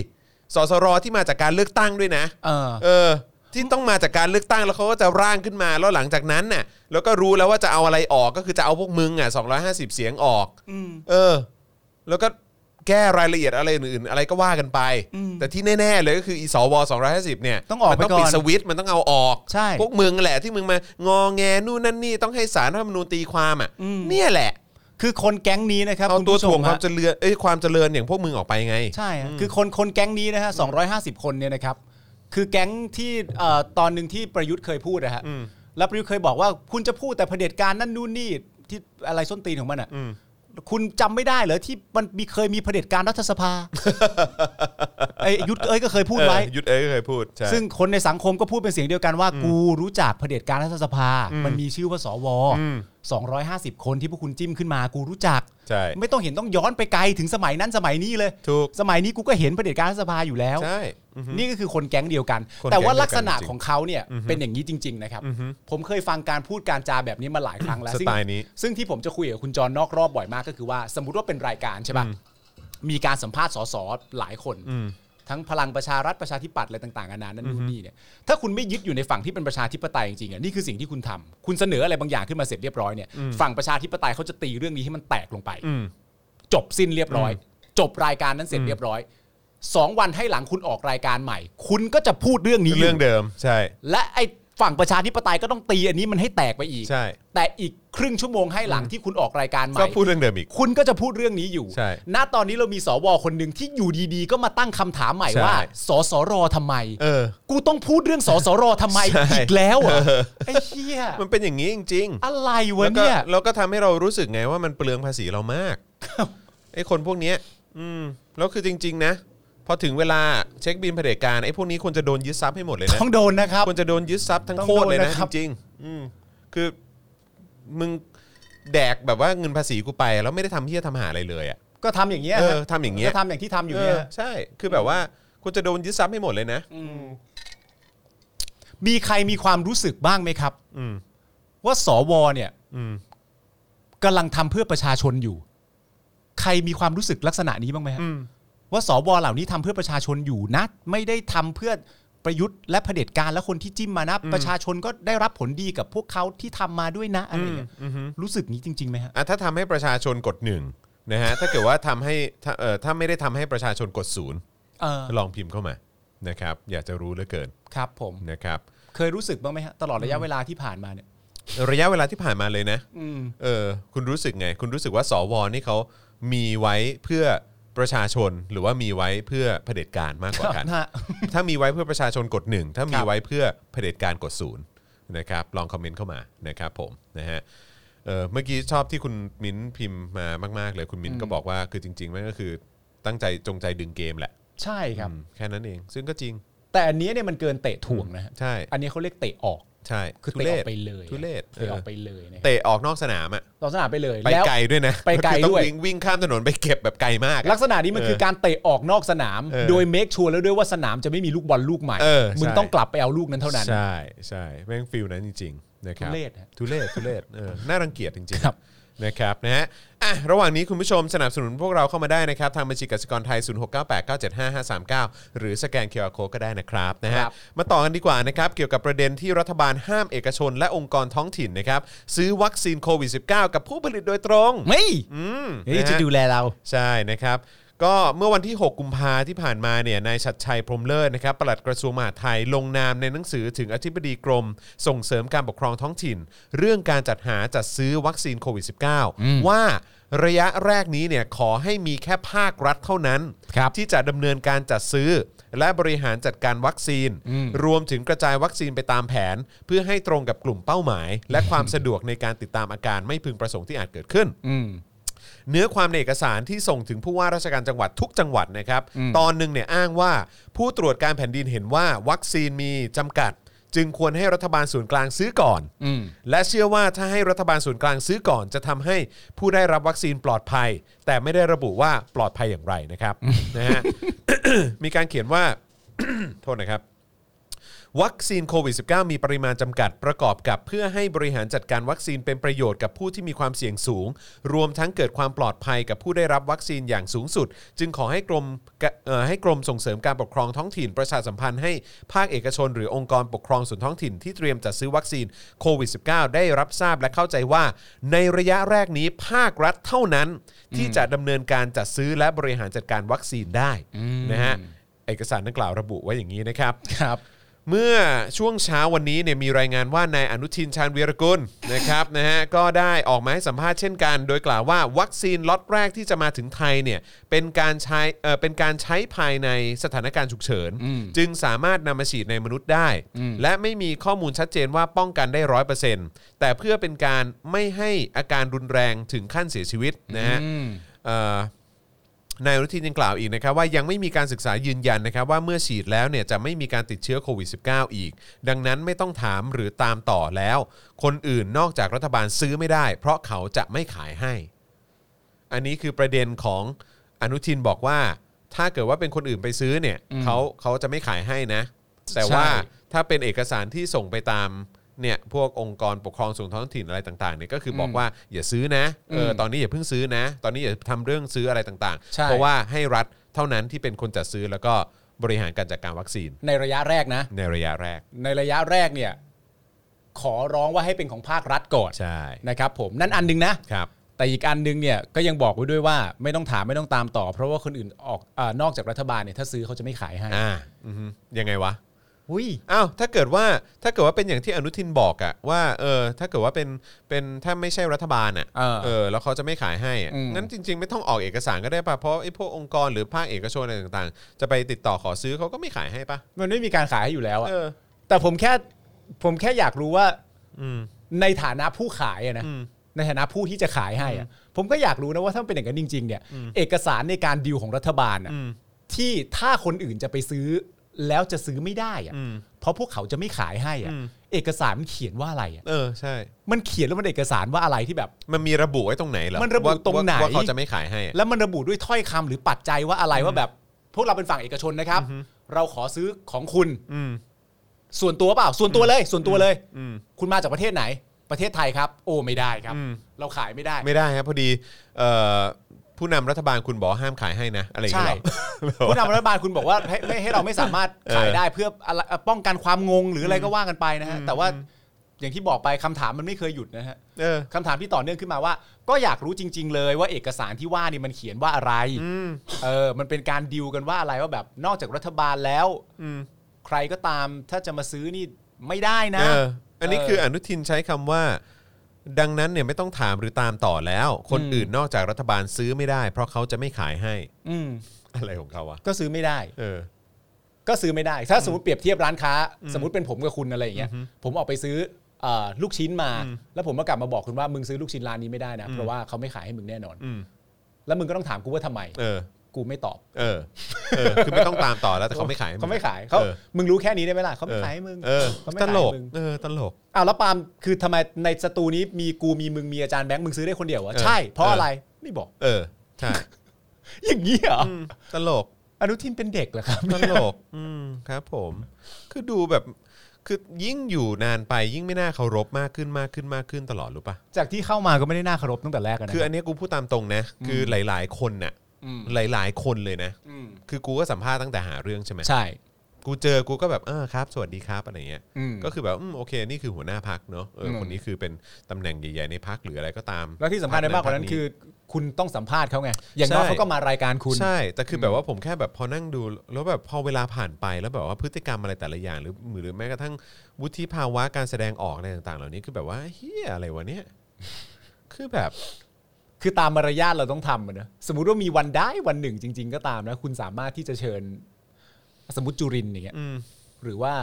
B: สสรที่มาจากการเลือกตั้งด้วยนะ
C: เออ
B: เออ ที่ต้องมาจากการเลือกตั้งแล้วเขาก็จะร่างขึ้นมา แล้วหลังจากนั้นน่ะ แล้วก็รู้แล้วว่าจะเอาอะไรออก ก็คือจะเอาพวกมึงอ่ะ250 เสียงออก
C: อืม
B: เออ แล้วก็แก้รายละเอียดอะไรอื่นๆ อะไรก็ว่ากันไป
C: อืม
B: แต่ที่แน่ๆเลยก็คืออีสว250เนี่ย
C: ต้องออก
B: มั
C: ไป
B: ต้องปิด
C: ก่อน
B: สวิตช์มันต้องเอาออก
C: ใช่
B: พวกมึงแหละที่มึงมางอแงนู่นนั่นนี่ต้องให้สารรัฐธรรมนูญตีความอ่ะ
C: อืม
B: เนี่ยแหละ
C: คือคนแก๊งนี้นะครับ
B: เอา
C: คุณ
B: ตัว
C: ผู้ช
B: ถ่วง
C: ม
B: ความ
C: ฮะ
B: เจริญเอ้ยความเจริญอย่างพวกมึงออกไปไง
C: ใช่ฮะคือคนคนแก๊งนี้นะฮะ 250 คนเนี่ยนะครับ คือแก๊งที่เอ่อตอนหนึ่งที่ประยุทธ์เคยพูดนะฮะ
B: อืม
C: แล้วประยุทธ์เคยบอกว่าคุณจะพูดแต่เผด็จการนั่นนู่นนี่ที่อะไรส้นตีนของมันอ่ะ
B: อืม
C: คุณจำไม่ได้เหรอที่มันมีเคยมีเผด็จการรัฐส
B: [LAUGHS]
C: ภา ไอ้ยุทธเอ้ยก็เคยพูดไว้
B: เออยุทธเอ้ยก็เคยพูดใช่
C: ซึ่งคนในสังคมก็พูดเป็นเสียงเดียวกันว่า กูรู้จักเผด็จการรัฐสภา มันมีชื่อว่าสว250 คนที่พวกคุณจิ้มขึ้นมา กูรู้จัก
B: ใช่
C: ไม่ต้องเห็นต้องย้อนไปไกลถึงสมัยนั้นสมัยนี้เลย
B: ถูก
C: สมัยนี้กูก็เห็นเผด็จการรัฐสภาอยู่แล้ว
B: ใช่ อือฮึ
C: นี่ก็คือคนแก๊งเดียวกัน
B: คนแก๊ง
C: แต่ว่าลักษณะ
B: เดียวกันจริง
C: ของเขาเนี่ยเป็นอย่างนี้จริง ๆ นะครับ ผมเคยฟังการพูดการจาแบบนี้มาหลายครั้งแล้ว
B: สไตล์นี้
C: ซึ่งซึ่งที่ผมจะคุยกับคุณจรนอกรอบบ่อยมากก็คือว่า สมมติว่าเป็นรายการใช่ป่ะ มีการสัมภาษณ์สสหลายคน ทั้งพลังประชารัฐประชาธิปัตย์อะไรต่างๆนานานั่นนู่นนี่เนี่ยถ้าคุณไม่ยึดอยู่ในฝั่งที่เป็นประชาธิปไตยจริงๆอ่ะนี่คือสิ่งที่คุณทำคุณเสนออะไรบางอย่างขึ้นมาเสร็จเรียบร้อยเนี่ยฝั่งประชาธิปไตยเขาจะตีเรื่องนี้ให้มันแตกลงไป
B: อืม
C: จบสิ้นเรียบร้อย จบรายการนั้นเสร็จเรียบร้อยสองวันให้หลังคุณออกรายการใหม่ คุณก็จะพูดเรื่องนี้ยู่
B: เรื่องเดิมใช่
C: และไอ้ฝั่งประชาธิปไตยก็ต้องตีอันนี้มันให้แตกไปอีก
B: ใช่
C: แต่อีกครึ่งชั่วโมงให้หลังที่คุณออกรายการใหม่
B: ก็พูดเรื่องเดิมอีก
C: คุณก็จะพูดเรื่องนี้อยู่
B: ใช่
C: ณ ตอนนี้เรามีสวคนหนึ่งที่อยู่ดีๆ ก็มาตั้งคำถามใหม่
B: ใช่
C: ว่า สสรทำไม
B: เออ
C: กูต้องพูดเรื่องสสรทำไม
B: ใช่
C: อีกแล้วเหรอ
B: เออ
C: ไอ้เหี้ย
B: มันเป็นอย่างนี้จริง ๆ
C: อะไรวะ
B: แล้วก็
C: เนี่ย
B: แล้วก็ทำให้เรารู้สึกไงว่ามันเปลืองภาษีเรา
C: [LAUGHS]
B: มากไอ้คนพวกเนี้ย อืมแล้วคือจริง ๆ นะ พอถึงเวลาเช็คบินเผด็จการไอ้พวกนี้ควรจะโดนยึดทรัพย์ให้หมดเลยนะ
C: ต้องโดนนะครับ
B: ควรจะโดนยึดทรัพย์ทั้ง
C: ต้อง
B: โคตรเลยนะ
C: โดนนะ
B: จ
C: ครับ
B: ริงๆอืมคือมึงแดกแบบว่าเงินภาษีกูไป แล้วไม่ได้ทำเฮี้ยทำหาอะไรเลยอ่ะ
C: ก็ทำอย่างเงี้ย
B: เออทำอย่างเงี้ย
C: ก็ทำอย่างที่ทำอยู่เนี่ย
B: เออใช่ คือแบบว่าควรจะโดนยึดทรัพย์ให้หมดเลยนะ
C: มีใครมีความรู้สึกบ้างไหมครับ
B: อืม
C: ว่าสวเนี่ย
B: อืม
C: กำลังทำเพื่อประชาชนอยู่ ใครมีความรู้สึกลักษณะนี้บ้างไหมฮะ
B: อืม
C: ว่าสวเหล่านี้ทำเพื่อประชาชนอยู่นะ ไม่ได้ทำเพื่อประยุทธ์และเผด็จการและคนที่จิ้มมานะ ประชาชนก็ได้รับผลดีกับพวกเขาที่ทำมาด้วยนะอะไรเงี้ยรู้สึกนี้จริงๆไหมฮะ
B: อ่ะถ้าทำให้ประชาชนกดหนึ่งนะฮะถ้าเกิดว่าทำให้ถ้าเอ่อถ้าไม่ได้ทำให้ประชาชนกดศูนย์
C: เออ
B: ลองพิมพ์เข้ามานะครับ อยากจะรู้เหลือเกิน
C: ครับผม
B: นะครับ
C: เคยรู้สึกบ้างไหมฮะตลอดระยะเวลาที่ผ่านมาเนี่ย
B: ระยะเวลาที่ผ่านมาเลยนะ
C: อืม
B: เออคุณรู้สึกไง คุณรู้สึกว่าสวนี่เขามีไว้เพื่อประชาชนหรือว่ามีไว้เพื่อเผด็จการมากกว่ากัน
C: [LAUGHS] ฮะ
B: ถ้ามีไว้เพื่อประชาชนกดหนึ่งถ้ามี
C: ครับ
B: ไว้เพื่อเผด็จการกดศูนย์นะครับลองคอมเมนต์เข้ามานะครับผมนะฮะเออเมื่อกี้ชอบที่คุณมิ้นพิมพ์มามาก ๆ เลยคุณมิ้นก็บอกว่าคือจริงๆมันก็คือตั้งใจจงใจดึงเกมแหละ
C: ใช่ครับ
B: อืมแค่นั้นเอง ซึ่งก็จริง
C: แต่อันเนี้ยเนี่ยมันเกินเตะถ่วงนะฮะ
B: ใช่
C: อันเนี้ยเขาเรียกเตะออก
B: ใช่
C: คือ
B: ทุ
C: เตะ
B: ร
C: อ
B: ศ
C: อกไปเลย
B: ทุเรศ
C: เตะออกไปเลยนะ
B: เออ
C: ฮะ
B: เตะออกนอกสนามอะ
C: ลงสนามไปเลย
B: ไป
C: แล้ว
B: ไกลด้วยนะ
C: ไปไกล
B: คือต้อง
C: ด้วย
B: วิ่งวิ่งข้ามถนนไปเก็บแบบไกลมากอะ
C: ลักษณะนี้มันคือการเตะออกนอกสนาม
B: เออ
C: โดยเมคชัวร์แล้วด้วยว่าสนามจะไม่มีลูกบอลลูกใหม่
B: เออใช่
C: มึงต้องกลับไปเอาลูกนั้นเท่านั้น
B: ใช่ใช่แม่งฟิลนั้นจริงๆนะครับ
C: ทุเรศฮะ
B: ทุเรศทุเรศ
C: [LAUGHS]
B: เออน่ารังเกียจจริง
C: ครับ
B: ๆนะครับนะฮะอ่ะระหว่างนี้คุณผู้ชมสนับสนุนพวกเราเข้ามาได้นะครับ ทางบัญชีกสิกรไทย 0698975539 หรือสแกนเคอร์โคก็ได้นะครับนะฮะ
C: ครับ
B: มาต่อกันดีกว่านะครับเกี่ยวกับประเด็นที่รัฐบาลห้ามเอกชน และองค์กรท้องถิ่นนะครับซื้อวัคซีนโควิด -19 กับผู้ผลิตโดยตรง
C: ไม่
B: อืม
C: เฮ้ย
B: นะฮะ
C: จะดูแลเรา
B: ใช่นะครับ ก็เมื่อวันที่ 6 กุมภาที่ผ่านมาเนี่ยนายชัดชัยพรหมเลิศนะครับปลัดกระทรวงมหาดไทยลงนามในหนังสือถึงอธิบดีกรม ส่งเสริมการปกครองท้องถิ่น เรื่องการจัดหาจัดซื้อวัคซีนโควิด -19 ว่าระยะแรกนี้เนี่ยขอให้มีแค่ภาครัฐเท่านั้น
C: ครับ
B: ที่จะดำเนินการจัดซื้อ และบริหารจัดการวัคซีน รวมถึงกระจายวัคซีนไปตามแผน เพื่อให้ตรงกับกลุ่มเป้าหมาย และความสะดวกในการติดตามอาการไม่พึงประสงค์ที่อาจเกิดขึ้น
C: อืม
B: เนื้อความในเอกสารที่ส่งถึงผู้ว่าราชการจังหวัดทุกจังหวัดนะครับ ตอนหนึ่งเนี่ยอ้างว่า ผู้ตรวจการแผ่นดินเห็นว่า วัคซีนมีจำกัด จึงควรให้รัฐบาลส่วนกลางซื้อก่อน
C: อืม
B: และเชื่อว่าถ้าให้รัฐบาลส่วนกลางซื้อก่อน จะทำให้ผู้ได้รับวัคซีนปลอดภัย แต่ไม่ได้ระบุว่าปลอดภัยอย่างไรนะครับ นะฮะ [COUGHS] มีการเขียนว่า [COUGHS] โทษนะครับ วัคซีนโควิด -19 มีปริมาณจำกัดประกอบกับเพื่อให้บริหารจัดการวัคซีนเป็นประโยชน์กับผู้ที่มีความเสี่ยงสูง รวมทั้งเกิดความปลอดภัยกับผู้ได้รับวัคซีนอย่างสูงสุด จึงขอให้กรมกะเอ่อให้กรมส่งเสริมการปกครองท้องถิ่น ประชาสัมพันธ์ให้ภาคเอกชน หรือองค์กรปกครองส่วนท้องถิ่นที่เตรียมจัดซื้อวัคซีนโควิด -19 ได้รับทราบและเข้าใจว่า ในระยะแรกนี้ภาครัฐเท่านั้น ที่จะดำเนินการจัดซื้อและบริหารจัดการวัคซีนได้นะฮะเอกสารดังกล่าวระบุไว้อย่างนี้นะครับ
C: ครับ
B: เมื่อช่วงเช้าวันนี้เนี่ยมีรายงานว่านายอนุทินชาญวีรกุล นะครับนะฮะก็ได้ออกมาให้สัมภาษณ์เช่นกัน โดยกล่าวว่าวัคซีนล็อตแรกที่จะมาถึงไทยเนี่ยเป็นการใช้เอ่อเป็นการใช้ภายในสถานการณ์ฉุกเฉิน จึงสามารถนำมาฉีดในมนุษย์ได้ และไม่มีข้อมูลชัดเจนว่าป้องกันได้ร้อยเปอร์เซ็นต์แต่เพื่อเป็นการไม่ให้อาการรุนแรงถึงขั้นเสียชีวิตนะฮะเอ่อ นายอนุทินยังกล่าวอีกนะครับว่ายังไม่มีการศึกษายืนยันนะครับว่าเมื่อฉีดแล้วเนี่ยจะไม่มีการติดเชื้อโควิด -19 อีก ดังนั้นไม่ต้องถามหรือตามต่อแล้ว คนอื่นนอกจากรัฐบาลซื้อไม่ได้ เพราะเขาจะไม่ขายให้ อันนี้คือประเด็นของอนุทินบอกว่า ถ้าเกิดว่าเป็นคนอื่นไปซื้อเนี่ยเขาเขาจะไม่ขายให้นะ แต่ว่า
C: ใช่
B: ถ้าเป็นเอกสารที่ส่งไปตามเนี่ยพวกองค์กรปกครองส่วนท้องถิ่นอะไรต่างๆเนี่ยก็คือบอกว่าอย่าซื้อนะเอออตอนนี้อย่าเพิ่งซื้อนะ ตอนนี้อย่าทำเรื่องซื้ออะไรต่างๆ
C: ใช่
B: เพราะว่าให้รัฐเท่านั้นที่เป็นคนจัดซื้อแล้วก็ บริหารการจัดการวัคซีน
C: ในระยะแรกนะ
B: ในระยะแรก
C: ในระยะแรกเนี่ย ขอร้องว่าให้เป็นของภาครัฐก่อน
B: ใช่
C: นะครับผมนั่นอันหนึงนะ
B: ครับ
C: แต่อีกอันหนึงเนี่ยก็ยังบอกไว้ด้วยว่าไม่ต้องถามไม่ต้องตามต่อ เพราะว่าคนอื่นออกเออนอกจากรัฐบาลเนี่ยถ้าซื้อเขาจะไม่ขายให้
B: อ่าอือฮึยังไงวะ
C: หุ้ย
B: อ้าวถ้าเกิดว่าถ้าเกิดว่าเป็นอย่างที่อนุทินบอกอะว่าเออถ้าเกิดว่าเป็นเป็นถ้าไม่ใช่รัฐบาลอะ
C: เออ
B: เออแล้วเขาจะไม่ขายให้อะ
C: อืม
B: งั้นจริง ๆ ไม่ต้องออกเอกสารก็ได้ป่ะเพราะไอ้พวกองค์กรหรือภาคเอกชนอะไรต่างๆ จะไปติดต่อขอซื้อเขาก็ไม่ขายให้ป่ะ
C: มันไม่มีการขายให้อยู่แล้วอะ
B: เออ
C: แต่ผมแค่ผมแค่อยากรู้ว่า
B: อืม
C: ในฐานะผู้ขายอะนะ
B: อืม
C: ในฐานะผู้ที่จะขายให้อะผมก็อยากรู้นะว่าถ้ามันเป็นอย่างนั้นจริง ๆ เนี่ย เอกสารในการดีลของรัฐบาลอะ
B: อืม
C: ที่ถ้าคนอื่นจะไปซื้อแล้วจะซื้อไม่ได้อะ
B: อืม
C: เพราะพวกเขาจะไม่ขายให้อะ
B: อืม
C: เอกสารมันเขียนว่าอะไรอะ
B: เออใช่
C: มันเขียนแล้วมันเอกสารว่าอะไรที่แบบ
B: มันมีระบุไว้ตรงไหนเหรอ
C: มันระบุ
B: ว่า
C: ตรงไหน
B: ว่าว่าเขาจะไม่ขายให้อะ
C: แล้วมันระบุด้วยถ้อยคำหรือปัจจัยว่าอะไรว่าแบบ พวกเราเป็นฝั่งเอกชนนะครับ เราขอซื้อของคุณ
B: อืม
C: ส่วนตัวเปล่า ส่วนตัวเลย ส่วนตัวเลย
B: อืม
C: คุณมาจากประเทศไหน ประเทศไทยครับ โอ้ไม่ได้ครับ
B: อืม
C: เราขายไม่ได้
B: ไม่ได้ครับพอดีเอ่อผู้นำรัฐบาลคุณบอกห้ามขายให้นะ อะไรอย่างเงี้ย [LAUGHS] เหรอ
C: ผู้นำรัฐบาลคุณบอกว่า [LAUGHS] ให้ไม่ให้เราไม่สามารถขายได้เพื่ออะไรเอ่อป้องกันความงงหรืออะไรก็ว่ากันไปนะฮะแต่ว่าอย่างที่บอกไปคำถามมันไม่เคยหยุดนะฮะ
B: เออ
C: คำถามที่ต่อเนื่องขึ้นมาว่า ก็อยากรู้จริง ๆ เลยว่าเอกสารที่ว่านี่มันเขียนว่าอะไร
B: อืม
C: เออมันเป็นการดิวกันว่าอะไรว่าแบบนอกจากรัฐบาลแล้ว
B: อืม
C: ใครก็ตามถ้าจะมาซื้อนี่ไม่ได้นะ
B: เอออันนี้
C: เออ
B: คืออนุทินใช้คำว่า ดังนั้นเนี่ยไม่ต้องถามหรือตามต่อแล้ว คน
C: อืม
B: อื่นนอกจากรัฐบาลซื้อไม่ได้ เพราะเขาจะไม่ขายให้ [LAUGHS]
C: อืม
B: อะไรของเขาวะ
C: ก็ซื้อไม่ได้
B: เออ
C: ก็ซื้อไม่ได้ ถ้าสมมติเปรียบเทียบร้านค้า สมมติเป็นผมกับคุณอะไรอย่างเงี้ยผมออกไปซื้อเอ่อลูกชิ้นมา แล้วผมก็กลับมาบอกคุณว่ามึงซื้อลูกชิ้นร้านนี้ไม่ได้นะเพราะว่าเขาไม่ขายให้มึงแน่นอน
B: อืม
C: แล้วมึงก็ต้องถามกูว่าทำไม
B: เออ
C: กูไม่ตอบ
B: เออ เออ คือไม่ต้องตามต่อแล้วแต่เขาไม่ขายให้ง
C: เขาไม่ขายเขา
B: เออ
C: มึงรู้แค่นี้ได้ไหมล่ะเขา
B: เอ
C: ไม่
B: อ
C: ขายให้มึง
B: เออ
C: เขาไม่
B: ต
C: ขาย
B: ล
C: ให้
B: ก
C: มึง
B: เออ ตลก
C: อ้าวแล้วปาล์มคือทำไมในสตูนี้มีกูมีมึงมีอาจารย์แบงค์มึงซื้อได้คนเดียวเหรอ
B: เออ
C: ใช่เพราะ
B: เอออ
C: อะไรไม่บอก
B: เออ ใช่
C: อย่างนี้เหรออ
B: อืม ตลก
C: อนุทินเป็นเด็กเหรอครับ
B: ตลก อืม ครับผม คือดูแบบ คือยิ่งอยู่นานไปยิ่งไม่น่าเคารพมากขึ้นมากขึ้นมากขึ้นตลอดรู้ปะ
C: จากที่เข้ามาก็ไม่ได้น่าเคารพตั้งแต่แรกะนะ
B: คืออันเนี้ยกูพูดตามตรงนะ คือหลาย ๆ คนน่ะ
C: ม
B: หลาย ๆ คนเลยนะ
C: อืม
B: คือกูก็สัมภาษณ์ตั้งแต่หาเรื่องใช่ไหม
C: ใช่
B: กูเจอกูก็แบบเออครับ สวัสดีครับอะไรเงี้ย
C: อืม
B: ก็คือแบบอืมโอเค นี่คือหัวหน้าพักเนาะ เอออ
C: ม
B: คนนี้คือเป็นตำแหน่งใหญ่ ๆ ในพักหรืออะไรก็ตาม
C: แล้วที่สำคัญไปมากกว่านั้น
B: พรร
C: คือ คุณต้องสัมภาษณ์เขาไง อย่างน้อย
B: ใช่
C: เขาก็มารายการคุณ
B: ใช่ แต่คือแบบว่าผมแค่แบบพอนั่งดู แล้วแบบพอเวลาผ่านไปแล้วแบบว่าพฤติกรรมอะไรแต่ละอย่าง หรือหรือแม้กระทั่งวุฒิภาวะการแสดงออกอะไรต่าง ๆ เหล่านี้คือแบบว่าเฮียอะไรวะเนี่ย [LAUGHS] คือแบบ
C: คือตามมารยาทเราต้องทำอะนะสมมติว่ามีวันได้วันหนึ่งจริง ๆ ก็ตามนะ คุณสามารถที่จะเชิญ สมมติจุรินทร์อย่างเงี้ย
B: อืม
C: หรือว่า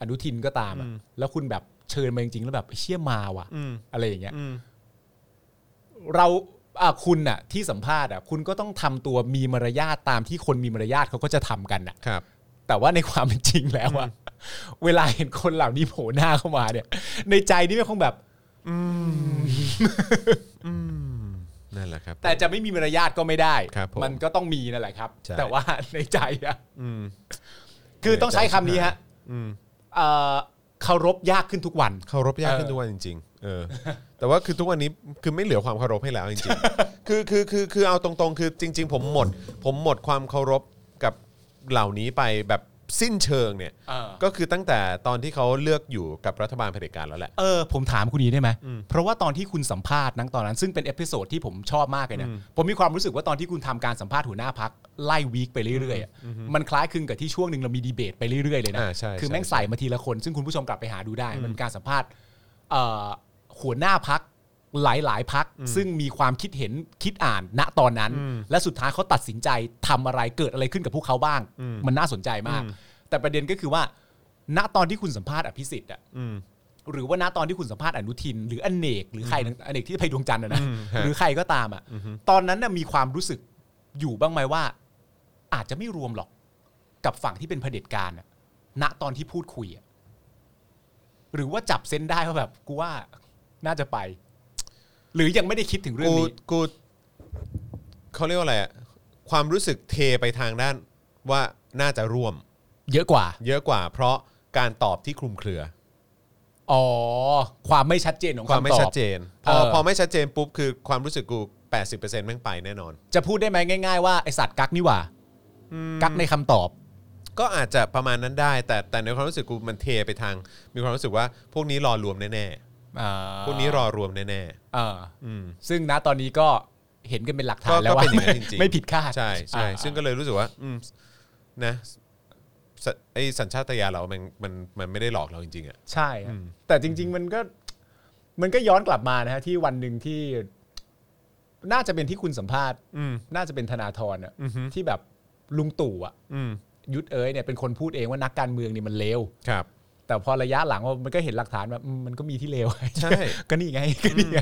C: อนุทินก็ตามอะแล้วคุณแบบเชิญมาจริงๆ แล้วแบบเชี่ยมาว่ะ
B: อืม
C: อะไรอย่างเงี้ย
B: อืม
C: เราอ่ะคุณน่ะ ที่สัมภาษณ์อ่ะคุณก็ต้องทำตัวมีมารยาทตามที่คนมีมารยาทเขาก็จะทำกันน่ะ
B: ครับ
C: แต่ว่าในความเป็นจริงแล้วอะเวลาเห็นคนเหล่านี้โผล่หน้าเข้ามาเนี่ย ในใจนี่ไม่คงแบบ
B: นั่นแหละครับ
C: แต่จะไม่มีมารยาทก็ไม่ได้
B: ครับผม
C: มันก็ต้องมีนั่นแหละครับ
B: ใช่
C: แต่ว่าในใจนะ
B: อืม
C: คือต้องใช้คำนี้ฮะ
B: อืม
C: เอ่อเคารพยากขึ้นทุกวัน
B: เคารพยากขึ้น
C: เออ
B: ทุกวันจริงๆ เออ แต่ว่าคือทุกวันนี้คือไม่เหลือความเคารพให้แล้วจริงๆ [LAUGHS] คือคือคือคือเอาตรงๆ คือจริง ๆ ผมหมด ผมหมดความเคารพกับเหล่านี้ไปแบบสิ้นเชิงเนี่ย
C: เออ
B: ก็คือตั้งแต่ตอนที่เขาเลือกอยู่กับรัฐบาลเผด็จการแล้วแหละ
C: เออผมถามคุณนี้ได้ไหมเพราะว่าตอนที่คุณสัมภาษณ์นังตอนนั้นซึ่งเป็นเอพิโซดที่ผมชอบมากเลยนะผมมีความรู้สึกว่าตอนที่คุณทำการสัมภาษณ์หัวหน้าพักไล่วีคไปเรื่อยๆอะมันคล้ายคลึงกับที่ช่วงหนึ่งเรามีดีเบตไปเรื่อยๆเลยนะ
B: อ่าใช่
C: คือ
B: ใช่
C: แม่งใส่มาทีละคน ซึ่งคุณผู้ชมกลับไปหาดูได้ มันเป็นการสัมภาษณ์เอ่อหัวหน้าพักหลายๆพักซึ่งมีความคิดเห็นคิดอ่านณตอนนั้น และสุดท้ายเขาตัดสินใจทำอะไรเกิดอะไรขึ้นกับพวกเขาบ้าง มันน่าสนใจมาก แต่ประเด็นก็คือว่า ณตอนที่คุณสัมภาษณ์อภิสิทธิ์อะ
B: อืม
C: หรือว่าณตอนที่คุณสัมภาษณ์อนุทิน หรืออเนก หรือใครทั้งอเนกที่ไปดวงจันทร์นะนะ
B: อืมฮะ
C: หรือใครก็ตามอ่ะตอนนั้นน่ะมีความรู้สึกอยู่บ้างไหมว่า อาจจะไม่รวมหรอกกับฝั่งที่เป็นเผด็จการน่ะณตอนที่พูดคุยอ่ะหรือว่าจับเส้นได้ว่าแบบกูว่าน่าจะไป หรือยังไม่ได้คิดถึงเรื่อง
B: กู
C: นี้
B: กูเขาเรียกว่าอะไรอะความรู้สึกเทไปทางด้านว่าน่าจะร่วม
C: เยอะกว่า
B: เยอะกว่า เพราะการตอบที่คลุมเครือ
C: อ๋อความไม่ชัดเจนของ
B: ความไม่
C: คำตอบ
B: ชัดเจน พอ
C: เออ
B: พอไม่ชัดเจนปุ๊บคือความรู้สึกกู 80%แม่งไปแน่นอน
C: จะพูดได้ไหมง่าย ๆ ว่าไอสัตว์กักนี่หว่า กักในคำตอบ
B: ก็อาจจะประมาณนั้นได้ แต่แต่ในความรู้สึกกูมันเทไปทาง มีความรู้สึกว่าพวกนี้รอรวมแน่
C: อ่า
B: ๆพวกนี้รอรวมแน่
C: เออ
B: ๆอืม
C: ซึ่งณตอนนี้ก็เห็นกันเป็นหลักฐา
B: ก็
C: นแล้ว
B: ก็
C: ว่า
B: เป็นอย่างนั้นจริงๆ
C: ไม่ผิดคาด
B: ใช่ใช่
C: อ่า
B: ซึ่งก็เลยรู้สึกว่าอืมนะสไอสัญชาตญาณเรามันมันมันไม่ได้หลอกเราจริงๆอ่ะ
C: ใช่
B: อื
C: ฮะ
B: ม
C: แต่จริง ๆ มันก็มันก็ย้อนกลับมานะฮะที่วันหนึ่งที่น่าจะเป็นที่คุณสัมภาษณ์
B: อืม
C: น่าจะเป็นธนาธรอะ
B: อือฮึ
C: ที่แบบลุงตู่อะ
B: อืม
C: ยุทธเอ๋ยเนี่ยเป็นคนพูดเองว่านักการเมืองเนี่ยมันเลว
B: ครับ
C: แต่พอระยะหลังว่ามันก็เห็นหลักฐานแบบอืมมันก็มีที่เลว
B: ใช่
C: [LAUGHS] ก็นี่ไงก็นี่ไง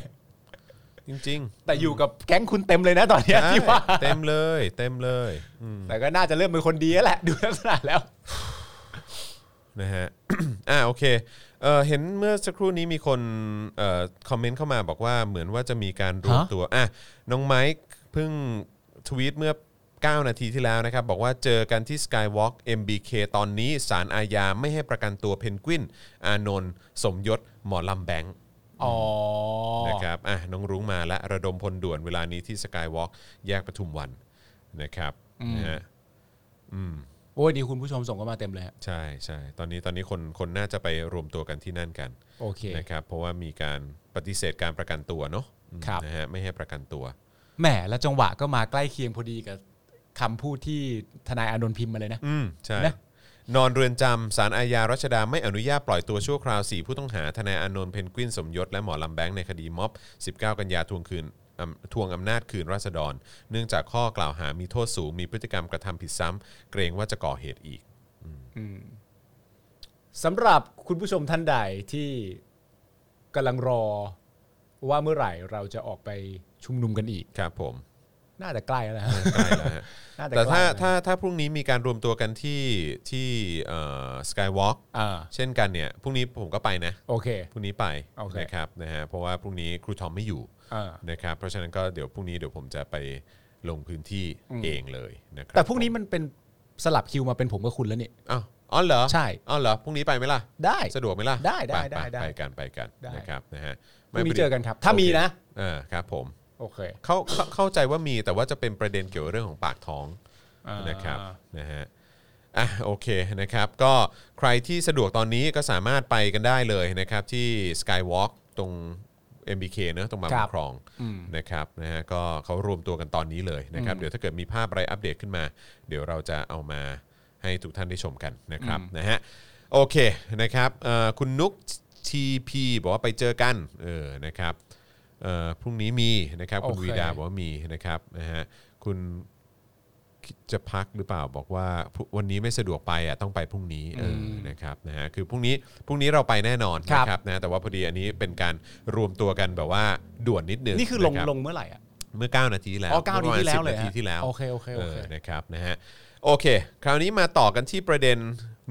B: จริง
C: แต่อยู่กับแก๊งคุณเต็มเลยนะตอน
B: ๆ
C: เนี้ย
B: ใช่
C: ที่ว่า
B: เต็มเลย เต็มเลยอืม
C: แต่ก็น่าจะเริ่มเป็นคนดีแล้วแหละดูลักษณะแล้ว
B: นะ [COUGHS] ฮะ อ่าโอเคเออเห็นเมื่อสักครู่นี้มีคนเอ่อคอมเมนต์เข้ามาบอกว่าเหมือนว่าจะมีการรวม
C: ฮะ
B: ตัวอ่ะน้องไมค์เพิ่งทวีตเมื่อ 9 นาทีที่แล้วนะครับ บอกว่าเจอกันที่ Skywalk MBK ตอนนี้สารอาญาไม่ให้ประกันตัวเพนกวิน อานนท์สมยศหมอลำแบงค์
C: อ๋อ
B: นะครับอ่ะน้องรุ้งมาและระดมพลด่วนเวลานี้ที่สกายวอล์กแยกปทุมวันนะครับนะฮะอืม
C: โอ้ยนี่คุณผู้ชมส่งกันมาเต็มเลยฮะ
B: ใช่ใช่ตอนนี้ตอนนี้คนคนน่าจะไปรวมตัวกันที่นั่นกัน
C: โอเค
B: นะครับเพราะว่ามีการปฏิเสธการประกันตัวเนาะอืม
C: ครับ
B: นะฮะไม่ให้ประกันตัว
C: แหมแล้วจังหวะก็มาใกล้เคียงพอดีกับคำพูดที่ทนายอานนท์พิมพ์มาเลยนะ
B: อืมใช่
C: นะ
B: นอนเรือนจำสารอาญารัชดาไม่อนุญาตปล่อยตัวชั่วคราว 4 ผู้ต้องหาทนายอานนท์เพนกวินสมยศและหมอลำแบงค์ในคดีม็อบ 19 กันยาทวงคืนอำทวงอำนาจคืนราษฎร เนื่องจากข้อกล่าวหามีโทษสูง มีพฤติกรรมกระทำผิดซ้ำเกรงว่าจะก่อเหตุอีก
C: สำหรับคุณผู้ชมท่านใดที่กำลังรอว่าเมื่อไหร่เราจะออกไปชุมนุมกันอีก
B: ครับผม
C: น่าจะใกล้แล้วนะ
B: ใช่แล้วฮะ
C: น่าจะ
B: แต่
C: ใกล้
B: ถ้า
C: ล้วนะ
B: ถ้าถ้าพรุ่งนี้มีการรวมตัวกันที่ที่สกายวอล์ก
C: อ่า
B: เช่นกันเนี่ยพรุ่งนี้ผมก็ไปนะ
C: โอเค
B: พรุ่งนี้ไป
C: โอเค
B: นะครับนะฮะเพราะว่าพรุ่งนี้ครูทอมไม่อยู่
C: อ่า
B: นะครับเพราะฉะนั้นก็เดี๋ยวพรุ่งนี้เดี๋ยวผมจะไปลงพื้นที่เองเลยนะครั
C: แต่พรุ่งนี้มันเป็นสลับคิวมาเป็นผมกับคุณแล้วนี่
B: อ้าวอ๋อเหรอ
C: ใช่
B: อ๋อเหรอพรุ่งนี้ไปไหมล่ะ
C: ได้
B: สะดวกไหมล่ะ
C: ได้ได้
B: ปป
C: ได้ได้
B: ไปกันไปกัน
C: ได้
B: นะครับนะฮะ
C: พรุ่งนี้
B: พดี
C: เจอกันครับ ถ้ามีนะ
B: เออครับผม
C: โอเค
B: เข้าเข้าเข้าใจว่ามีแต่ว่าจะเป็นประเด็นเกี่ยวกับเรื่องของปากท้องนะครับนะฮะอ่ะโอเคนะครับก็ใครที่สะดวกตอนนี้ก็สามารถไปกันได้เลยนะครับที่ Skywalk ตรง MBK เนอะตรงบางบุญครอง
C: อืม
B: นะครับนะฮะก็เขารวมตัวกันตอนนี้เลยนะครับเดี๋ยวถ้าเกิดมีภาพอะไรอัปเดตขึ้นมา เดี๋ยวเราจะเอามาให้ทุกท่านได้ชมกันนะครับนะฮะโอเคนะครับเอ่อคุณนุก TP บอกว่าไปเจอกันเออนะครับเอ่อพรุ่งนี้มีนะครับคุณ
C: โอเค
B: วีดาบอกว่ามีนะครับนะฮะคุณจะพักหรือเปล่าบอกว่าพรุ่งวันนี้ไม่สะดวกไปอ่ะต้องไปพรุ่งนี้เออนะครับนะฮะคือพรุ่งนี้พรุ่งนี้เราไปแน่นอนนะครับนะแต่ว่าพอดีอันนี้เป็นการรวมตัวกันแบบว่าด่วนนิดนึง
C: นี่คือลง
B: ะรับ
C: ลงเมื่อไหร่อ่ะ [LAUGHS]
B: เมื่อ 9 นาทีที่แล้ว
C: อ๋อเก้า
B: มื่
C: นี้
B: ประมณ
C: ที่แล้ว
B: 10
C: เลย
B: นา
C: ฮะ
B: ทีที่แล้ว
C: โอเคโอเค
B: เอ
C: โอเค
B: อนะครับนะฮะโอเค คราวนี้มาต่อกันที่ประเด็น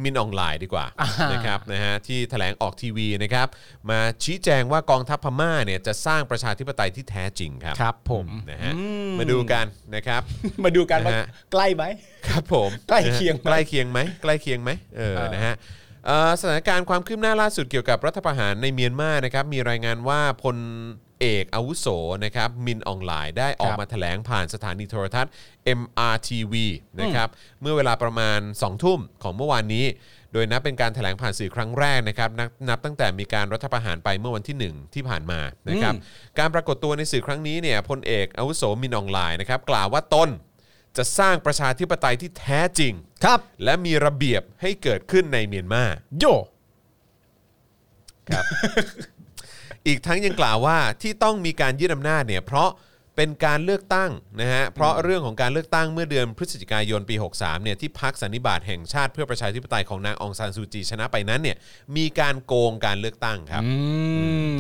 B: มินออนไลน์ดีกว่านะครับนะฮะที่แถลงออกทีวีนะครับมาชี้แจงว่ากองทัพพม่าเนี่ยจะสร้างประชาธิปไตยที่แท้จริงครับ
C: ครับผม
B: นะฮะมาดูกันนะครับ
C: มาดูกันว่า
B: นะฮะ
C: ใกล้ไหม
B: ครับผม
C: ใกล้เคียงไหม
B: ใกล้เคียงไหมใกล้เคียงไหมเออ
C: เออ
B: นะฮะเอ่อสถานการณ์ความคืบหน้าล่าสุดเกี่ยวกับรัฐประหารในเมียนมานะครับมีรายงานว่าพลเอกอาวุโสนะครับมินอองหลายได้ออกมาแถลงผ่านสถานีโทรทัศน์ MRTV นะครับเมื่อเวลาประมาณ 2 ทุ่มของเมื่อวานนี้ โดยนับเป็นการแถลงผ่านสื่อครั้งแรกนะครับนับนับตั้งแต่มีการรัฐประหารไปเมื่อวันที่ 1 ที่ผ่านมานะครับการปรากฏตัวในสื่อครั้งนี้เนี่ยพลเอกอาวุโสมินอองหลายนะครับกล่าวว่าตน จะสร้างประชาธิปไตยที่แท้จริง
C: ครับ
B: และมีระเบียบให้เกิดขึ้นในเมียนมา
C: โย
B: อีกทั้งยังกล่าวว่าที่ต้องมีการยึดอำนาจเนี่ยเพราะเป็นการเลือกตั้งนะฮะเพราะเรื่องของการเลือกตั้งเมื่อเดือนพฤศจิกายนปี 63เนี่ยที่พักสันนิบาตแห่งชาติเพื่อประชาธิปไตยของนางองซานซูจีชนะไปนั้นเนี่ยมีการโกงการเลือกตั้งครับ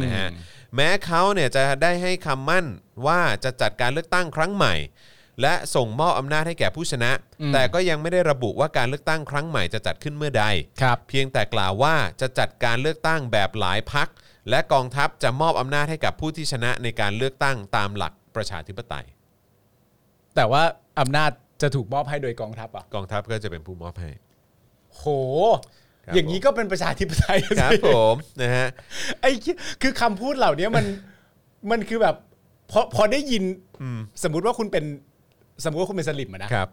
B: นะฮะแม้เขาเนี่ยจะได้ให้คำมั่นว่าจะจัดการเลือกตั้งครั้งใหม่ และส่งมอบอำนาจให้แก่ผู้ชนะ
C: อืม
B: แต่ก็ยังไม่ได้ระบุว่าการเลือกตั้งครั้งใหม่จะจัดขึ้นเมื่อใด
C: ครับ
B: เพียงแต่กล่าวว่าจะจัดการเลือกตั้งแบบหลายพัก และกองทัพจะมอบอำนาจให้กับผู้ที่ชนะในการเลือกตั้งตามหลักประชาธิปไตย
C: แต่ว่าอำนาจจะถูกมอบให้โดยกองทัพอ่ะ
B: กองทัพก็จะเป็นผู้มอบให้
C: โห
B: ครับ
C: อย่างนี้ก็เป็นประชาธิปไตย
B: ครับ
C: สิ
B: ผมนะฮะ
C: ไอ้เหี้ยคือคำพูดเหล่านี้มัน มันคือแบบพอพอได้ยินสมมุติว่าคุณเป็น สมมุติว่าคุณเป็นสลิมอะนะครับ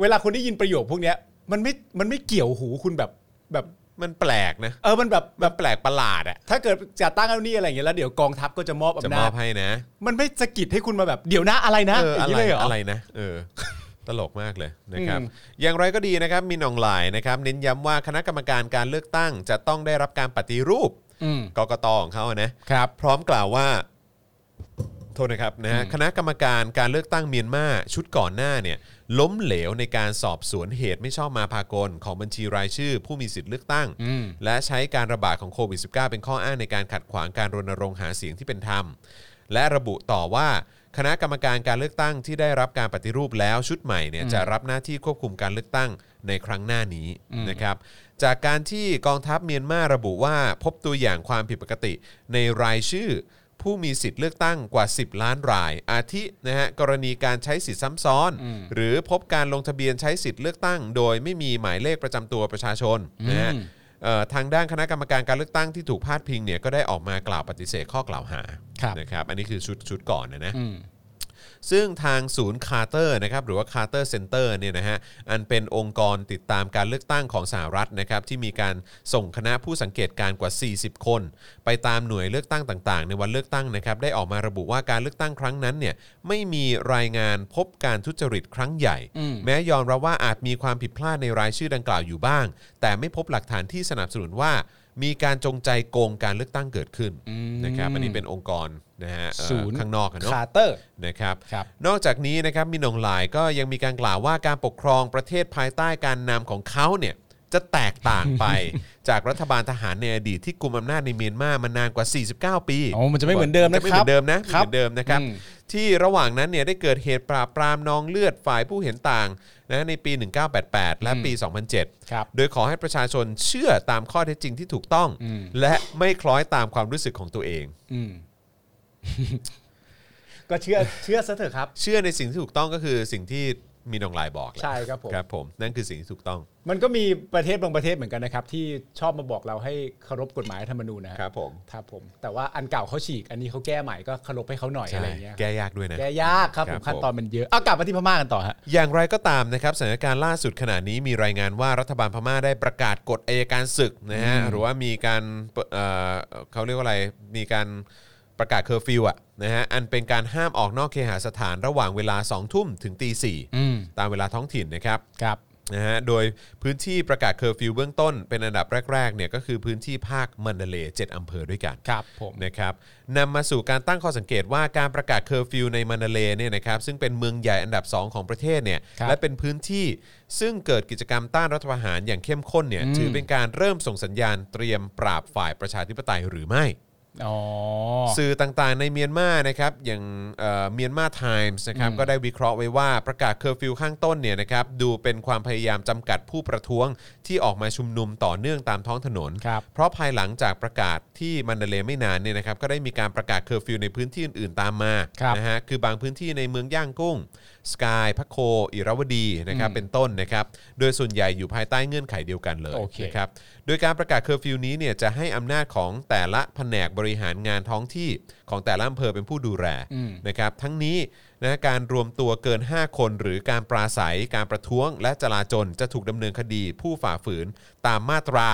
C: เวลาคุณได้ยินประโยคพวกเนี้ย มันไม่มันไม่เกี่ยวหูคุณแบบแบบ
B: มันแปลกนะ
C: เออมันแบบแบ
B: มัน
C: บ
B: แปลกประหลาดอะ
C: ถ้าเกิดจัดตั้งเอานี่อะไรอย่างเงี้ยแล้วเดี๋ยวกองทัพก็จะมอบ
B: จะ
C: อำ
B: ม
C: นา
B: อ
C: จ
B: บให้นะ
C: มันไม่สะกิดให้คุณมาแบบเดี๋ยวนะอะไรนะ
B: เออ
C: อ
B: อะ
C: ย่างนี้
B: ไร
C: เลยเหรอ
B: อะไรนะเออ [LAUGHS] ตลกมากเลยนะครับ
C: อืม
B: อย่างไรก็ดีนะครับมีหนองหลายนะครับ เน้นย้ำว่าคณะกรรมการการเลือกตั้ง จะต้องได้รับการปฏิรูป
C: อืม
B: กกตของเขานะ
C: ครับ
B: พร้อมกล่าวว่า โทษนะครับนะฮะคณะกรรมการการเลือกตั้งเมียนมาชุดก่อนหน้าเนี่ย ล้มเหลวในการสอบสวนเหตุไม่ชอบมาพากลของบัญชีรายชื่อ ผู้มีสิทธิ์เลือกตั้ง
C: อืม
B: และใช้การระบาดของโควิด -19 เป็นข้ออ้างในการขัดขวางการรณรงค์หาเสียงที่เป็นธรรม และระบุต่อว่าคณะกรรมการการเลือกตั้งที่ได้รับการปฏิรูปแล้วชุดใหม่เนี่ยจะรับหน้าที่ควบคุมการเลือกตั้งในครั้งหน้านี้นะครับ จากการที่กองทัพเมียนมาระบุว่าพบตัวอย่างความผิดปกติ ในรายชื่อ ผู้มีสิทธิ์เลือกตั้งกว่า 10 ล้านราย อาทินะฮะกรณีการใช้สิทธิ์ซ้ำซ้อน หรือพบการลงทะเบียนใช้สิทธิ์เลือกตั้ง โดยไม่มีหมายเลขประจำตัวประชาชนนะฮะเอ่อทางด้านคณะกรรมการการเลือกตั้งที่ถูกพาดพิงเนี่ยก็ได้ออกมากล่าวปฏิเสธข้อกล่าวหา
C: ครับ
B: นะครับอันนี้คือชุดชุดก่อนนะนะ
C: อืม
B: ซึ่งทางศูนย์คาร์เตอร์นะครับหรือว่าคาร์เตอร์เซ็นเตอร์เนี่ยนะฮะอันเป็นองค์กรติดตามการเลือกตั้งของสหรัฐนะครับที่มีการส่งคณะผู้สังเกตการณ์กว่า 40 คน ไปตามหน่วยเลือกตั้งต่างๆ ในวันเลือกตั้งนะครับได้ออกมาระบุว่าการเลือกตั้งครั้งนั้นเนี่ยไม่มีรายงานพบการทุจริตครั้งใหญ่ แม้ยอมรับว่าอาจมีความผิดพลาดในรายชื่อดังกล่าวอยู่บ้าง แต่ไม่พบหลักฐานที่สนับสนุนว่า มีการจงใจโกงการเลือกตั้งเกิดขึ้นนะครับอันนี้เป็นองค์กรนะฮะเอ่อ
C: ศูนย์
B: ข้างนอกอะเนาะ
C: คาร์เตอร์
B: นะครับ
C: ครับ
B: นอกจากนี้นะครับมินองหลายก็ยังมีการกล่าวว่าการปกครองประเทศภายใต้การนำของเขาเนี่ยจะแตกต่าง
C: [LAUGHS]
B: ไป จากรัฐบาลทหารในอดีตที่กุมอำนาจในเมียนมามานานกว่า 49 ปี
C: อ๋อมันจะไม่เหมือนเดิมนะครับ
B: ไม่เหมือนเดิมนะไม่
C: ครั
B: เห
C: บ
B: มือนเดิมนะครับ
C: อืม
B: ที่ระหว่างนั้นเนี่ยได้เกิดเหตุปราบปรามนองเลือดฝ่ายผู้เห็นต่างนะในปี 1988 และปี 2007
C: ครับ
B: โดยขอให้ประชาชนเชื่อตามข้อเท็จจริงที่ถูกต้อง และไม่คล้อยตามความรู้สึกของตัวเอง
C: อืม ก็เชื่อเชื่อซะเถอะครับ
B: เชื่อในสิ่งที่ถูกต้องก็คือสิ่งที่มีนองลายบอกแหละ
C: ใช่ครับผม
B: ครับผมนั่นคือสิ่งที่ถูกต้อง
C: มันก็มีประเทศบางประเทศเหมือนกันนะครับ ที่ชอบมาบอกเราให้เคารพกฎหมายรัฐธรรมนูญนะครับ
B: ผม
C: ครับผม แต่ว่าอันเก่าเขาฉีก อันนี้เขาแก้ใหม่ก็เคารพให้เขาหน่อยอะไรเงี้ย
B: แก้ยากด้วยนะ
C: แก้ยากครับ
B: ค
C: ผ
B: รับ
C: มขั้น
B: ผม
C: ตอนมันเยอะเอากลับมาที่พม่ากันต่อฮะ
B: อย่างไรก็ตามนะครับสถานการณ์ล่าสุดขณะนี้มีรายงานว่ารัฐบาลพม่าได้ประกาศกฎอายการศึกนะฮะหรือว่ามีการเอ่อเขาเรียกว่าอะไรมีการประกาศเคอร์ฟิวอะนะฮะอันเป็นการห้ามออกนอกเคหสถานระหว่างเวลา2ทุ่มถึงตีสี่
C: อืม
B: ตามเวลาท้องถิ่นนะครับ
C: ครับ
B: นะฮะ โดยพื้นที่ประกาศเคอร์ฟิวเบื้องต้น เป็นอันดับแรกๆ เนี่ยก็คือพื้นที่ภาคมันเดเลย์7อำเภอด้วยกัน
C: ครับผม
B: นะครับนำมาสู่การตั้งข้อสังเกตว่าการประกาศเคอร์ฟิวในมันเดเลย์เนี่ยนะครับ ซึ่งเป็นเมืองใหญ่อันดับ 2 ของประเทศเนี่ย
C: ครับ
B: และเป็นพื้นที่ซึ่งเกิดกิจกรรมต้านรัฐประหารอย่างเข้มข้นเนี่ย
C: อืม
B: ถือเป็นการเริ่มส่งสัญญาณเตรียมปราบฝ่ายประชาธิปไตยหรือไม่
C: อ๋อ
B: สื่อต่างๆในเมียนมานะครับ อย่างเมียนมาไทมส์นะครับ ก็ได้วิเคราะห์ไว้ว่าประกาศเคอร์ฟิวข้างต้นเนี่ยนะครับ ดูเป็นความพยายามจำกัดผู้ประท้วงที่ออกมาชุมนุมต่อเนื่องตามท้องถนน
C: ครับ
B: เพราะภายหลังจากประกาศที่มันเดเลย์ไม่นานเนี่ยนะครับ ก็ได้มีการประกาศเคอร์ฟิวในพื้นที่อื่นๆตามมา
C: ครับ
B: นะฮะคือบางพื้นที่ในเมืองย่างกุ้งสกายพะโค อิราวดีนะครับเป็นต้นนะครับ โดยส่วนใหญ่อยู่ภายใต้เงื่อนไขเดียวกันเลย
C: โอเค
B: นะ นะครับโดยการประกาศเคอร์ฟิวนี้เนี่ยจะให้อำนาจของแต่ละแผนกบริหารงานท้องที่ของแต่ละอำเภอเป็นผู้ดูแล
C: อืม
B: นะครับทั้งนี้นะการรวมตัวเกิน 5 คนหรือการปราศัย การประท้วง และจลาจลจะถูกดำเนินคดีผู้ฝ่าฝืนตามมาตรา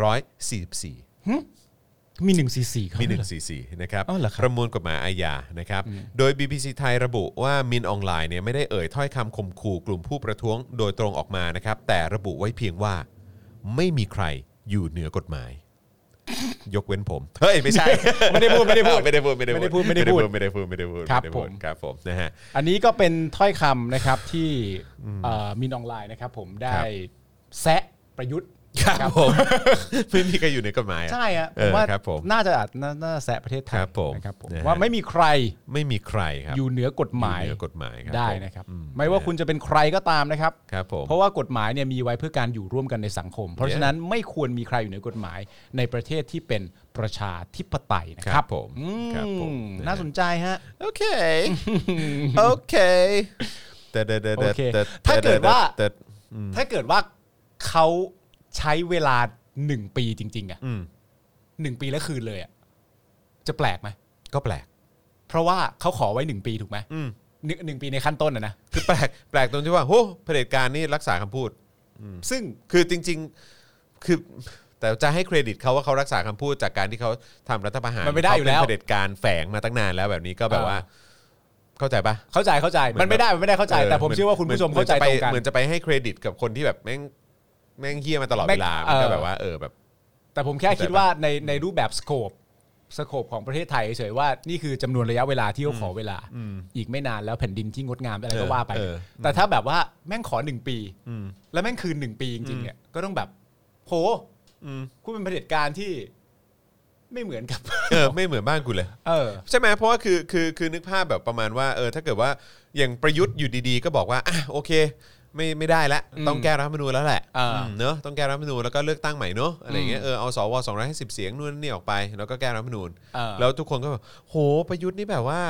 B: 144
C: มีหนึ่งสี่สี่เขา
B: มี
C: ด้วยเหรอ
B: 144 นะครับ
C: อ๋อเหรอครับ
B: ประมวลกฎหมายอาญานะครับ โดย BBC ไทยระบุว่ามินออนไลน์เนี่ยไม่ได้เอ่ยถ้อยคำข่มขู่กลุ่มผู้ประท้วงโดยตรงออกมานะครับ แต่ระบุไว้เพียงว่า ไม่มีใครอยู่เหนือกฎหมาย ยกเว้นผม เฮ้ย ไม่ใช่
C: [LAUGHS] ไม่ได้พูดไม่ได้พูด
B: ไม่ได้พูดไม่ได้พูด
C: ไม่ได้พูด
B: ไม่ได้พูดไม่ได้พูด
C: ครับ
B: ไได้พูด
C: ผม
B: ครับผมนะฮะ
C: อันนี้ก็เป็นถ้อยคำนะครับที่เอ่อมินออนไลน์นะครับ ผมได้
B: ครับ
C: แซะประยุทธ์
B: ครับผม [LAUGHS] ไม่มีใครอยู่เหนือกฎหมายอะ
C: ใช่ฮะ
B: เอ
C: ผม
B: อ
C: ว่า
B: ครับผม
C: น่าจะอาจน่าน่าแซะประเทศไทย
B: ครับผม
C: นะครับผม
B: นะฮะ
C: ว่าไม่มีใคร
B: ไม่มีใครครับ
C: อยู่เหนือกฎหมาย
B: อเหนือกฎหมายครับ
C: ได้
B: ผม
C: นะครับ
B: อื
C: ไม่ว่าคุณจะเป็นใครก็ตามนะครับ
B: ครับผม
C: เพราะว่ากฎหมายเนี่ยมีไว้เพื่อการอยู่ร่วมกันในสังคม เพราะ
B: Yeah
C: ฉะนั้นไม่ควรมีใครอยู่เหนือกฎหมายในประเทศที่เป็นประชาธิปไตยนะค
B: ครั
C: รั
B: บบ ผม
C: อืม
B: ครับผมนะ
C: น่าสนใจฮะ
B: โอเค
C: [LAUGHS]
B: โอเคแต่แต่แต่
C: โอ
B: แต่
C: เค
B: แต่
C: ถ้าเกิดว่า
B: แต่
C: ถ้าเกิดว่าเขาใช้เวลาหนึ่งปีจริง ๆอะ
B: อืม
C: หนึ่งปีแล้วคืนเลยอะจะแปลกไหม
B: ก็แปลก
C: เพราะว่าเขาขอไว้หนึ่งปีถูกไหม
B: อืม
C: หนึ่งหนึ่งปีในขั้นต้นอะนะ
B: คือแปลก แปลกตรงที่ว่าโหเผด็จการนี่รักษาคำพูด
C: ซึ่ง
B: คือจริงๆ คือแต่จะให้เครดิตเขาว่าเขารักษาคำพูดจากการที่เขาทำรัฐประหาร
C: มันไม่ได้อยู่แล้ว
B: เขาเป็นเผด็จการแฝงมาตั้งนานแล้วแบบนี้ก็แบบ
C: อ่า
B: ว่า เข้าใจปะ
C: เข้าใจเข้าใจ
B: เหมือน
C: มันไม่ได้มันไม่ได้เข้าใจ
B: เ
C: แต่ผมเชื่อว่าคุณผู้ชมเข้าใจ
B: หอ
C: ตรง
B: นจะ
C: กั
B: ไป
C: น
B: เหมือนจะไปให้เครดิตกับคนที่แบบแม่งแม่งเฮี้ยมาตลอด
C: แม่
B: เว
C: ง
B: ลามันก็
C: เออ
B: แบบว่าเออแบบ
C: แต่ผมแค่คิดว่าในในรูปแบบสโคปสโคปของประเทศไทยเฉยๆว่านี่คือจำนวนระยะเวลาที่เขาขอเวลา อีกไม่นานแล้วแผ่นดินที่งดงามอะไรก็ว่าไป
B: เออ
C: แต่ถ้าแบบว่าแม่งขอหนึ่งปี แล้วแม่งคืนหนึ่งปีจริงๆเนี่ยก็ต้องแบบโหคุณเป็นเผด็จการที่ไม่เหมือนกับ
B: เออไม่เหมือนบ้านกูเลย
C: [LAUGHS] เออ
B: ใช่ไหมเพราะว่าคือคือคือนึกภาพแบบประมาณว่าเออถ้าเกิดว่าอย่างประยุทธ์อยู่ดีๆ ก็บอกว่าอ่ะโอเค ไม่ไม่ได้ละ
C: อืม
B: ต้องแก้รัฐธรรมนูญแล้วแหละ
C: อ่า
B: อืมเนอะต้องแก้รัฐธรรมนูญแล้วก็เลือกตั้งใหม่เนอะอะไรอย่างเงี้ยเออเอาสวสองร้อยห้าสิบเสียงนู่นนี่ออกไป แล้วก็แก้รัฐธรรมนูญ
C: อ่า
B: แล้วทุกคนก็แบบโหประยุทธ์นี่แบบว่า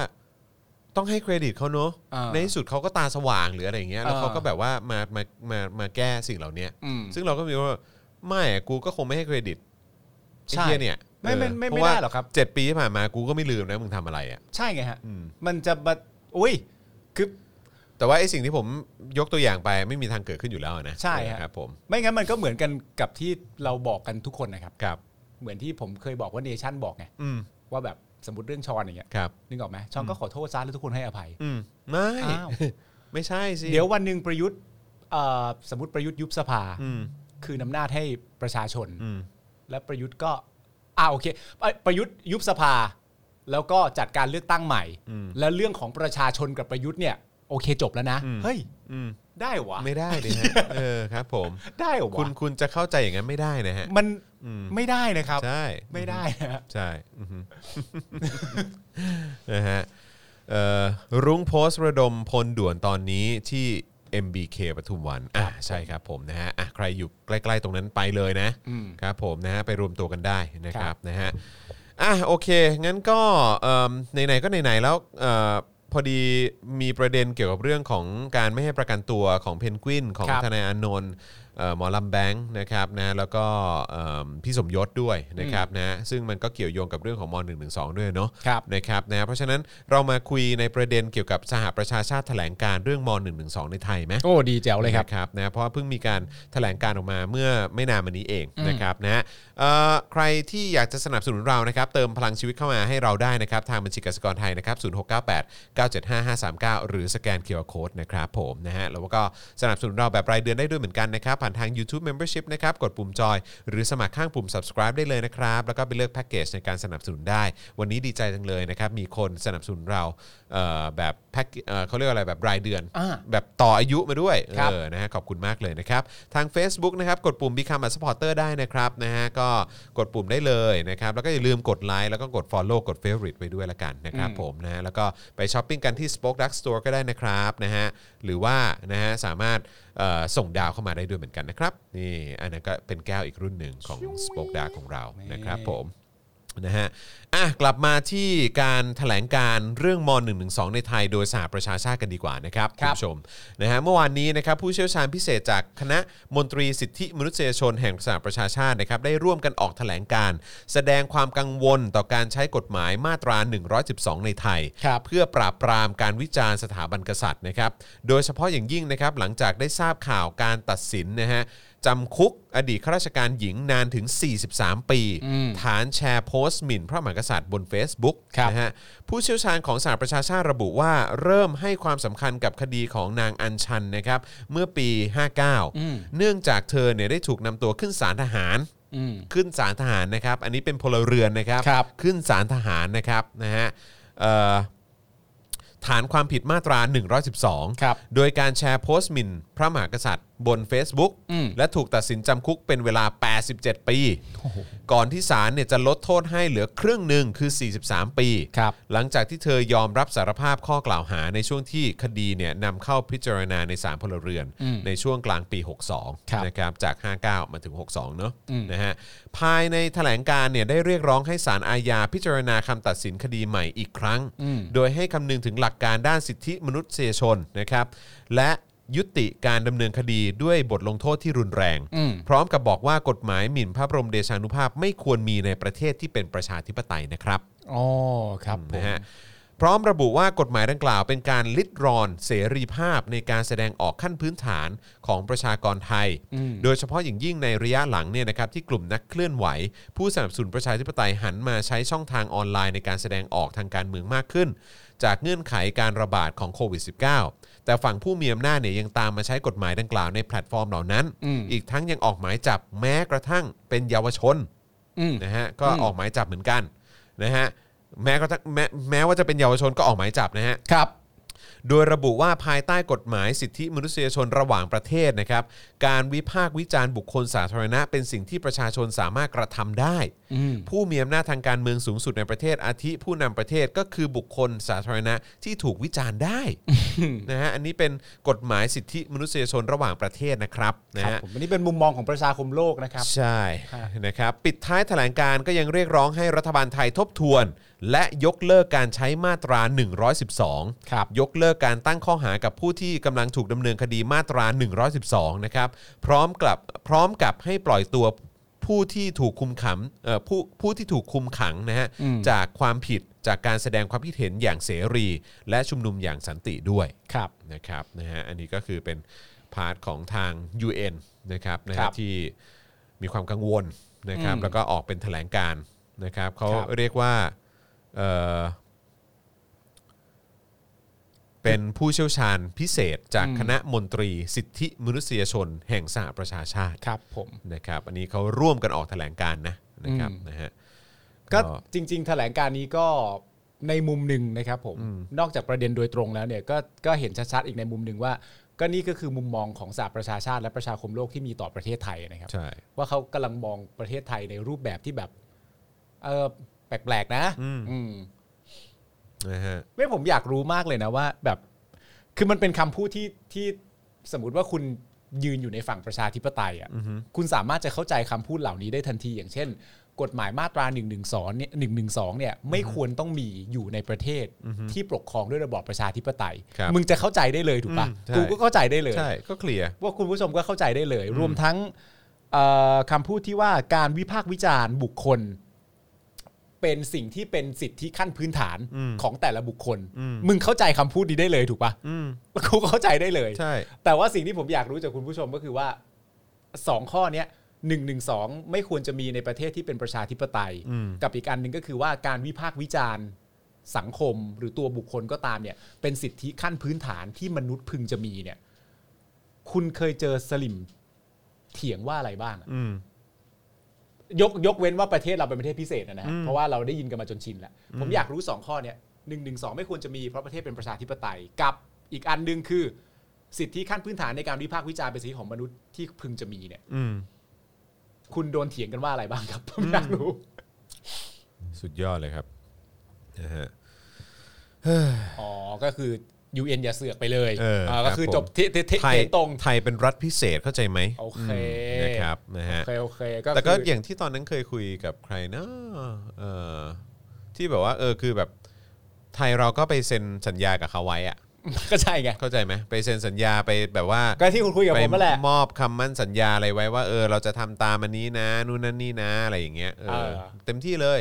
B: ต้องให้เครดิตเขาเนอะ
C: อ่า
B: ในที่สุดเขาก็ตาสว่างหรืออะไรอย่างเงี้ยแล้ว
C: อ่า
B: เขาก็แบบว่ามามามามาแก้สิ่งเหล่านี้
C: อืม
B: ซึ่งเราก็มีว่าไม่อะกูก็คงไม่ให้เครดิตไอ้
C: ใช่
B: เหี้ยเนี่ย
C: ไม่ไม่ไม่
B: เเพ
C: ไม่
B: ว่า
C: ได้หรอกครับ
B: เจ็ดปีที่ผ่านมากูก็ไม่ลืมนะมึงทำอะไรอ่ะ
C: ใช่ไงฮะ
B: อืม
C: มันจะมาอุ้ยคือ
B: แต่ว่าไอ้สิ่งที่ผมยกตัวอย่างไปไม่มีทางเกิดขึ้นอยู่แล้วนะ
C: ใช่ฮะ
B: ครับผม
C: ไม่งั้นมันก็เหมือนกันกับที่เราบอกกันทุกคนนะครับ
B: ครับ
C: เหมือนที่ผมเคยบอกว่าเนชั่นบอกไง
B: อืม
C: ว่าแบบสมมติเรื่องชอนอย่างเงี้ย
B: ครับ
C: นึกออกไหมช่องก็ขอโทษซะแล้วทุกคนให้อภัย
B: อืมไม่
C: อ้าว
B: ไม่ใช่สิ
C: เดี๋ยววันหนึ่งประยุทธ์เอ่อสมมติประยุทธ์ยุบสภา
B: อืม
C: คือนอำนาจให้ประชาชน
B: อืม
C: และประยุทธ์ก็อ่าโอเคเอ่อประยุทธ์ยุบสภา แล้วก็จัดการเลือกตั้งใหม่ แล้วเรื่องของประชาชนกับประยุทธ์เนี่ยโอเคจบแล้วนะ เฮ้ย
B: อืม
C: ได้เหรอวะ
B: ไม่ได้เลยฮะเออครับ ผม
C: [LAUGHS] ได้เหรอวะ
B: คุณคุณจะเข้าใจอย่างนั้นไม่ได้นะฮะ
C: มัน
B: อืม
C: ไม่ได้นะครับ
B: ใช่
C: ไม่ได้นะฮะ
B: ใช่อือฮึ นะฮะเอ่อรุ้งโพสต์ระดมพลด่วนตอนนี้ที่ MBK ปทุมวันอ่ะใช่ครับผมนะฮะอ่ะใครอยู่ใกล้ๆตรงนั้นไปเลยนะ
C: อืม
B: ครับผมนะฮะไปรวมตัวกันได้นะค
C: ค
B: รั
C: รั
B: บบ นะฮะอ่ะโอเค งั้นก็เอิ่มไหนๆก็ไหนๆแล้วเอ่อพอดีมีประเด็นเกี่ยวกับเรื่องของการไม่ให้ประกันตัวของเพนกวินของ
C: ครับ
B: ทนายอานนท์เอ่อหมอลำแบงค์นะครับนะแล้วก็เอิ่มพี่สมยศด้วยนะครับนะซึ่งมันก็เกี่ยวโยงกับเรื่องของม .112 ด้วยเนาะ
C: ครับ
B: นะครับนะเพราะฉะนั้นเรามาคุยในประเด็นเกี่ยวกับสหประชาชาติแถลงการเรื่องม .112 ในไทยไหม
C: โอ้ดีแจ๋วเลยครับ
B: นะครับนะเพราะว่าเพิ่งมีการแถลงการออกมาเมื่อไม่นานมานี้เองนะครับนะเอ่อใครที่อยากจะสนับสนุนเรานะครับเติมพลังชีวิตเข้ามาให้เราได้นะครับทางบัญชีกสิกรไทยนะครับ0698 975 539 หรือสแกนเคอร์โคดนะครับผมนะฮะแล้วก็สนับสนุนเราแบบรายเดือนได้ด้วยเหมือนกันนะครับ ผ่านทาง YouTube Membership นะครับกดปุ่มจอย หรือสมัครข้างปุ่ม subscribe ได้เลยนะครับ แล้วก็ไปเลือกแพ็กเกจในการสนับสนุนได้ วันนี้ดีใจจังเลยนะครับมีคนสนับสนุนเราเอ่อแบบแพ็กเอ่อเขาเรียกว่าอะไรแบบรายเดือน
C: อ่า
B: แบบต่ออายุมาด้วย
C: ครับ
B: เออนะฮะขอบคุณมากเลยนะครับ ทาง Facebook นะครับกดปุ่ม Become a supporter ได้นะครับนะฮะก็กดปุ่มได้เลยนะครับ แล้วก็อย่าลืมกดไลค์แล้วก็กด Follow กด Favorite ไปด้วยละกันนะครับผมนะฮะแล้วก็ไปช้อปปิ้งกันที่ Spoke Dark Store ก็ได้นะครับนะฮะหรือว่านะฮะสามารถเอ่อส่งดาวเข้ามาได้ด้วยเหมือนกันนะครับ นี่อันนั้นก็เป็นแก้วอีกรุ่นหนึ่งของ Spoke Dark ของเรานะครับผม นะฮะ อ่ะ กลับมาที่การถแถลงการเรื่องม .112 ในไทยโดยสหประชาชาติกันดีกว่านะครับ
C: ค
B: ณ
C: รับ
B: ผู้ชม นะฮะ เมื่อวานนี้นะครับผู้เชี่ยวชาญพิเศษจากคณะมนตรีสิทธิมนุษยชนแห่งสหประชาชาตินะครับได้ร่วมกันออกถแถลงการ แสดงความกังวลต่อการใช้กฎหมายมาตรา 112 ในไทย
C: ครับ
B: เพื่อปราบปรามการวิจารณ์สถาบันกษัตริย์นะครับ โดยเฉพาะอย่างยิ่งนะครับหลังจากได้ทราบข่าวการตัดสินนะฮะจำคุกอดีตข้าราชการหญิงนานถึง 43 ปี ฐานแชร์โพสต์หมิ่นพระมหากษัตริย์บน Facebook
C: ครับ
B: นะฮะผู้เชี่ยวชาญของสหประชาชาติระบุว่าเริ่มให้ความสำคัญกับคดีของนางอัญชันนะครับเมื่อปี 59 เนื่องจากเธอเนี่ยได้ถูกนำตัวขึ้นศาลทหาร
C: อืม
B: ขึ้นศาลทหารนะครับ อันนี้เป็นพลเรือนนะครับ
C: ครับ
B: ขึ้นศาลทหารนะครับนะฮะเอ่อฐานความผิดมาตรา 112
C: ครับ
B: โดยการแชร์โพสต์หมิ่นพระมหากษัตริย์บน Facebook
C: อืม
B: และถูกตัดสินจำคุกเป็นเวลา 87 ปี ก่อนที่ศาลเนี่ยจะลดโทษให้เหลือครึ่งหนึ่งคือ 43 ปี
C: ครับ
B: หลังจากที่เธอยอมรับสารภาพข้อกล่าวหาในช่วงที่คดีเนี่ยนำเข้าพิจารณาในศาลพลเรือน ในช่วงกลางปี
C: ครับ
B: 62 นะครับ จาก 59 มาถึง 62 เนอะ
C: อืม
B: นะฮะ ภายในแถลงการเนี่ยได้เรียกร้องให้ศาลอาญาพิจารณาคำตัดสินคดีใหม่อีกครั้ง โดยให้คำนึงถึงหลักการด้านสิทธิมนุษยชนนะครับ และยุติการดำเนินคดีด้วยบทลงโทษที่รุนแรง พร้อมกับบอกว่ากฎหมายหมิ่นพระบรมเดชานุภาพไม่ควรมีในประเทศที่เป็นประชาธิปไตยนะครับ
C: อ๋อครับผม
B: นะฮะ พร้อมระบุว่ากฎหมายดังกล่าวเป็นการลิดรอนเสรีภาพในการแสดงออกขั้นพื้นฐานของประชากรไทย โดยเฉพาะอย่างยิ่งในระยะหลังเนี่ยนะครับที่กลุ่มนักเคลื่อนไหว ผู้สนับสนุนประชาธิปไตยหันมาใช้ช่องทางออนไลน์ในการแสดงออกทางการเมืองมากขึ้น จากเงื่อนไขการระบาดของโควิด -19 แต่ฝั่งผู้มีอำนาจเนี่ยยังตามมาใช้กฎหมายดังกล่าวในแพลตฟอร์มเหล่านั้น อีกทั้งยังออกหมายจับแม้กระทั่งเป็นเยาวชน
C: อืม
B: นะฮะก็
C: อืม
B: ออกหมายจับเหมือนกันนะฮะแม้กระทั่งแม้แม้ว่าจะเป็นเยาวชนก็ออกหมายจับนะฮะ
C: ครับ
B: โดยระบุว่าภายใต้กฎหมายสิทธิมนุษยชนระหว่างประเทศนะครับ การวิพากษ์วิจารณ์บุคคลสาธารณะ เป็นสิ่งที่ประชาชนสามารถกระทำได้ ผู้มีอำนาจทางการเมืองสูงสุดในประเทศอาทิผู้นำประเทศก็คือบุคคลสาธารณะที่ถูกวิจารณ์ได้นะฮะอันนี้เป็นกฎหมายสิทธิมนุษยชนระหว่างประเทศนะครับนะครับ ฮะ
C: ผมอันนี้เป็นมุมมองของประชาคมโลกนะครับ
B: ใช่
C: ฮะ
B: นะครับปิดท้ายแถลงการก็ยังเรียกร้องให้รัฐบาลไทยทบทวน และยกเลิกการใช้มาตรา 112
C: ครับ
B: ยกเลิกการตั้งข้อหากับผู้ที่กำลังถูกดำเนินคดีมาตรา 112 นะครับ พร้อมกับพร้อมกับให้ปล่อยตัวผู้ที่ถูกคุมขังเอ่อผู้ผู้ที่ถูกคุมขังนะฮะจากความผิดจากการแสดงความคิดเห็นอย่างเสรี และชุมนุมอย่างสันติด้วย
C: ครับ
B: นะครับนะฮะอันนี้ก็คือเป็นพาร์ทของทาง UN นะครับนะ
C: ครั
B: ฮะ
C: บ
B: ที่มีความกังวลนะครับ
C: อืม
B: แล้วก็ออกเป็นแถลงการณ์นะครับเขา
C: ครับ
B: เรียกว่าเอ่อ เป็นผู้เชี่ยวชาญพิเศษจากคณะมนตรีสิทธิมนุษยชน แห่งสหประชาชาติ
C: ครับผม
B: นะครับ อันนี้เขาร่วมกันออกแถลงการณ์นะนะครับ
C: อืม
B: นะฮะ
C: ก็จริง ๆ แถลงการนี้ก็ในมุมหนึ่งนะครับผมนอกจากประเด็นโดยตรงแล้วเนี่ยก็ก็เห็นชัดๆอีกในมุมหนึ่งว่า ก็นี่ก็คือมุมมองของสหประชาชาติและประชาคมโลกที่มีต่อประเทศไทยนะครับ
B: ใช่
C: ว่าเขากำลังมองประเทศไทยในรูปแบบที่แบบ เออแปลกๆนะ อืม
B: นะฮะ
C: ไม่ผมอยากรู้มากเลยนะว่า แบบ คือมันเป็นคำพูดที่ที่สมมติว่าคุณยืนอยู่ในฝั่งประชาธิปไตยอ่ะคุณสามารถจะเข้าใจคำพูดเหล่านี้ได้ทันที อย่างเช่น กฎหมายมาตรา1นึเนี่ยหนึ่งหนึ่งสองเนี่ยไม่ควรต้องมีอยู่ในประเทศที่ปกครองด้วยระบอบประชาธิปไตย
B: ครับ
C: มึงจะเข้าใจได้เลยถูกปะ
B: อืมใช่
C: กูก็เข้าใจได้เลย
B: ใช่ ก็เคลียร์
C: ว่าคุณผู้ชมก็เข้าใจได้เลย รวมทั้งเอ่อคำพูดที่ว่าการวิพากษ์วิจารณ์บุคคล เป็นสิ่งที่เป็นสิทธิขั้นพื้นฐานของแต่ละบุคคล มึงเข้าใจคำพูดนี้ได้เลยถูกปะ
B: อืม
C: กูก็เข้าใจได้เลย
B: ใช่
C: แต่ว่าสิ่งที่ผมอยากรู้จากคุณผู้ชมก็คือว่าสองข้อเนี้ยหนึ่งหนึ่งสองไม่ควรจะมีในประเทศที่เป็นประชาธิปไตย
B: อืม
C: กับอีกอันหนึ่งก็คือว่าการวิพากษ์วิจารณ์สังคมหรือตัวบุคคลก็ตามเนี่ย เป็นสิทธิขั้นพื้นฐานที่มนุษย์พึงจะมีเนี่ย คุณเคยเจอสลิมเถียงว่าอะไรบ้างอะ
B: อืม
C: ยกยกเว้นว่าประเทศเราเป็นประเทศพิเศษนะนะฮะเพราะว่าเราได้ยินกันมาจนชินแล้วผมอยากรู้สองข้อเนี่ยหนึ่งหนึ่งสองไม่ควรจะมีเพราะประเทศเป็นประชาธิปไตยกับอีกอันหนึ่งคือ สิทธิขั้นพื้นฐานในการวิพากษ์วิจารณ์เป็นสิทธิของมนุษย์ที่พึงจะมีเนี่ย
B: อืม
C: คุณโดนเถียงกันว่าอะไรบ้างครับ ผมอยากรู้
B: สุดยอดเลยครับนะฮะ
C: อ๋อ ก็คือ UN อย่าเสือกไปเลย
B: เออ
C: เออก็คือ
B: ครับผม
C: จบที่ที่ที่
B: ไทย
C: ที่ตรง
B: ไทยเป็นรัฐพิเศษเข้าใจไหม
C: โอเค
B: มนะครับนะฮะ
C: โอเคโอเคก็
B: แต่ก็
C: คืออ
B: อย่างที่ตอนนั้นเคยคุยกับใครนะเออที่แบบว่า เออคือแบบไทยเราก็ไปเซ็นสัญญากับเขาไว้อะ
C: ก็ใช่ไง
B: เข้าใจไหมไปเซ็นสัญญาไปแบบว่า
C: ก็ที่คุณคุยกับ
B: ไป
C: ผมนั่นแหละ
B: มอบคำมั่นสัญญาอะไรไว้ว่าเออเราจะทำตามอันนี้นะนู่นนั่นนี่นะอะไรอย่างเงี้ยเอ
C: เอ
B: อ
C: อ
B: เต็มที่เลย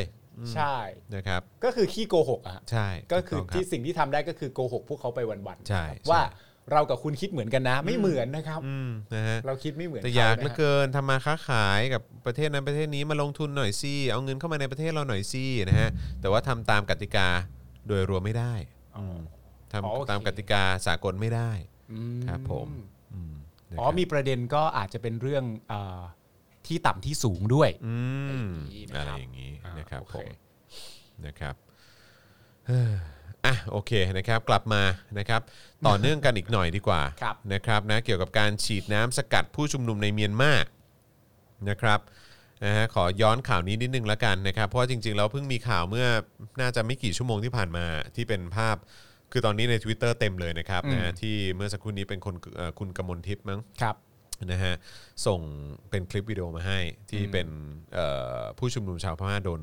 C: ใช่
B: นะครับ
C: ก็คือขี้โกหกอะฮะ
B: ใช่
C: ก็คื
B: ถู
C: อ
B: ต้งรับ
C: ที่สิ่งที่ทำได้ก็คือโกหกพวกเขาไปวันๆ
B: ใช่
C: ครับว่า
B: ใช่
C: เรากับคุณคิดเหมือนกันนะ ไม่เหมือนนะครับ
B: อืมนะฮะ
C: เราคิดไม่เหมือน
B: แต่อยาก
C: ข
B: เหลือ
C: นะฮะ
B: เกินทำมาค้าขายกับประเทศนั้นประเทศนี้มาลงทุนหน่อยสิเอาเงินเข้ามาในประเทศเราหน่อยสินะฮะแต่ว่าทำตามกติกาโดยรวมไม่ได้
C: อ๋อ
B: ทำ
C: อ๋อโอเค
B: ตามกติกาสากลไม่ได้
C: อื
B: ครับผมมนะ
C: อ๋อ
B: ครับ
C: มีประเด็นก็อาจจะเป็นเรื่องเอ่อที่ต่ำที่สูงด้วย
B: อืม
C: อะ
B: อะไร ไรอย่
C: อา
B: ย่าง ง
C: นี้
B: นี้
C: อ่าน
B: นะครับ
C: โอ
B: ผ
C: เค
B: มนะครับ [SIGHS] เอ่ออ่ะโอเคนะครับกลับมานะครับ ต่อเนื่องกันอีกหน่อยดีกว่า
C: ครับ
B: นะครับนะเกี่ยวกับการฉีดน้ำสกัดผู้ชุมนุมในเมียนมานะครับนะฮะขอย้อนข่าวนี้นิดนึงละกันนะครับ เพราะว่าจริงๆแล้วเพิ่งมีข่าวเมื่อน่าจะไม่กี่ชั่วโมงที่ผ่านมาที่เป็นภาพคือตอนนี้ใน Twitter เต็มเลยนะครับนะฮะที่เมื่อสักครู่นี้เป็นคนเอ่อคุณกมลทิพย์มั้ง
C: ครับ
B: นะฮะส่งเป็นคลิปวิดีโอมาให้ที่เป็นเอ่อผู้ชุมนุมชาวพม่าโดน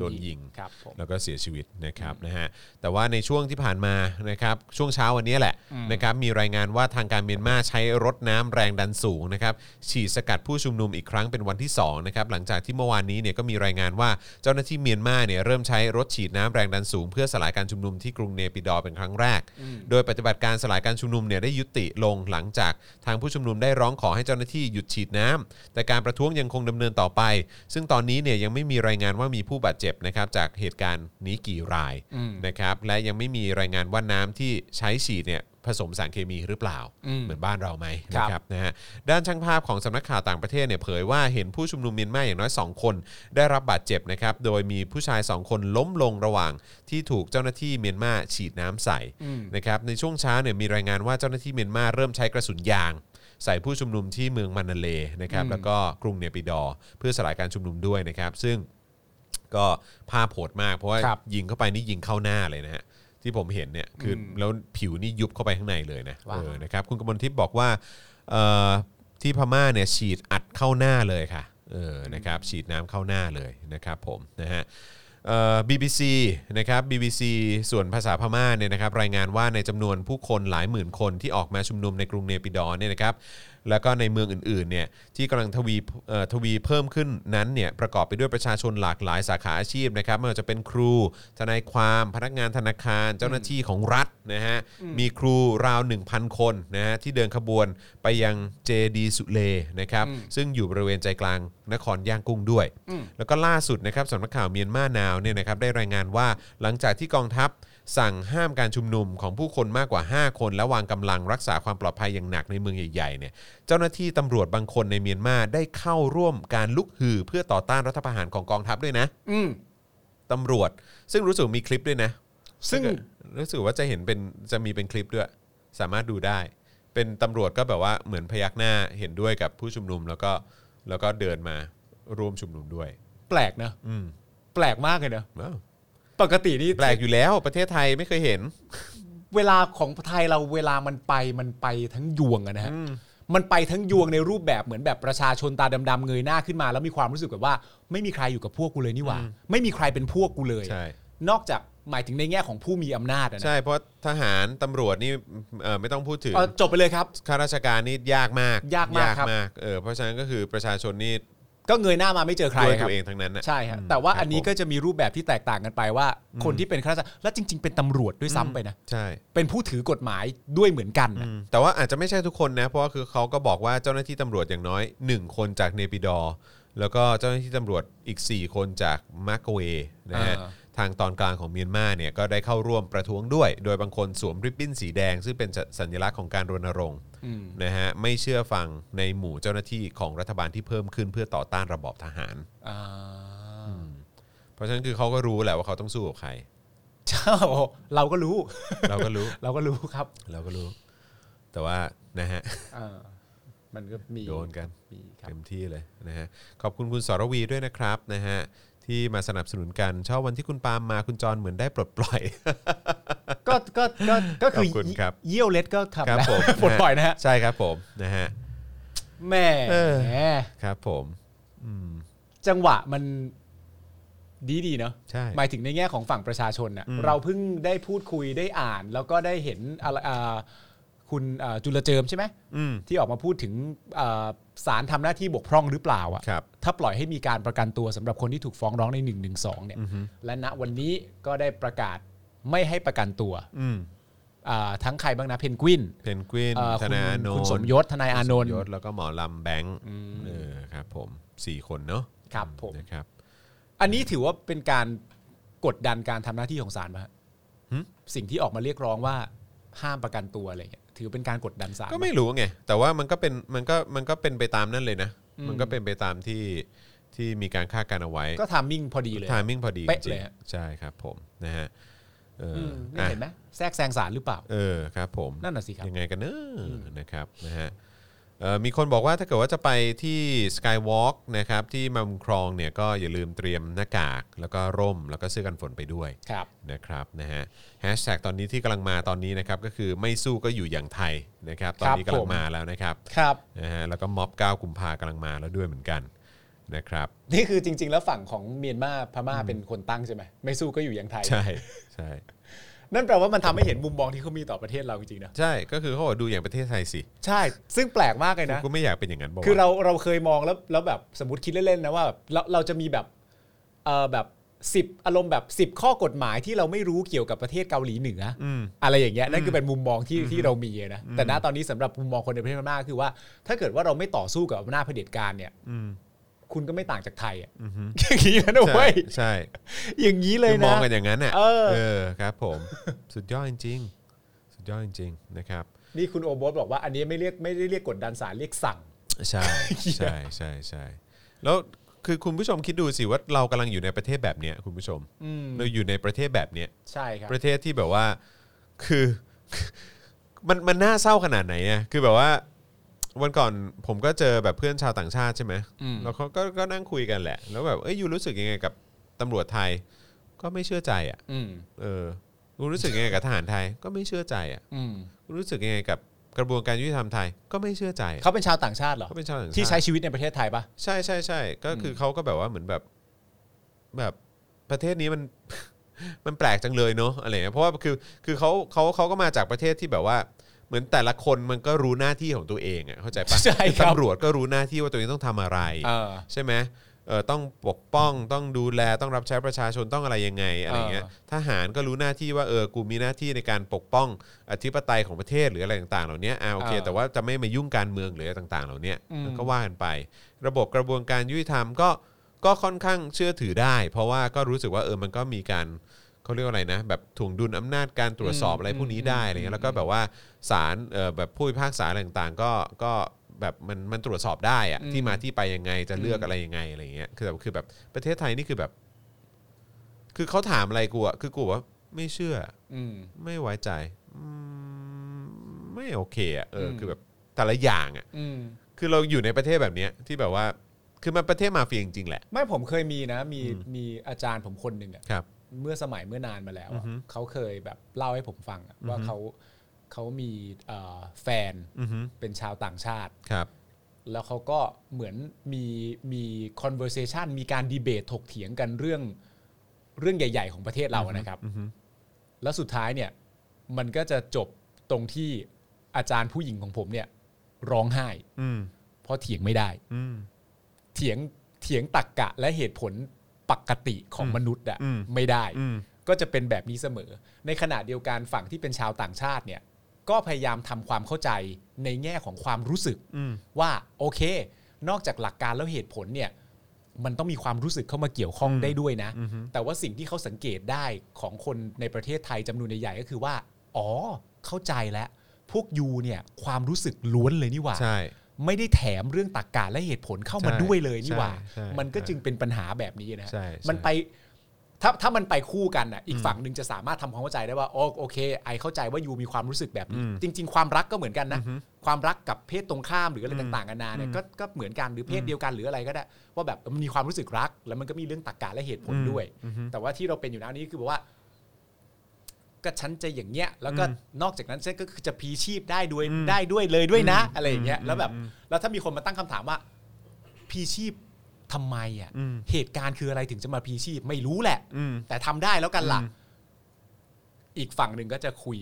B: โดนยิง
C: ครับผม
B: แล้วก็เสียชีวิตนะครับนะฮะแต่ว่าในช่วงที่ผ่านมานะครับช่วงเช้าวันนี้แหละนะครับมีรายงานว่าทางการเมียนมาใช้รถน้ำแรงดันสูงนะครับฉีดสกัดผู้ชุมนุมอีกครั้งเป็นวันที่2นะครับหลังจากที่เมื่อวานนี้เนี่ยก็มีรายงานว่าเจ้าหน้าที่เมียนมาเนี่ยเริ่มใช้รถฉีดน้ำแรงดันสูง เพื่อสลายการชุมนุมที่กรุงเนปิดอร์เป็นครั้งแรก โดยปฏิบัติการสลายการชุมนุมเนี่ยได้ยุติลงหลังจากทางผู้ชุมนุมได้ร้องขอให้เจ้าหน้าที่หยุดฉีดน้ำแต่การประท้วงยังคงดำเนินต่อไป ซึ่งตอนนี้เนี่ยยังไม่มีรายงานว่ามีผู้บาดเจ็บนะครับจากเหตุการณ์นี้กี่รายนะครับและยังไม่มีรายงานว่าน้ำที่ใช้ฉีดเนี่ยผสมสารเคมีหรือเปล่า เหมือนบ้านเราไหม
C: ครับ
B: นะ นะฮะด้านช่างภาพของสำนักข่าวต่างประเทศเนี่ยเผยว่าเห็นผู้ชุมนุมเมียนมาอย่างน้อย 2 คน ได้รับบาดเจ็บนะครับโดยมีผู้ชาย 2 คนล้มลงระหว่างที่ถูกเจ้าหน้าที่เมียนมาฉีดน้ำใส่นะครับในช่วงเช้าเนี่ยมีรายงานว่าเจ้าหน้าที่เมียนมาเริ่มใช้กระสุนยาง ใส่ผู้ชุมนุมที่เมืองมานาเลย์นะครับแล้วก็กรุงเนปิดอร์เพื่อสลายการชุมนุมด้วยนะครับ ซึ่งก็ภาพโหดมาก เพราะว่า
C: ครับ
B: ยิงเข้าไปนี่ยิงเข้าหน้าเลยนะฮะที่ผมเห็นเนี่ยคืออแล้วผิวนี่ยุบเข้าไปข้างในเลยนะ
C: ว้าว
B: เออนะครับคุณกมลทิพย์บอกว่าเอ่อที่พม่าเนี่ยฉีดอัดเข้าหน้าเลยค่ะเออนะครับฉีดน้ำเข้าหน้าเลยนะครับผมนะฮะเอ่อ BBC นะครับ BBC ส่วนภาษาพม่าเนี่ยนะครับรายงานว่าในจำนวนผู้คนหลายหมื่นคนที่ออกมาชุมนุมในกรุงเนปิดอร์เนี่ยนะครับแล้วก็ในเมืองอื่นๆเนี่ยที่กำลังทวีเอ่อทวีเพิ่มขึ้นนั้นเนี่ยประกอบไปด้วยประชาชนหลากหลายสาขาอาชีพนะครับไม่ว่าจะเป็นครู ทนายความพนักงานธนาคารเจ้าหน้าที่ของรัฐนะฮะมีครูราว 1,000 คนนะฮะที่เดินขบวนไปยังเจดีสุเลนะครับซึ่งอยู่บริเวณใจกลางนครย่างกุ้งด้วย แล้วก็ล่าสุดนะครับสำนักข่าวเมียนมานาวเนี่ยนะครับได้รายงานว่าหลังจากที่กองทัพ สั่งห้ามการชุมนุมของผู้คนมากกว่า 5 คน และวางกำลังรักษาความปลอดภัยอย่างหนักในเมืองใหญ่ๆเนี่ยเจ้าหน้าที่ตำรวจบางคนในเมียนมาได้เข้าร่วมการลุกฮือเพื่อต่อต้านรัฐประหารของกองทัพด้วยนะ
C: อืม
B: ตำรวจ ซึ่งรู้สึกมีคลิปด้วยนะ
C: ซึ่ง
B: ถ้าเกิดรู้สึกว่าจะเห็นเป็นจะมีเป็นคลิปด้วย สามารถดูได้ เป็นตำรวจก็แบบว่าเหมือนพยักหน้าเห็นด้วยกับผู้ชุมนุมแล้วก็แล้วก็เดินมาร่วมชุมนุมด้วย
C: แปลกเนอะ
B: อืม
C: แปลกมากเลยเนอะ
B: ว้าว
C: ปกตินี่
B: แปลกอยู่แล้วประเทศไทยไม่เคยเห็น
C: เวลาของไทยเราเวลามันไปมันไปทั้งยวงอะนะฮะมันไปทั้งยวงในรูปแบบเหมือนแบบประชาชนตาดำๆเงยหน้าขึ้นมา แล้วมีความรู้สึกแบบว่า ไม่มีใครอยู่กับพวกกูเลยนี่หว่า ไม่มีใครเป็นพวกกูเลย
B: ใช่
C: นอกจากหมายถึงในแง่ของผู้มีอำนาจอะนะ
B: ใช่เพราะทหารตำรวจนี่เอ่อไม่ต้องพูดถึง
C: เอาจบไปเลยครับ
B: ข้าราชการนี่ยากมาก
C: ยากมากครับ
B: เออเพราะฉะนั้นก็คือประชาชนนี่
C: ก็เงยหน้ามาไม่เจอใคร
B: ด้วย
C: ครั
B: ตั
C: บ
B: วเองทั้งนั้นน่ะ
C: ใช่ฮะแต่ว่า
B: ครับ
C: อันนี้
B: ผม
C: ก็จะมีรูปแบบที่แตกต่างกันไปว่า คนที่เป็นข้าราชการและจริง ๆ เป็นตำรวจด้วยซ้ำไปนะ
B: ใช่
C: เป็นผู้ถือกฎหมายด้วยเหมือนกันนะ
B: แต่ว่าอาจจะไม่ใช่ทุกคนนะ เพราะว่าคือเขาก็บอกว่าเจ้าหน้าที่ตำรวจอย่างน้อย 1 คนจากเนปิดอร์แล้วก็เจ้าหน้าที่ตำรวจอีก 4 คนจากมาโกเวนะฮะ
C: อ่า
B: ทางตอนกลางของเมียนมาเนี่ยก็ได้เข้าร่วมประท้วงด้วย โดยบางคนสวมริบบิ้นสีแดง ซึ่งเป็นสัญลักษณ์ของการรณรงค์นะฮะไม่เชื่อฟังในหมู่เจ้าหน้าที่ของรัฐบาลที่เพิ่มขึ้นเพื่อต่อต้านระบอบทหาร
C: อ่า
B: เพราะฉะนั้นคือเขาก็รู้แหละว่าเขาต้องสู้กับใคร
C: เจ้าเราก็รู้ [LAUGHS]
B: เราก็รู้
C: เราก็รู้ครับ
B: [LAUGHS] เราก็รู้ แต่ว่านะฮะ
C: เออมันก็มี
B: โดนกัน
C: มีครับ
B: เต็มที่เลยนะฮะขอบคุณคุณสรวีด้วยนะครับนะฮะที่มาสนับสนุนกันชอบวันที่คุณปาล์มมาคุณจรเหมือนได้ปลดปล่อย
C: ก็ก็ก็ก็คือ
B: ขอบคุณครับ
C: เยี่ยวเล็ดก็ทำ
B: ครับ
C: แล้ว
B: ผม
C: ปลดปล่อยนะฮะ
B: ใช่ครับผมนะฮะ
C: แหม่
B: เออ
C: แหม
B: ครับผม
C: จังหวะมันดีดีๆเนาะ
B: ใช่
C: หมายถึงในแง่ของฝั่งประชาชนน่ะเราเพิ่งได้พูดคุยได้อ่าน แล้วก็ได้เห็นอะไรอ่าคุณอ่าจุลเจิมใช่ไหม
B: อืม
C: ที่ออกมาพูดถึงเอ่อศาลทำหน้าที่บกพร่องหรือเปล่าอะ
B: ครับ
C: ถ้าปล่อยให้มีการประกันตัวสำหรับคนที่ถูกฟ้องร้องใน1นึเนี่ยและณวันนี้ก็ได้ประกาศไม่ให้ประกันตัว
B: อืม
C: อ่าทั้งใครบ้างนะเพนกวิน
B: เพนกวิน
C: เอ่อ
B: ธ
C: คุณ
B: นาโน
C: คุณสมยศทนายอานนท์
B: ยศแล้วก็หมอลำแบงค์เออครับผมสี่คนเนาะ
C: ครับผม
B: นะครับ
C: อันนี้ถือว่าเป็นการกดดันการทำหน้าที่ของศาลไหมฮะ
B: หึ
C: สิ่งที่ออกมาเรียกร้องว่าห้ามประกันตัวอะไรเงี้ยถือเป็นการกดดันศาล
B: ก็ไม่รู้ไงแต่ว่ามันก็เป็นมันก็มันก็เป็นไปตามนั่นเลยนะ มันก็เป็นไปตามที่ที่มีการคาดการณ์เอาไว้
C: ก็ทามมิ่งพอดีเลย
B: ทามมิ่งพอดี
C: เป๊ะ
B: จริ
C: เล
B: ง
C: ยฮะ
B: ๆใช่ครับผมนะฮะเออ
C: อืมนี่
B: อ่ะ
C: เห็นไหมแทรกแซงศาลหรือเปล่า
B: เออครับผม
C: นั่นน่ะสิครับ
B: ยังไงกันเนอะนะครับนะฮะเอ่อมีคนบอกว่าถ้าเกิดว่าจะไปที่ Skywalk นะครับที่มาบุญครองเนี่ยก็อย่าลืมเตรียมหน้ากาก แล้วก็ร่มแล้วก็เสื้อกันฝนไปด้วย
C: ครับ
B: นะครับนะฮะแฮชแท็กตอนนี้ที่กำลังมาตอนนี้นะครับก็คือไม่สู้ก็อยู่อย่างไทยนะครับตอนนี้
C: ครับ
B: กำลั
C: ผ
B: ง
C: ม
B: มาแล้วนะครับ
C: ครับ
B: นะฮะแล้วก็ม็อบ9กุมภากำลังมาแล้วด้วยเหมือนกัน นะครับ
C: นี่คือจริง ๆ แล้วฝั่งของเมียนมาพม่าเป็นคนตั้งใช่ไหมไม่สู้ก็อยู่ยังไทย
B: ใช่ใช่
C: นั่นแปลว่ามันทำให้เห็นมุมมองที่เขามีต่อประเทศเราจริงๆนะ
B: ใช่ก็คือเขาบอกดูอย่างประเทศไทยสิ
C: ใช่ ซึ่งแปลกมากเลยนะ
B: กูไม่อยากเป็นอย่างนั้นบอก
C: คือเราเราเคยมองแล้วแล้วแบบสมมติคิดเล่นๆนะว่าแบบเราเราจะมีแบบเออแบบสิบอารมณ์แบบสิบข้อกฎหมายที่เราไม่รู้เกี่ยวกับประเทศเกาหลีเหนืออ
B: อืม
C: อะไรอย่างเงี้ยนั่นคือเป็นมุมมองที่ที่เรามีนะแต่ณตอนนี้สำหรับมุมมองคนในประเทศพม่าคือว่า ถ้าเกิดว่าเราไม่ต่อสู้กับอำนาจเผด็จการเนี่ย
B: อืม
C: คุณก็ไม่ต่างจากไทยอะ
B: อือฮึ
C: อย่างนี้นะ
B: ใช่
C: เว้ย
B: ใช่
C: อย่างนี้เล
B: คื
C: ย
B: อม
C: นะ
B: องกันอย่างนั้นอ่ะ
C: เออ
B: ครับผม สุดยอดจริงๆสุดยอดจริงๆนะครับ
C: นี่คุณโอโบสบอกว่าอันนี้ไม่เรียกไม่ได้เรียกกดดันสารเรียกสั่ง
B: ใช่
C: [LAUGHS]
B: ใช่ใช่ใช่แล้วคือคุณผู้ชมคิดดูสิว่าเรากำลังอยู่ในประเทศแบบเนี้ยคุณผู้ชม
C: อืม
B: เราอยู่ในประเทศแบบเนี้ย
C: ใช่ครับ
B: ประเทศที่แบบว่าคือ [LAUGHS] มันมันน่าเศร้าขนาดไหนอะคือแบบว่า วันก่อนผมก็เจอแบบเพื่อนชาวต่างชาติใช่ไหม
C: อืม
B: แล้วเขาก็ก็นั่งคุยกันแหละ แล้วแบบเอ้ยยูรู้สึกยังไงกับตำรวจไทย ก็ไม่เชื่อใจอ่ะ
C: อืม
B: เออกูรู้สึกยังไงกับทหารไทย ก็ไม่เชื่อใจอ่ะ
C: อืม
B: กูรู้สึกยังไงกับกระบวนการยุติธรรมไทย ก็ไม่เชื่อใจอะ
C: เขาเป็นชาวต่างชาติเหรอ
B: เขาเป็นชาวต่างชาติ
C: ที่ใช้ชีวิตในประเทศไทยปะ
B: ใช่ใช่ใช่ก็คือเขาก็แบบว่าเหมือนแบบแบบประเทศนี้มัน [LAUGHS] มันแปลกจังเลยเนอะอะไรเงี้ยเพราะว่าคือคือเขาเขาเขาก็มาจากประเทศที่แบบว่า เหมือนแต่ละคนมันก็รู้หน้าที่ของตัวเองอ่ะเข้าใจปะ
C: ใช่ครับ
B: ตำรวจก็รู้หน้าที่ว่าตัวเองต้องทำอะไร
C: เออ
B: ใช่ไหมเออต้องปกป้องต้องดูแลต้องรับใช้ประชาชนต้องอะไรยังไงอะไรเงี้ย
C: เออ
B: ทหารก็รู้หน้าที่ว่าเออกูมีหน้าที่ในการปกป้องอธิปไตยของประเทศหรืออะไรต่างๆ เหล่านี้อ่าโอเค แต่ว่าจะไม่มายุ่งการเมืองหรืออะไรต่าง ๆ เหล่านี้ก็ว่ากันไป ระบบกระบวนการยุติธรรมก็ก็ค่อนข้างเชื่อถือได้ เพราะว่าก็รู้สึกว่าเออมันก็มีการเขาเรียกว่าอะไรนะแบบถ่วงดุลอำนาจการตรวจสอบอะไรพวกนี้ได้อะไรเงี้ยแล้วก็แบบว่าศาลเอ่อแบบผู้พิพากษาอะไรต่างๆ ก็ก็แบบมันมันตรวจสอบได้อะที่มาที่ไปยังไงจะเลือกอะไรยังไงอะไรเงี้ยคือแบบคือแบบประเทศไทยนี่คือแบบ คือเขาถามอะไรกูอะคือกูบอกว่าไม่เชื่อ
C: อืม
B: ไม่ไว้ใจอืมไม่โอเคอะเอออ
C: ม
B: คือแบบแต่ละอย่างอะ
C: อืม
B: คือเราอยู่ในประเทศแบบเนี้ยที่แบบว่า คือมันประเทศมาเฟียจริงๆแหละ
C: ไม่ผมเคยมีนะมีมีอาจารย์ผมคนหนึ่งอะ
B: ครับ
C: เมื่อสมัยเมื่อนานมาแล้วอะ
B: อือฮึ
C: เขาเคยแบบเล่าให้ผมฟังอะว่าเขาเขามีเอ่อแฟน
B: อือฮึ
C: เป็นชาวต่างชาติ
B: ครับ
C: แล้วเขาก็เหมือนมีมี conversation มีการดีเบตถกเถียงกันเรื่องเรื่องใหญ่ ๆ ของประเทศเราอะนะครับ
B: อือฮึ
C: แล้วสุดท้ายเนี่ยมันก็จะจบตรงที่อาจารย์ผู้หญิงของผมเนี่ยร้องไห้
B: อืม
C: เพราะเถียงไม่ได้
B: อืม
C: เถียงเถียงตักกะและเหตุผลปกติของมนุษย์อะ
B: อืม
C: ไม่ได้
B: อืม
C: ก็จะเป็นแบบนี้เสมอ ในขณะเดียวกันฝั่งที่เป็นชาวต่างชาติเนี่ย ก็พยายามทำความเข้าใจในแง่ของความรู้สึก
B: อืม
C: ว่าโอเค นอกจากหลักการแล้วเหตุผลเนี่ย มันต้องมีความรู้สึกเข้ามาเกี่ยวข้องได้ด้วยนะ แต่ว่าสิ่งที่เขาสังเกตได้ของคนในประเทศไทยจำนวนใหญ่ๆก็คือว่า อ๋อ เข้าใจแล้วพวกยูเนี่ยความรู้สึกล้วนเลยนี่หว่า
B: ใช่
C: ไม่ได้แถมเรื่องตรรกกะและเหตุผลเข้ามา
B: ใช่
C: ด้วยเลยนี่
B: ใช่
C: หว่า
B: ใช่
C: มันก็
B: ใช่
C: จึงเป็นปัญหาแบบนี้นะฮะ
B: ใช่ใช่
C: มันไปถ้าถ้ามันไปคู่กันอ่ะ อีกฝั่งหนึ่งจะสามารถทำความเข้าใจได้ว่าอ๋อโอเคไอเข้าใจว่ายูมีความรู้สึกแบบนี้ จริง ๆ ความรักก็เหมือนกันนะ ความรักกับเพศตรงข้ามหรืออะไรต่างๆกันานาเนี่ยก็ก็เหมือนกันหรือเพศเดียวกันหรืออะไรก็ได้ ว่าแบบมันมีความรู้สึกรัก แล้วมันก็มีเรื่องตรรกกะและเหตุผลด้วย แต่ว่าที่เราเป็นอยู่นะนี้คือแบบว่า ก็ฉันจะอย่างเงี้ยแล้วก็นอกจากนั้นฉันก็คือจะพลีชีพได้ด้วยได้ด้วยเลยด้วยนะ อะไรอย่างเงี้ยแล้วแบบแล้วถ้ามีคนมาตั้งคำถามว่าพลีชีพทำไมอ่ะ
B: อืม
C: เหตุการณ์คืออะไรถึงจะมาพลีชีพ ไม่รู้แหละ
B: อืม
C: แต่ทำได้แล้วกันล่ะ อีกฝั่งหนึ่งก็จะคุย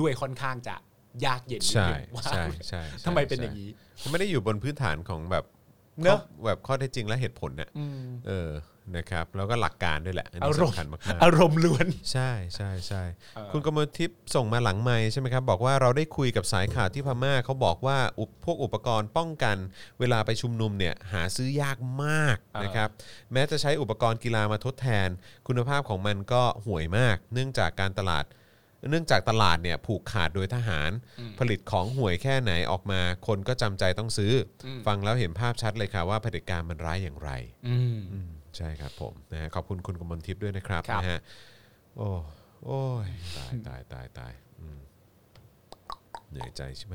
C: ด้วยค่อนข้างจะยากเย็นนิด
B: ใช่
C: นึงว่า
B: ใช่ใช่ใช่
C: ทำไมเป็นอย่าง
B: นี้
C: นี้
B: เขาไม่ได้อยู่บนพื้นฐานของแบบ
C: เนอะ
B: ข้อแบบข้อเท็จจริงและเหตุผลเนี่ยเออนะครับ แล้วก็หลักการด้วยแหละนนี้
C: อารม
B: สำ
C: ณ์
B: คัญมากๆ
C: อารมณ์ล้วน
B: ใช่ใช่ใช่คุณกมลทิพย์ส่งมาหลังไม้ใช่ไหมครับ บอกว่าเราได้คุยกับสายข่าวที่พม่าเขาบอกว่าอุปพวกอุปกรณ์ป้องกัน เวลาไปชุมนุมเนี่ยหาซื้อยากมาก
C: อ่าน
B: นะครับ แม้จะใช้อุปกรณ์กีฬามาทดแทน คุณภาพของมันก็ห่วยมาก เนื่องจากการตลาด เนื่องจากตลาดเนี่ยผูกขาดโดยทหาร ผลิตของห่วยแค่ไหนออกมา คนก็จำใจต้องซื้ออฟังแล้วเห็นภาพชัดเลยค่ะว่าเผด็จการมันร้ายอย่างไร อืมใช่ครับผมนะฮะขอบคุณคุณกมลทิพย์ด้วยนะครับ
C: ครับ
B: นะฮะโอ้โอ้ยตายตายตายตายอืมเหนื่อยใจใช่ไหม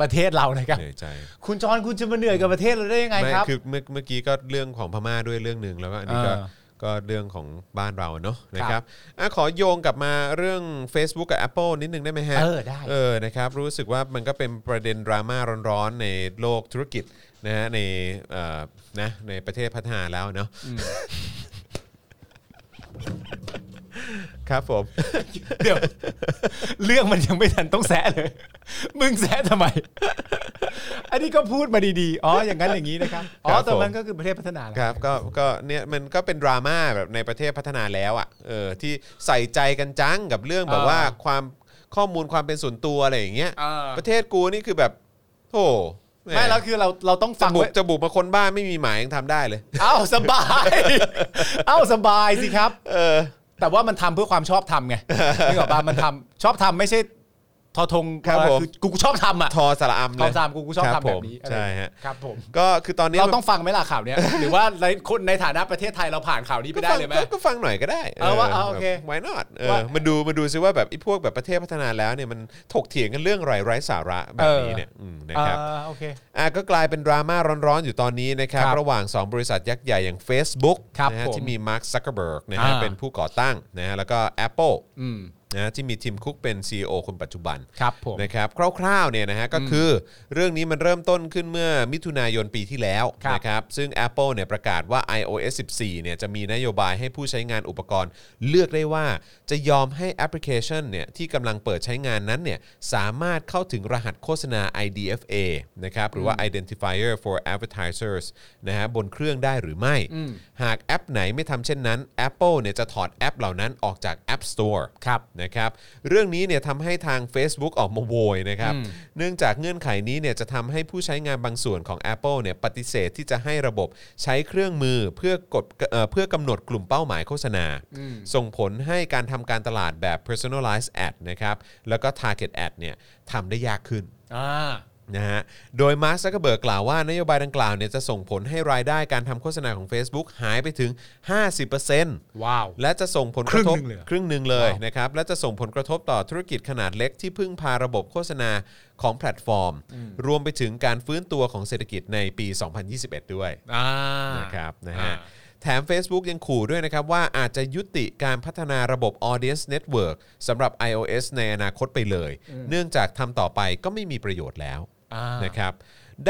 C: ประเทศเรานะครับ
B: เหนื่อยใจ
C: คุณจรคุณจะมาเหนื่อยกับประเทศเราได้ยังไง
B: ไม่
C: ครับ
B: คือเมื่อเมื่อกี้ก็เรื่องของพม่าด้วยเรื่องหนึ่งแล้วก็อันนี้ก็
C: เออ
B: ก็เรื่องของบ้านเราเนอะนะครับอ่ะขอโยงกลับมาเรื่อง Facebook กับ Apple นิดนึงได้ไหมฮะ
C: เออได้
B: เออ นะครับ รู้สึกว่ามันก็เป็นประเด็นดราม่าร้อนๆ ในโลกธุรกิจนะฮะ ในเอ่อนะ ในประเทศพัฒนาแล้วเนาะ [LAUGHS] ครับผม
C: เดี๋ยว
B: [LAUGHS]
C: เรื่องมันยังไม่ทันต้องแซะเลย มึงแซะทำไม อันนี้ก็พูดมาดีๆ อ๋อ อย่างนั้นอย่างนี้นะครับ อ๋
B: ค
C: อ
B: รับผม
C: แต่มันก็คือประเทศพัฒนาแหละ
B: ครับ ก็ ก็ เนี่ย มันก็เป็นดราม่าแบบในประเทศพัฒนาแล้วอ่ะ เออ ที่ใส่ใจกันจังกับเรื่องแบบ
C: อ่า
B: ว่าความข้อมูลความเป็นส่วนตัวอะไรอย่างเงี้ย
C: อ่า
B: ประเทศกูนี่คือแบบโอ้
C: ไม่แล้วคือเราเราต้อง
B: จ
C: ฟัง
B: บุก
C: ไว้
B: จะบุกมาคนบ้านไม่มีหมายยังทำได้เลย [LAUGHS]
C: เอ้าสบาย เอ้าสบายสิครับ
B: เออ
C: แต่ว่ามันทำเพื่อความชอบทำไงนึกออกปะมันทำชอบทำไม่ใช่ทอทง
B: ครับผม
C: อกูชอบทำอ่ะ
B: ทอสระอัม
C: ท
B: เล
C: อย มซามกูกูชอบ
B: ครั
C: ทำแบบนี้
B: ผม
C: อะไร
B: ใช่ฮะ
C: ครับผม
B: ก็คือตอนนี้
C: เราต้องฟังไหมล่ะข่าวเนี้ย หรือว่าในคนในฐานะประเทศไทยเราผ่านข่าวนี้ไป
B: ก็
C: ได้
B: ฟัง
C: เลยไหม
B: ก็ก็ฟังหน่อยก็ได้
C: เอาวะเอาโอเค
B: แบบ why not เออ
C: ว่า
B: มาดูมาดูซิว่าแบบไอ้พวกแบบประเทศพัฒนาแล้วเนี่ยมันถกเถียงกันเรื่องไร้ไร้สาระแบบนี้เนี่ยมนะครับ
C: อ่าโอเค
B: อ่ะก็กลายเป็นดราม่าร้อนๆ อยู่ตอนนี้นะครับ
C: ครับ
B: ระหว่าง 2 บริษัทยักษ์ใหญ่อย่าง Facebook
C: ครับ
B: นะฮะ
C: ผม
B: ที่มี Mark Zuckerberg นะฮะ
C: อ่า
B: เป็นผู้ก่อตั้งนะฮะแล้วก็ Apple
C: อืม
B: นะฮะที่มีทีมคุกเป็น CEO คนปัจจุบัน
C: ครับผม
B: นะครับคร่าวๆเนี่ยนะฮะก็คือเรื่องนี้มันเริ่มต้นขึ้นเมื่อมิถุนายนปีที่แล้ว
C: ครับ
B: นะครับซึ่ง Apple เนี่ยประกาศว่า iOS 14เนี่ยจะมีนโยบายให้ผู้ใช้งานอุปกรณ์ เลือกได้ว่าจะยอมให้แอปพลิเคชันเนี่ยที่กำลังเปิดใช้งานนั้นเนี่ยสามารถเข้าถึงรหัสโฆษณา IDFA นะครับ หรือว่า Identifier for Advertisers นะฮะบนเครื่องได้หรือไม่ หากแอปไหนไม่ทำเช่นนั้น Apple เนี่ยจะถอดแอปเหล่านั้นออกจาก App Store
C: ครับ
B: นะครับเรื่องนี้เนี่ยทำให้ทาง Facebook ออกมาโวยนะครับ เนื่องจากเงื่อนไขนี้เนี่ยจะทำให้ผู้ใช้งานบางส่วนของ Apple เนี่ยปฏิเสธที่จะให้ระบบใช้เครื่องมือเพื่อกดเอ่อเพื่อกำหนดกลุ่มเป้าหมายโฆษณา ส่งผลให้การทำการตลาดแบบ personalized ad นะครับแล้วก็ target ad เนี่ยทำได้ยากขึ้น
C: อ่า
B: นะฮะ โดยมาร์คซักเบิร์กกล่าวว่านโยบายดังกล่าวเนี่ยจะส่งผลให้รายได้การทำโฆษณาของ Facebook หายไปถึง 50%
C: ว้าว
B: และจะส่งผลกระทบ
C: ครึ่งหนึ่งเลย
B: ครึ่งหนึ่งเลย
C: เหรอว้าว
B: นะครับ และจะส่งผลกระทบต่อธุรกิจขนาดเล็กที่พึ่งพาระบบโฆษณาของแพลตฟอร์ม รวมไปถึงการฟื้นตัวของเศรษฐกิจในปี 2021 ด้วย
C: อ่า
B: นะครับนะ
C: อ่า
B: ฮะแถม Facebook ยังขู่ด้วยนะครับ ว่าอาจจะยุติการพัฒนาระบบ Audience Network สำหรับ iOS ในอนาคตไปเลย เนื่องจากทำต่อไปก็ไม่มีประโยชน์แล้ว
C: อ่าน
B: นะครับ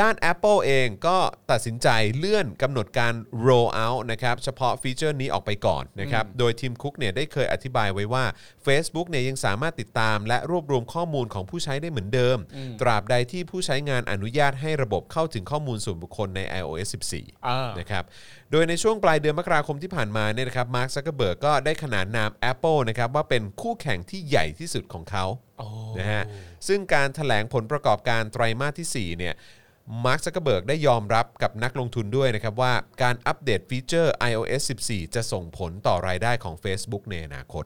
B: ด้าน Apple เองก็ตัดสินใจเลื่อนกำหนดการ roll out นะครับเฉพาะฟีเจอร์นี้ออกไปก่อนนะครับโดยทีมคุกเนี่ยได้เคยอธิบายไว้ว่า Facebook เนี่ยยังสามารถติดตาม และรวบรวมข้อมูลของผู้ใช้ได้เหมือนเดิม ตราบใดที่ผู้ใช้งานอนุญาตให้ระบบเข้าถึงข้อมูลส่วนบุคคลใน iOS 14
C: อ่าน
B: นะครับ โดยในช่วงปลายเดือนมกราคมที่ผ่านมาเนี่ยนะครับ มาร์คซักเกอร์เบิร์กก็ได้ขนานนาม Apple นะครับว่าเป็นคู่แข่งที่ใหญ่ที่สุดของเขานะฮะ ซึ่งการถแถลงผลประกอบการไตรมาสทีสี่4เนี่ย มาร์คซักเกอร์เบิร์กได้ยอมรับกับนักลงทุนด้วยนะครับว่าการอัปเดตฟีเจอร์ iOS 14 จะส่งผลต่อรายได้ของ Facebook ในอนาคต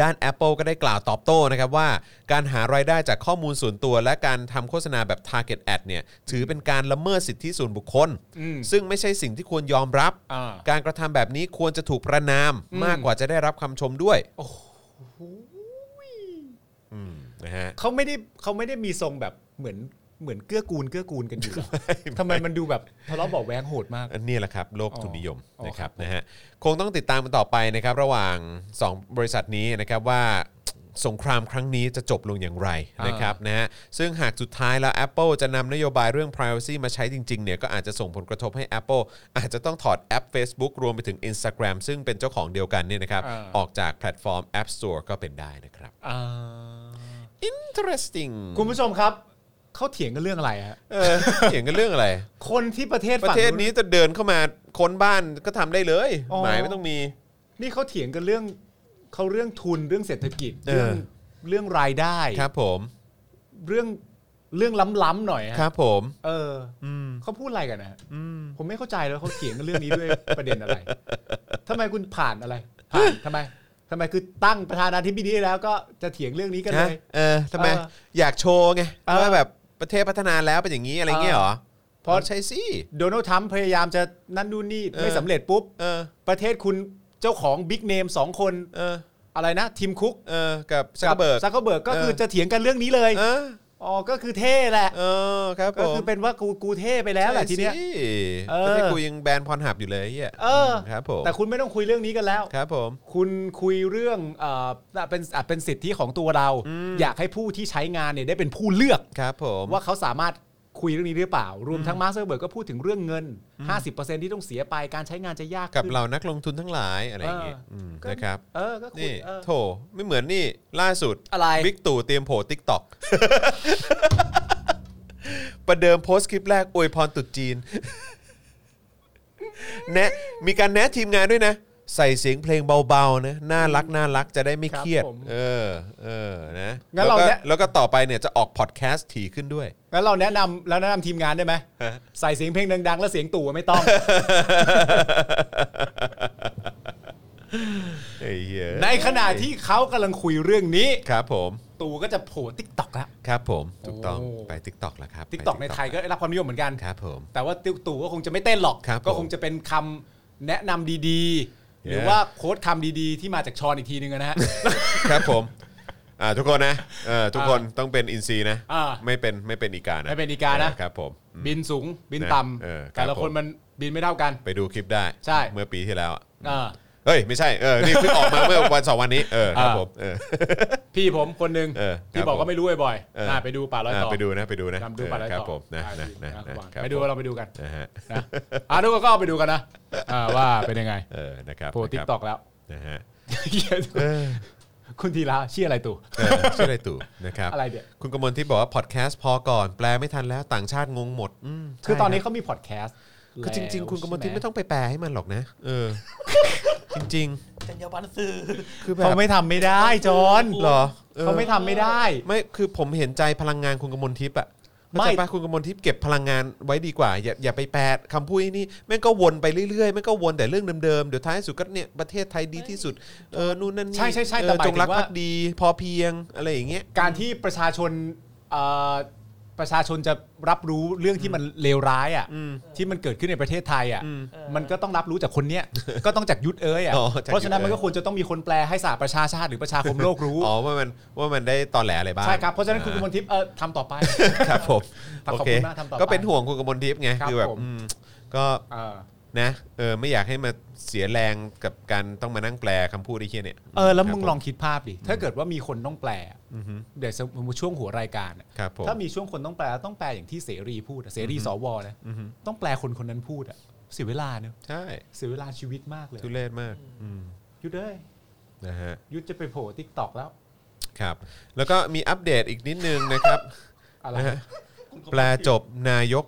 B: ด้าน Apple ก็ได้กล่าวตอบโต้นะครับว่า การหารายได้จากข้อมูลส่วนตัว และการทำโฆษณาแบบ Target Ad เนี่ยถือเป็นการละเมิดสิทธิส่วนบุคคล ซึ่งไม่ใช่สิ่งที่ควรยอมรับ
C: อ่า
B: การกระทำแบบนี้ควรจะถูกประนามมากกว่าจะได้รับคำชมด้วยอืมนะฮะ
C: เขาไม่ได้เขาไม่ได้มีทรงแบบเหมือนเหมือนเกื้อกูลเกื้อกูลกันอยู่หรอทำไมมันดูแบบทะเลาะเบาะแวงโหดมาก
B: อันนี้แหละครับ โลก
C: อ๋อ
B: ทุนนิยม
C: อ๋อ
B: นะครับ
C: ครับผม
B: นะฮะคงต้องติดตามกันต่อไปนะครับ ระหว่าง 2 บริษัทนี้นะครับว่าสงครามครั้งนี้จะจบลงอย่างไร
C: อ่าน
B: นะครับนะฮะซึ่งหากสุดท้ายแล้ว Apple จะนำนโยบายเรื่อง Privacy มาใช้จริงๆเนี่ยก็อาจจะส่งผลกระทบให้ Apple อาจจะต้องถอดแอป Facebook รวมไปถึง Instagram ซึ่งเป็นเจ้าของเดียวกันเนี่ยนะครับ ออกจากแพลตฟอร์ม App Store ก็เป็นได้นะครับ
C: อ่า
B: interesting
C: คุณผู้ชมครับ เขาเถียงกันเรื่องอะไรฮะ
B: เออเถียงกันเรื่องอะไร
C: คนที่ประเทศ
B: ป
C: ฝั่
B: ระ
C: ง
B: เทศนี้จะเดินเข้ามาค้นบ้านก็ทำได้เลย
C: อ๋อ
B: หมายไม่ต้องมี
C: นี่เขาเถียงกันเรื่องเขาเรื่องทุนเรื่องเศรษฐกิจ
B: เออ
C: เรื่องเรื่องรายได้
B: ครับผม
C: เรื่องเรื่องล้ำๆหน่อย
B: ค
C: ฮะ
B: รับผม
C: เอออเขาพูดอะไรกันนะฮะผมไม่เข้าใจแล้วเขาเถียงกันเรื่องนี้ด้วย [LAUGHS] ประเด็นอะไรทำไมคุณผ่านอะไรผ่านทำไมทำไมคือตั้งประธานาธิบดีแล้วก็จะเถียงเรื่องนี้กันเล
B: นะ
C: ย
B: เออทำไม
C: เออ
B: อยากโชว์ไง
C: เออ
B: ว่าแบบประเทศพัฒนาแล้วเป็นอย่างนี้อะไรเงี้ยเหรอ
C: เพราะ
B: มันใช่สิ
C: โดนัลด์ทรัมป์พยายามจะนั่นดูนนี่
B: เออ
C: ไม่สำเร็จปุ๊บ
B: เออ
C: ประเทศคุณเจ้าของบิ๊กเนมสองคน
B: เออ
C: อะไรนะทีมคุก
B: เออ กับซักเบิร์ก
C: ซักเบิร์กก็
B: เออ
C: คือจะเถียงกันเรื่องนี้เลย
B: เออ
C: อ๋อก็คือเท่แหละ
B: เออครับผ
C: ก็
B: ม
C: คือเป็นว่ากูกูเท่ไปแล้วแหละทีเนี้ย
B: ใช่สิ
C: เออ
B: ประเทศกูยังแบนพรหับอยู่เลยไหี้ย
C: เออ
B: ครับผม
C: แต่คุณไม่ต้องคุยเรื่องนี้กันแล้ว
B: ครับผม
C: คุณคุยเรื่องเอ่อเป็นอ่ะเป็นสิทธิของตัวเรา อยากให้ผู้ที่ใช้งานเนี่ยได้เป็นผู้เลือก
B: ครับผม
C: ว่าเขาสามารถคุยเรื่องนี้หรือเปล่า รวมทั้งมาร์คซักเซอร์เบิร์กก็พูดถึงเรื่องเงิน 50%ที่ต้องเสียไปการใช้งานจะยาก
B: กับ
C: ขึ้น
B: เรานักลงทุนทั้งหลายอะไรอย่างเงี้ย
C: เอออื
B: มนะครับ
C: เออก็คุย
B: นี่
C: เออ
B: โถไม่เหมือนนี่ล่าสุด
C: อะไร
B: บิ๊กตู่เตรียมโผล่ทิกตอก [LAUGHS] ประเดิมโพสต์คลิปแรกอวยพรตรุษจีน [LAUGHS] แนะมีการแนะทีมงานด้วยนะ ใส่เสียงเพลงเบาๆนะน่ารักน่ารักจะได้ไม่เครียด
C: ครับผม
B: เออเออนะ
C: งั้นเรา
B: แล้วก็
C: แนะ
B: แล้วก็ต่อไปเนี่ยจะออกพอดแคสต์ถี่ขึ้นด้วย
C: งั้นเราแนะนำแล้วแนะนำทีมงานได้ไหม
B: ฮะ
C: ใส่เสียงเพลงดังๆ แล้วเสียงตู่ไม่ต้อง
B: ไอ้เหี้ย
C: ในขณะที่เขากำลังคุยเรื่องนี้
B: ครับผม
C: ตู่ก็จะโผล่ทิกตอกละ
B: ครับผมถูกต้อง
C: โอ้
B: ไปทิกตอกแล้วครับ
C: ทิกตอกในไทยก็ได้รับความนิยมเหมือนกัน
B: ครับผม
C: แต่ว่าติ๊กตู่ก็คงจะไม่เต้นหรอก
B: ครับผม
C: ก็คงจะเป็นคำแนะนำดีๆ หรือ
B: Yeah
C: ว่าโค้ดคำดีๆ ที่มาจากชอนอีกทีนึงอะนะฮะ
B: ครับผม อ่าทุกคนนะเออทุกคนต้องเป็นอินซีนะ
C: อ่า
B: ไม่เป็นไม่เป็นอีกานะ
C: ไม่เป็นอีกานะ
B: เครับผมอืม
C: บินสูงบิน
B: เออ
C: ต่ำ
B: ครับ
C: แต่ละคน
B: ผม
C: มันบินไม่เท่ากัน
B: ไปดูคลิปได้
C: ใช่
B: เมื่อปีที่แล้วอะ
C: เออ
B: เฮ้ย ไม่ใช่เออนี่เพิ่งออกมาเมื่ [LAUGHS] อวันสองวันนี้เออครับ
C: อ่า
B: ผมเออ
C: พี่ผมคนหนึ่ง
B: เออค
C: ที่
B: รับ
C: บอก
B: ผม
C: ว่าไม่รู้บ่อยๆ
B: เออ
C: น่าไปดูป่าลอย
B: อ่า
C: ต่อ
B: ไปดูนะไปดูนะ
C: นำดูป่าลอย
B: เออครับ
C: ต่อ
B: ผมนะนะนะ
C: อ่า
B: นะ
C: ระวัง
B: ครับ
C: ไปดู
B: ผม
C: เราไปดูกัน
B: นะฮะ
C: นะอ่ะทุกคนก็ไปดูกันนะอ่าว่าเป็นยังไง
B: เออนะครับ
C: โผล่ทิก
B: นะครับ
C: ตอกแล้ว
B: นะฮะ
C: เหี้ยคุณธีระชื่ออะไรตู่
B: เออชื่ออะไรตู่นะครับ
C: อะไรเนี่ย
B: คุณกมลที่บอกว่าพอดแคสต์พอก่อน แปลไม่ทันแล้วต่างชาติงงหมดอืม
C: คือ
B: ใช่
C: ตอนนี้
B: รับ
C: เขามีพอดแคสต์
B: คือจริง
C: แล้ว
B: ๆ คุณกมลทิพย์
C: ใช่ห
B: ไม่ต้องไปแปลให้มันหรอกนะ เออ จริง
D: จัญญาบันสื่อ [LAUGHS]
B: ๆ คือแบบ
C: เขาไม่ทำไม่ได้จอน
B: หรอออ
C: เขาไม่ทำไม่ได้
B: ไม่คือผมเห็นใจพลังงานคุณกมลทิพย์อะ
C: ไม่
B: ไม่ปะคุณกมลทิพย์เก็บพลังงานไว้ดีกว่า อย่าอย่าไปแปลคำพูดไอ้นี่แม่งก็วนไปเรื่อยๆแม่งก็วนแต่เรื่องเดิมๆ เดี๋ยวท้ายสุดก็เนี่ยประเทศไทยดีที่สุด เออนู่นนั่นนี่
C: ใช่ใช่ใช่
B: เออ
C: แต่หมา
B: จ
C: ยถึ
B: ง
C: ง
B: รัก
C: ว่า
B: ภักดีพอเพียงอะไรอย่างเงี้ย
C: การที่ประชาชนเอ่อประชาชนจะรับรู้เรื่องที่มันเลวร้ายอ่ะที่มันเกิดขึ้นในประเทศไทยอ่ะมันก็ต้องรับรู้จากคน [LAUGHS] เนี้ย ก็ต้องจากยุทธเอ้ยอ่ะ
B: อ๋อจากยุทธเอ้ย
C: เพราะฉะนั้นมันก็ควรจะต้องมีคนแปลให้สาประชาชาติหรือประชาคมโลกรู้
B: อ๋อว่ามันว่ามันได้ตอแหลอะไรบ้าง
C: ใช่ครับ เพราะฉะนั้นคุณกมลทิพย์เออทำต่อไป
B: [LAUGHS] ครับผม
C: ครับ
B: โอ
C: ขอบ
B: เค
C: คุณมากทำต่อไป
B: ก็เป็นห่วงคุณกมลทิพย์ไง
C: ครับ
B: คือแบบ
C: ผม
B: อืมก็
C: เออ
B: นะเออไม่อยากให้มาเสียแรงกับการต้องมานั่งแปลคำพูดไอ้เหี้ยเนี่ย
C: เออแล้วมึง
B: ครับผ
C: ลองคิดภาพดิถ้าเกิดว่ามีคนต้องแปล
B: อือฮึ
C: เดี๋ยวสมมติช่วงหัวรายการอะ
B: ครับผม
C: ถ้ามีช่วงคนต้องแปลต้องแปลอย่างที่เสรีพูดอะเสรีสวนะ
B: อือฮึ
C: ต้องแปลคนคนนั้นพูดอ่ะเสียเวลาเนอะ
B: ใช่
C: เสียเวลาชีวิตมากเลย
B: ทุเรศมากอืม
C: หยุดเลย
B: นะฮะ
C: หยุดจะไปโผล่ทิกตอกแล้ว
B: ครับ แล้วก็มีอัปเดตอีกนิดนึงนะครับ
C: อะไร
B: นะฮะแปลจบนายก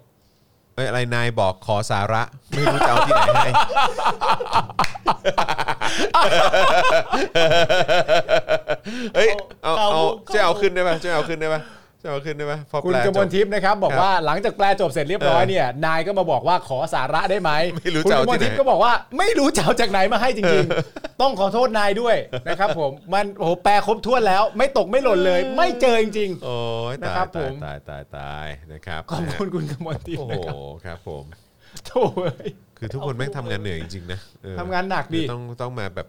B: เอ้ยอะไรนายบอกขอสาระ ไม่รู้จะเอาที่ไหนให้
C: [LAUGHS]
B: เฮ้ยเอา
D: เอา
B: เอา
D: เอา
B: ช่วยเอาขึ้นได้ป่ะช่วยเอาขึ้นได้ป่ะช่วยเอาขึ้นได้ป่ะพอ
C: คุณ
B: แปล
C: ก
B: จ
C: มล
B: บ
C: ทิพย์นะครับ บอก
B: ครับ
C: ว่าหลังจากแปลจบเสร็จเรียบร้อย
B: เออ
C: เนี่ยนายก็มาบอกว่าขอสาระได้ไหม
B: ไม่รู้
C: คุณ
B: จะ
C: ก
B: เอา
C: ม
B: ที่
C: ล
B: ไหน
C: ทิพย์ก็บอกว่าไม่รู้จะเอาจากไหนมาให้จริงๆ ต้องขอโทษนายด้วยนะครับผมมันโอ้โหแปลครบถ้วนแล้ว ไม่ตกไม่หล่นเลย ไม่เจอจริง
B: โอ้ย
C: นะ
B: ตา
C: ครั
B: ย
C: บ
B: ตาย
C: ผม
B: ตายตายตายนะครับ
C: ๆขอบคุณคุณกมลทิพ
B: โอ้
C: ย์
B: โห
C: นะ
B: ค
C: ครับ
B: รับผม
C: โถ่เอ้ย
B: คือทุกคนแม่งทำงานเหนื่อยจริงๆนะเออ
C: ทำงานหนักดิ
B: คือต้องต้องมาแบบ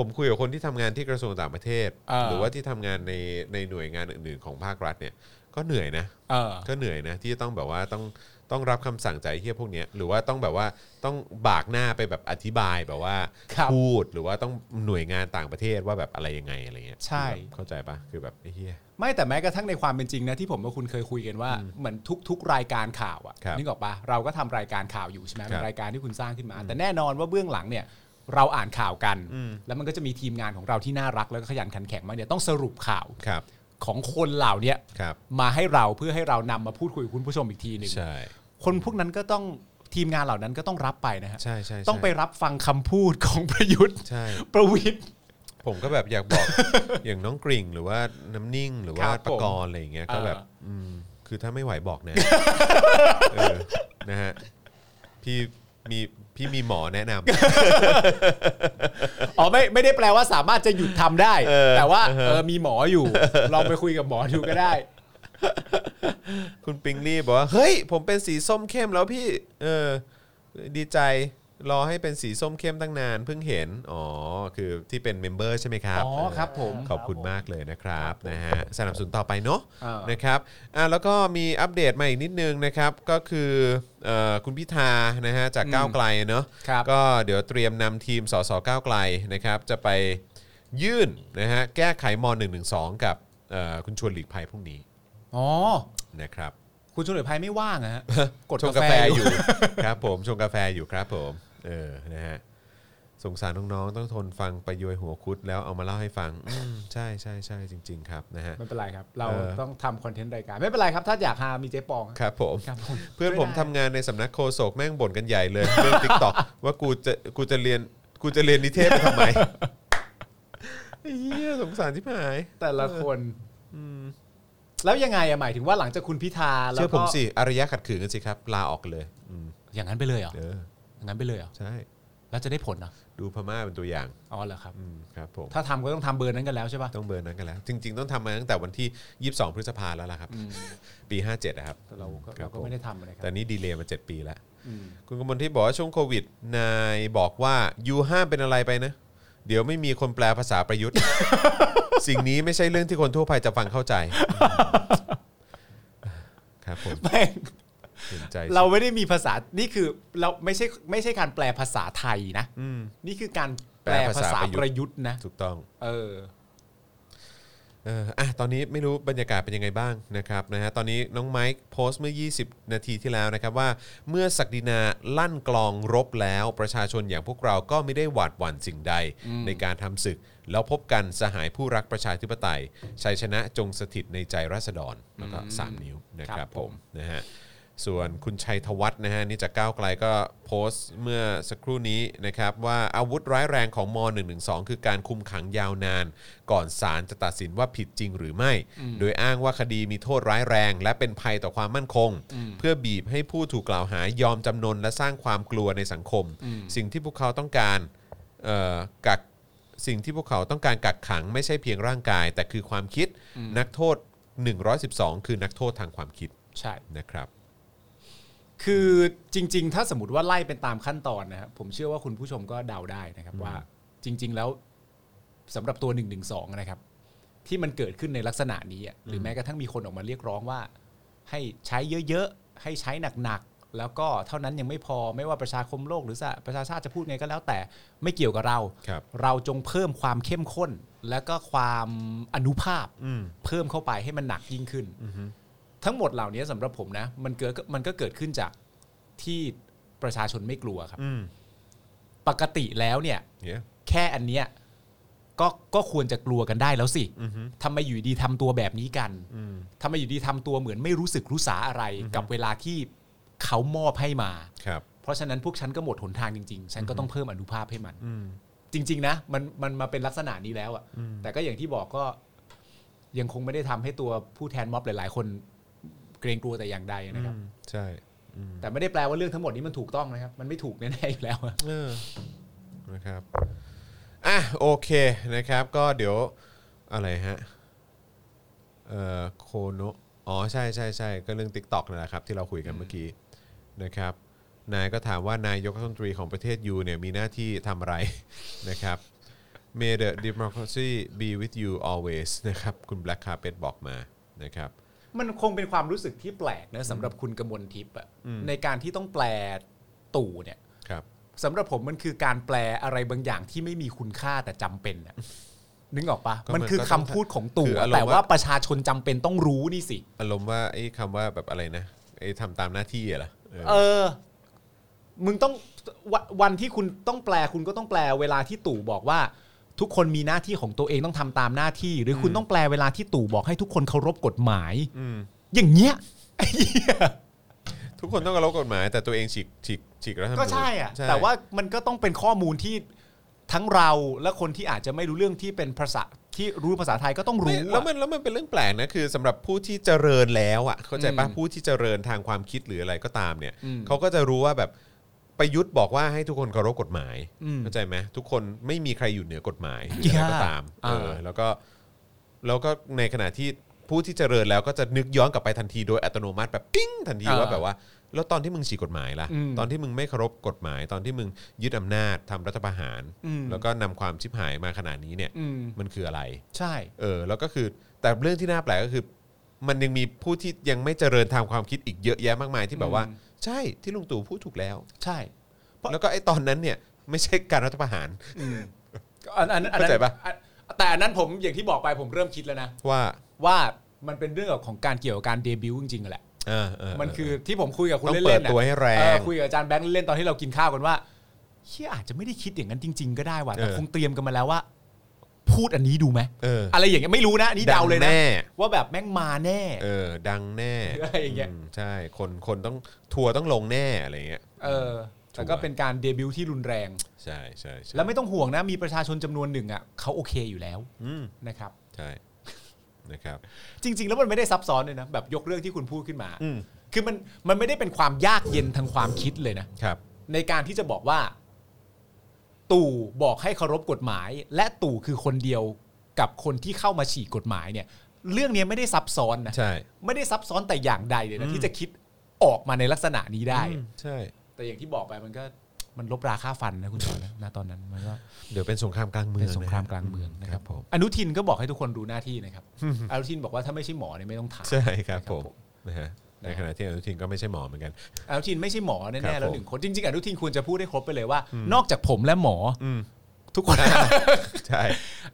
B: ผมคุยกับคนที่ทำงานที่กระทรวงต่างประเทศ
C: อ่า
B: หรือว่าที่ทำงานในในหน่วยงานอื่นๆของภาครัฐเนี่ย ก็เหนื่อยนะ
C: เออ
B: ก็เหนื่อยนะที่จะต้องแบบว่าต้องต้องรับคำสั่งจากไอ้เฮียพวกเนี้ยหรือว่าต้องแบบว่าต้องบากหน้าไปแบบอธิบายแบบว่า
C: ครับ
B: พูดหรือว่าต้องหน่วยงานต่างประเทศว่าแบบอะไรยังไงอะไรเงี้ย
C: ใช่
B: คือแบบเข้าใจปะคือแบบไอ้เฮีย
C: ไม่แต่แม้กระทั่งในความเป็นจริงนะที่ผมกับคุณเคยคุยกันว่าเหมือนทุก ๆ รายการข่าวอะ
B: ครับ
C: นึกออกปะเราก็ทำรายการข่าวอยู่ใช่ไหม
B: ครับ
C: เป็นรายการที่คุณสร้างขึ้นมา แต่แน่นอนว่าเบื้องหลังเนี่ย เราอ่านข่าวกัน แล้วมันก็จะมีทีมงานของเราที่น่ารักแล้วก็ขยันขันแข็งมากเนี่ยต้องสรุปข่าว
B: ครับ
C: ของคนเหล่าเนี้ย
B: ครับ
C: มาให้เราเพื่อให้เรานำมาพูดคุยกับคุณผู้ชมอีกทีหนึ่ง
B: ใช่
C: คนพวกนั้นก็ต้องทีมงานเหล่านั้นก็ต้องรับไปนะฮะ
B: ใช่ใช่ใช่
C: ต้องไปรับฟังคำพูดของประยุทธ์
B: ใช่
C: ประวิทย์
B: ผมก็แบบอยากบอก [LAUGHS] อย่างน้องกริ่งหรือว่าน้ำนิ่งหรือว่า
C: ครับ
B: ป
C: ผม
B: ระกรณ์อะไรอย่างเงี้ยก็แบบ
C: เออ
B: อืมคือถ้าไม่ไหวบอก
C: [LAUGHS]
B: นะ เออนะฮะพี่มีพี่มีหมอแนะนำ [LAUGHS]
C: อ๋อไม่ไม่ได้แปลว่าสามารถจะหยุดทำได้
B: เออ
C: แต่ว่า
B: เออ
C: เออมีหมออยู่ ลองไปคุยกับหมอดูก็ได้
B: คุณปิงลี่บอกว่า เฮ้ย ผมเป็นสีส้มเข้มแล้วพี่ เออ ดีใจ รอให้เป็นสีส้มเข้มตั้งนานเพิ่งเห็น อ๋อ คือที่เป็นเมมเบอร์ใช่ไหมครับ
C: อ๋อครับผม
B: ขอบคุณมากเลยนะครับนะฮะสนับสนุนต่อไปเนาะ
C: อ่าน
B: นะครับอ่ะแล้วก็มีอัปเดตมาอีกนิดนึงนะครับ ก็คือเอ่อคุณพิธานะฮะจากก้าวไกลเนาะ
C: ครับ
B: ก็เดี๋ยวเตรียมนำทีมสสก้าวไกลนะครับจะไปยื่นนะฮะแก้ไขม .112 กับเอ่อคุณชวนหลีกภัยพรุ่งนี้
C: อ๋อ
B: นะครับ
C: คุณชวนหรือภัยไม่ว่าง
B: [LAUGHS]
C: อะฮะ กด
B: ชงกาแฟอยู่ [LAUGHS] ครับผมชงกาแฟอยู่ครับผมเออนะฮะสงสารน้องๆต้องทนฟังประโยยหัวคุดแล้วเอามาเล่าให้ฟังอืมใช่ใช่ใช่จริง ๆ ครับนะฮะ
C: ไม่เป็นไรครับ เรา
B: เออ
C: ต้องทำคอนเทนต์รายการ ไม่เป็นไรครับ ถ้าอยากหามีเจ๊ปอง
B: ครับผม
C: ครับผม
B: เพื่อนผม
C: ไม่ได้
B: ทำงานในสำนักโฆษกแม่งบ่นกันใหญ่เลย เรื่อง t ิ k t o k ว่ากูจะกูจะเรียนกูจะเรียนนิเทศไปทำไมไอ้เหี้ยสงสารที่หาย
C: แต่ละคนแล้วยังไงอะหมายถึงว่าหลังจากคุณพิธาแล้ว
B: เชื่อ
C: ก็
B: ผมสิอารยะขัดขืนกันสิครับ ลาออกเลยอืม
C: อย่างนั้นไปเลยเหรอ
B: เออ
C: อย่างนั้นไปเลยเหรอ
B: ใช่
C: แล้วจะได้ผลเหรอ
B: ดูพม่าเป็นตัวอย่าง
C: อ๋อเหรอครับ
B: อืมครับผม
C: ถ้าทำก็ต้องทำเบอร์นั้นกันแล้วใช่ป่ะ
B: ต้องเบอร์นั้นกันแล้ว จริง ๆ ต้องทำมาตั้งแต่วันที่ 22 พฤษภาแล้วล่ะครับ ปี 57นะครับ
C: แต่เราก็
B: ค
C: เรา
B: บ
C: ก็
B: ผ
C: ไม่ได้ทำอะไรครั
B: แต่
C: บ
B: นี่ดีเลย์มา 7 ปีแล้ว
C: อืม
B: คุณกมลที่บอกว่าช่วงโควิด นายบอกว่ายูห้ามเป็นอะไรไปนะ เดี๋ยวไม่มีคนแปลภาษาประยุทธ์
C: [LAUGHS]
B: สิ่งนี้ไม่ใช่เรื่องที่คนทั่วไปจะฟังเข้าใจ ครับผม
C: แม่ง
B: เห็นใจ
C: เราไม่ได้มีภาษานี่คือเราไม่ใช่ไม่ใช่การแปลภาษาไทยนะ
B: อืม
C: นี่คือการ
B: แป
C: แป
B: ล
C: ล
B: ภา
C: ภา
B: ษา
C: ษา
B: ประยุทธ์
C: ประยุทธ์นะ
B: ถูกต้อง
C: เออ
B: เอออ่ะตอนนี้ไม่รู้บรรยากาศเป็นยังไงบ้างนะครับนะฮะตอนนี้น้องไมค์โพสต์เมื่อ 20 นาทีที่แล้วนะครับว่า เมื่อศักดินาลั่นกลองรบแล้ว ประชาชนอย่างพวกเราก็ไม่ได้หวาดหวั่นสิ่งใด ในการทำศึก แล้วพบกันสหายผู้รักประชาธิปไตยชัยชนะจงสถิตในใจราษฎรแล้วก็สามนิ้วนะค
C: ครั
B: รับบ ผ
C: ผม ม
B: นะฮะส่วนคุณชัยธวัฒน์นะฮะนี่จากก้าวไกลก็โพสต์เมื่อสักครู่นี้นะครับว่าอาวุธร้ายแรงของม .112 คือการคุมขังยาวนาน ก่อนศาลจะตัดสินว่าผิดจริงหรือไม่ โดยอ้างว่าคดีมีโทษร้ายแรง และเป็นภัยต่อความมั่นคง เพื่อบีบให้ผู้ถูกกล่าวหายอมจำนนและสร้างความกลัวในสังคม สิ่งที่พวกเขาต้องการเอ่อกัก สิ่งที่พวกเขาต้องการกักขังไม่ใช่เพียงร่างกาย แต่คือความคิดนักโทษ 112 คือนักโทษทางความคิด
C: ใช่
B: นะครับ
C: คือจริง ๆ ถ้าสมมติว่าไล่เป็นตามขั้นตอนนะครับผมเชื่อว่าคุณผู้ชมก็เดาได้นะครับว่า จริง ๆ แล้วสำหรับตัว1นึนะครับ ที่มันเกิดขึ้นในลักษณะนี้อะหรือแม้กระทั่งมีคนออกมาเรียกร้องว่า ให้ใช้เยอะๆ ให้ใช้หนักๆ แล้วก็เท่านั้นยังไม่พอไม่ว่าประชาคมโลกหรือสหประชาชาติจะพูดไงก็แล้วแต่ไม่เกี่ยวกับเรา
B: ครับ
C: เราจงเพิ่มความเข้มข้น และก็ความอนุภาพ
B: อืม
C: เพิ่มเข้าไปให้มันหนักยิ่งขึ้น ทั้งหมดเหล่านี้สำหรับผมนะ มันเกิดมันก็เกิดขึ้นจากที่ประชาชนไม่กลัวครับ
B: อืม
C: ปกติแล้วเนี่ย
B: เนี่ย
C: แค่อันเนี้ยก็ก็ควรจะกลัวกันได้แล้วสิ
B: อือฮึ
C: ทำไมอยู่ดีทำตัวแบบนี้กัน
B: อืม
C: ทำไมอยู่ดีทำตัวเหมือนไม่รู้สึกรู้สาอะไร กับเวลาที่เขามอบให้มา
B: ครับ
C: เพราะฉะนั้นพวกฉันก็หมดหนทางจริงๆ ฉันก็ต้องเพิ่มอนุภาพให้มัน
B: อืม
C: จริง ๆ นะ มันมันมาเป็นลักษณะนี้แล้วอะ่ะ
B: อืม
C: แต่ก็อย่างที่บอกก็ยังคงไม่ได้ทำให้ตัวผู้แทนม็อบหลาย ๆ คนเกรงกลัวแต่อย่างใดนะครับ
B: อืมใช่อืม
C: แต่ไม่ได้แปลว่าเรื่องทั้งหมดนี้มันถูกต้องนะครับ มันไม่ถูกแน่ๆอยู่แล้ว [LAUGHS] อะ
B: เออนะครับอ่ะโอเคนะครับ ก็เดี๋ยวอะไรฮะเอ่อโคโนอ๋อใช่ใช่ใช่ก็เรื่อง t ิ k t o k นั่นแหละครับ ที่เราคุยกันเมื่อกี้นะครับ นายก็ถามว่านายกรัฐมนตรีของประเทศยูเนี่ยมีหน้าที่ทำอะไร [LAUGHS] นะครับ May the democracy be with you always นะครับ คุณ Black Carpet บอกมานะครับ
C: มันคงเป็นความรู้สึกที่แปลกนะสำหรับคุณกมลทิพย์อะ
B: อืม
C: ในการที่ต้องแปลตู่เนี่ย
B: ครับ
C: สำหรับผมมันคือการแปลอะไรบางอย่างที่ไม่มีคุณค่าแต่จำเป็นอะนึกออกปะ
B: ก็มัน
C: มันคือคำพูดของตู่
B: คือ
C: อะ
B: อารมณ์
C: แต่
B: ว่า
C: ว่าประชาชนจำเป็นต้องรู้นี่สิ
B: อารมณ์ว่าไอ้คำว่าแบบอะไรนะไอ้ทำตามหน้าที่อะเหรอเออ
C: เออ มึงต้องวะวันที่คุณต้องแปลคุณก็ต้องแปลเวลาที่ตู่บอกว่า ทุกคนมีหน้าที่ของตัวเองต้องทำตามหน้าที่ หรือคุณต้องแปลเวลาที่ตู่บอกให้ทุกคนเคารพกฎหมาย
B: อืม
C: อย่างเงี้ยไอ้เหี้ย
B: ทุกคนต้องเคารพกฎหมาย แต่ตัวเองฉีกฉีกฉีกรัฐธรรมนูญ
C: ก็ใช่อะแต่ว่ามันก็ต้องเป็นข้อมูลที่ทั้งเราและคนที่อาจจะไม่รู้เรื่องที่เป็นภาษาที่รู้ภาษาไทยก็ต้อง
B: ไม่
C: รู้อะ
B: แล้วมันแล้วมันเป็นเรื่องแปลกนะคือสำหรับผู้ที่เจริญแล้วอ่ะเข้าใจปะ
C: อืม
B: ผู้ที่เจริญทางความคิดหรืออะไรก็ตามเนี่ย
C: อืม
B: เขาก็จะรู้ว่าแบบประยุทธ์บอกว่าให้ทุกคนเคารพกฎหมาย
C: อืม
B: เข้าใจไหมทุกคนไม่มีใครอยู่เหนือกฎ
C: [LAUGHS]
B: หมายหรืออะไรก็ตาม
C: อ่า
B: เออแล้วก็แล้วก็ในขณะที่ผู้ที่เจริญแล้วก็จะนึกย้อนกลับไปทันทีโดยอัตโนมัติแบบปิ้งทันทีว่าแบบว่า แล้วตอนที่มึงฉีกกฎหมายล่ะ
C: อืม
B: ตอนที่มึงไม่เคารพกฎหมาย ตอนที่มึงยึดอำนาจทำรัฐประหาร
C: อืม
B: แล้วก็นำความชิบหายมาขนาดนี้เนี่ย
C: อืม
B: มันคืออะไร
C: ใช่
B: เออแล้วก็คือแต่เรื่องที่น่าแปลกก็คือ มันยังมีผู้ที่ยังไม่เจริญทางความคิดอีกเยอะแยะมากมายที่แบบว่า
C: อืม
B: ใช่ที่ลุงตู่พูดถูกแล้ว
C: ใช่
B: แล้วก็ไอ้ตอนนั้นเนี่ยไม่ใช่การรัฐประหาร
C: ก็อันอันอัน
B: เข้าใจปะ
C: อันแต่อันนั้นผมอย่างที่บอกไปผมเริ่มคิดแล้วนะ
B: ว่า
C: ว่ามันเป็นเรื่องของการเกี่ยวกับการเดบิวต์จริงๆแหละ
B: เออเเ
C: มันคือที่ผมคุยกับคุณ
B: ต้อง
C: เล่นๆ
B: เปิด
C: น่ะ
B: ตัวให้แรง
C: เออคุยกับอาจารย์แบงค์เล่นๆตอนที่เรากินข้าวกันว่าเชี่ยอาจจะไม่ได้คิดอย่างนั้นจริง ๆ ก็ได้ว่ะแต่
B: เออ
C: คงเตรียมกันมาแล้วว่า พูดอันนี้ดูไหม
B: เออ
C: อะไรอย่างเงี้ยไม่รู้นะอันนี่เดาเลย
B: ง
C: นะ
B: แน่
C: ว่าแบบแม่งมาแน่
B: เออดังแน่
C: อะไรอย่างเงี้ย
B: มใช่คนคนต้องทัวร์ต้องลงแน่อะไรเงี้ย
C: เออแต่
B: ชั
C: ก็
B: วร์
C: เป็นการเดบิวต์ที่รุนแรง
B: ใช่ใช่ใช่
C: แล้วไม่ต้องห่วงนะ มีประชาชนจำนวนหนึ่งอ่ะเขาโอเคอยู่แล้ว
B: อืม
C: นะครับ
B: ใช่นะครับ
C: จริง ๆ แล้วมันไม่ได้ซับซ้อนเลยนะแบบยกเรื่องที่คุณพูดขึ้นมา
B: อืม
C: คือมันมันไม่ได้เป็นความยากเย็นทางความคิดเลยนะ
B: ครับ
C: ในการที่จะบอกว่า ตู่บอกให้เคารพกฎหมาย และตู่คือคนเดียวกับคนที่เข้ามาฉีกกฎหมายเนี่ย เรื่องเนี้ยไม่ได้ซับซ้อนนะ
B: ใช่
C: ไม่ได้ซับซ้อนแต่อย่างใดเลยนะที่จะคิดออกมาในลักษณะนี้ได้
B: อืมใช่
C: แต่อย่างที่บอกไปมันก็มันลบราค่าฟันนะคุณจอนนะ ณตอนนั้นมันก็
B: เดี๋ยวเป็นสงครามกลางเมือง
C: เป็นสงครามกลางเมือง
B: นะ
C: นะ
B: ค
C: ค
B: รั
C: รั
B: บบ ผม
C: อนุทินก็บอกให้ทุกคนดูหน้าที่นะครับอนุทินบอกว่าถ้าไม่ใช่หมอเนี่ยไม่ต้องถาม
B: ใช่ครับผม
C: นะครับผม
B: นะฮะในขณะที่อนุทินก็ไม่ใช่หมอเหมือนกัน
C: อนุทินไม่ใช่หมอ
B: ครั
C: แน่
B: บ
C: ๆแล้ว
B: ผม
C: หนึ่งคนจริงๆอนุทินควรจะพูดได้ครบไปเลยว่า นอกจากผมและหมออทุกคน
B: ใช่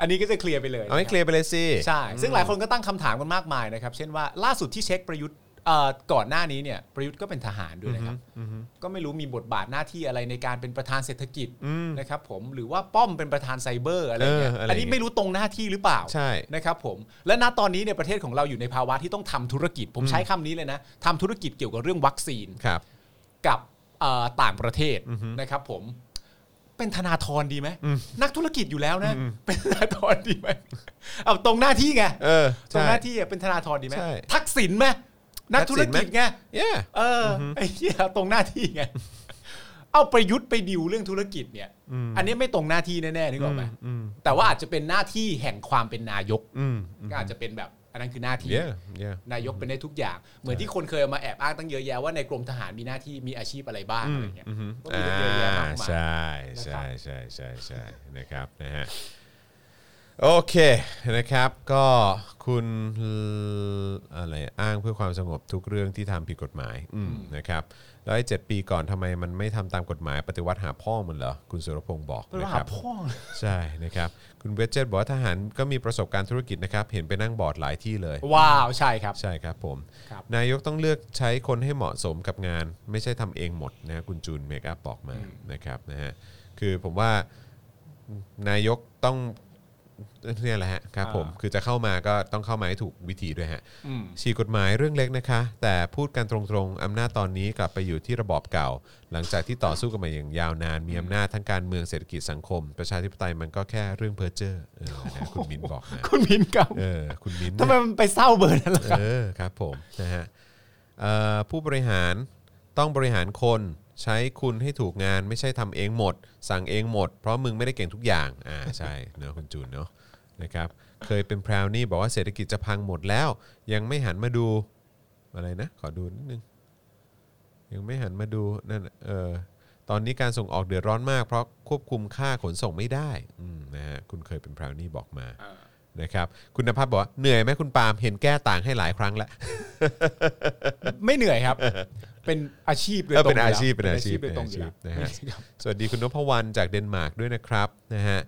C: อันนี้ก็จะเคลียร์ไปเลย
B: เอาให้เคลียร์ไปเลยสิ
C: ใช่ ซึ่งหลายคนก็ตั้งคำถามกันมากมายนะครับ เช่นว่าล่าสุดที่เช็คประยุทธ์เอ่อก่อนหน้านี้เนี่ยประยุทธ์ก็เป็นทหารด้วยนะครับ ก็ไม่รู้มีบทบาทหน้าที่อะไรในการเป็นประธานเศรษฐกิจนะครับผมหรือว่าป้อมเป็นประธานไซเบอร์อะไรเงี้ย
B: เอออะไร
C: อันนี้ไม่รู้ตรงหน้าที่หรือเปล่า
B: ใช่
C: นะครับผมและณตอนนี้เนี่ยประเทศของเราอยู่ในภาวะที่ต้องทำธุรกิจ ผมใช้คำนี้เลยนะทำธุรกิจเกี่ยวกับเรื่องวัคซีน
B: ครับ
C: กับเอ่อต่างประเทศนะครับผม เป็นธนาธรดีไหมนักธุรกิจอยู่แล้วนะ เป็นธนาธรดีไหมเอาตรงหน้าที่ไง
B: เออ
C: ตรง
B: ใช่
C: หน้าที่อะเป็นธนาธรดีไหม
B: ใช่
C: ทักษิณไหมนักธุรกิจไง
B: เย่
C: เอออไอ้เหี้ยตรงหน้าที่ไงเอาประยุทธ์ไปดิวเรื่องธุรกิจเนี่ย อันนี้ไม่ตรงหน้าที่แน่ๆนึกออกไหมแต่ว่าอาจจะเป็นหน้าที่แห่งความเป็นนายก
B: อืม
C: ก็อาจจะเป็นแบบ อันนั้นคือหน้าที่
B: เย่เย่
C: นายกเป็นได้ทุกอย่าง เหมือนที่คนเคยเอามาแอบอ้างตั้งเยอะแยะว่าในกรมทหารมีหน้าที่มีอาชีพอะไรบ้างอะไรเงี้ยก็มี
B: อ่า
C: เรื่องเยอะแยะมากมาย
B: ใช่ใช่ใช่ใช่ใช่นะครับนะฮะโอเคนะครับก็คุณอะไรอ้างเพื่อความสงบทุกเรื่องที่ทำผิดกฎหมายอืมนะครับแล้วไอ้เจ็ดปีก่อนทำไมมันไม่ทำตามกฎหมายปฏิวัติหาพ่อมันเหรอคุณสุรพงศ์บอก
C: ปฏิวัติ
B: นะ
C: หา
B: ครับ
C: พ่อ
B: ใช่นะครับคุณเวจเจตบอกว่าทหารก็มีประสบการณ์ธุรกิจนะครับ เห็นไปนั่งบอร์ดหลายที่เลย
C: ว้าวใช่ครับ
B: ใช่ครับผม
C: ครับ
B: นายกต้องเลือกใช้คนให้เหมาะสมกับงาน ไม่ใช่ทำเองหมดนะฮะคุณจูนเมคอัพบอกมานะครับนะฮะคือผมว่านายกต้องเนี่ยแหละฮะครับผมคือจะเข้ามาก็ต้องเข้ามาให้ถูกวิธีด้วยฮะฉีกกฎหมายเรื่องเล็กนะคะ แต่พูดกันตรงๆอำนาจตอนนี้กลับไปอยู่ที่ระบอบเก่า หลังจากที่ต่อสู้กันมาอย่างยาวนาน มีอำนาจทั้งการเมืองเศรษฐกิจสังคม ประชาธิปไตยมันก็แค่เรื่องเพ้อเจ้อเออนะฮะคุณมินบอกนะ
C: คุณมินกับ
B: เออคุณมินเนี่ย
C: ทำไมมันไปเศร้าเบอร์นั้นล่ะครับ
B: เออครับผมนะฮะเอ่อผู้บริหารต้องบริหารคนใช้คุณให้ถูกงานไม่ใช่ทำเองหมด สั่งเองหมด เพราะมึงไม่ได้เก่งทุกอย่างอ่าใช่เนอะคุณจูนเนอะนะครับเคยเป็นพราวนี่บอกว่าเศรษฐกิจจะพังหมดแล้ว ยังไม่หันมาดูอะไรนะ ขอดูนิดนึง ยังไม่หันมาดูนั่นน่ะเออตอนนี้การส่งออกเดือดร้อนมาก เพราะควบคุมค่าขนส่งไม่ได้อืมนะฮะคุณเคยเป็นพราวนี่บอกมานะครับคุณนภัสบอกว่าเหนื่อยไหมคุณปาล์มเห็นแก้ต่างให้หลายครั้งแล้ว
C: ไม่เหนื่อย
B: [LAUGHS]
C: ครับ เป็นอาชีพโดย
B: เออ
C: ตรง
B: เป็นอาชีพ
C: ยู่
B: เป็น
C: แล้ว
B: อาชีพ
C: โดยตรงอยู่
B: เป็นอาชีพนะฮะ
C: แล้ว
B: สวัสดีคุณนพวรรณจากเดนมาร์กด้วยนะครับนะฮะ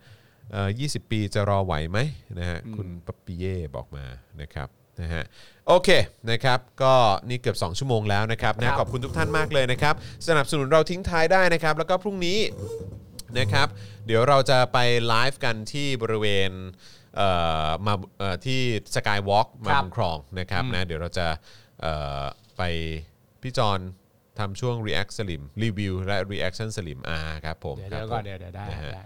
B: เอ่อ20 ปีจะรอไหวไหมนะฮะคุณปปปิเย่บอกมานะครับนะฮะโอเคนะครับก็นี่เกือบ 2 ชั่วโมงแล้วนะครับ
C: ครั
B: นะ
C: บ
B: ขอบคุณทุกท่านมากเลยนะครับ สนับสนุนเราทิ้งท้ายได้นะครับ แล้วก็พรุ่งนี้นะครับเดี๋ยวเราจะไปไลฟ์กันที่บริเวณเอ่อมาเอ่อที่สกายวอล์กมาบุญครองนะครับนะเดี๋ยวเราจะเอ่อไปพี่จอนทำช่วง React Slim รีวิวและ Reaction Slim อ่าครับผม
C: เดี๋ยวเดี๋ยวก่อนเดี๋ยวเดี๋ยวได้
B: นะฮะ
C: ได้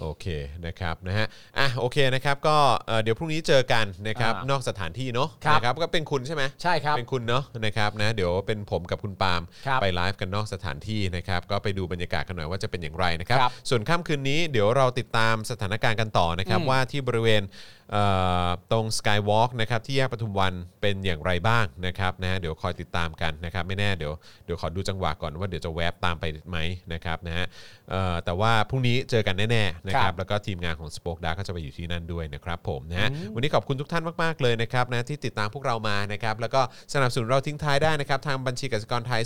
B: โอเคนะครับนะฮะอ่ะโอเคนะครับก็เอ่อเดี๋ยวพรุ่งนี้เจอกันนะครับ
C: อ่าน น
B: อกสถานที่เนาะ
C: ครับ
B: นะครับก็เป็นคุณใช่ไหม
C: ใช่ครับ
B: เป็นคุณเนาะนะครับนะเดี๋ยวเป็นผมกับคุณปาล์ม
C: ครับ
B: ไปไลฟ์กันนอกสถานที่นะครับก็ไปดูบรรยากาศกันหน่อยว่าจะเป็นอย่างไรนะครับ
C: ครับ
B: ส่วนค่ำคืนนี้เดี๋ยวเราติดตามสถานการณ์กันต่อนะครับว่าที่บริเวณเอ่อตรงสกายวอล์กนะครับที่แยกปทุมวันเป็นอย่างไรบ้างนะครับนะฮะเดี๋ยวคอยติดตามกันนะครับไม่แน่เดี๋ยวเดี๋ยวขอดูจังหวะก่อนว่าเดี๋ยวจะแวบตามไปไหมนะครับนะฮะเอ่อแต่ว่าพรุ่งนี้เจอกันแน่ๆนะค
C: ครั
B: รับ
C: บ
B: แล้วก็ทีมงานของ Spoke Dark ก็จะไปอยู่ที่นั่นด้วยนะครับผมนะฮะวันนี้ขอบคุณทุกท่านมาก ๆ เลยนะครับนะที่ติดตามพวกเรามานะครับแล้วก็สนับสนุนเราทิ้งท้ายได้นะครับ ทางบัญชีกสิกรไทย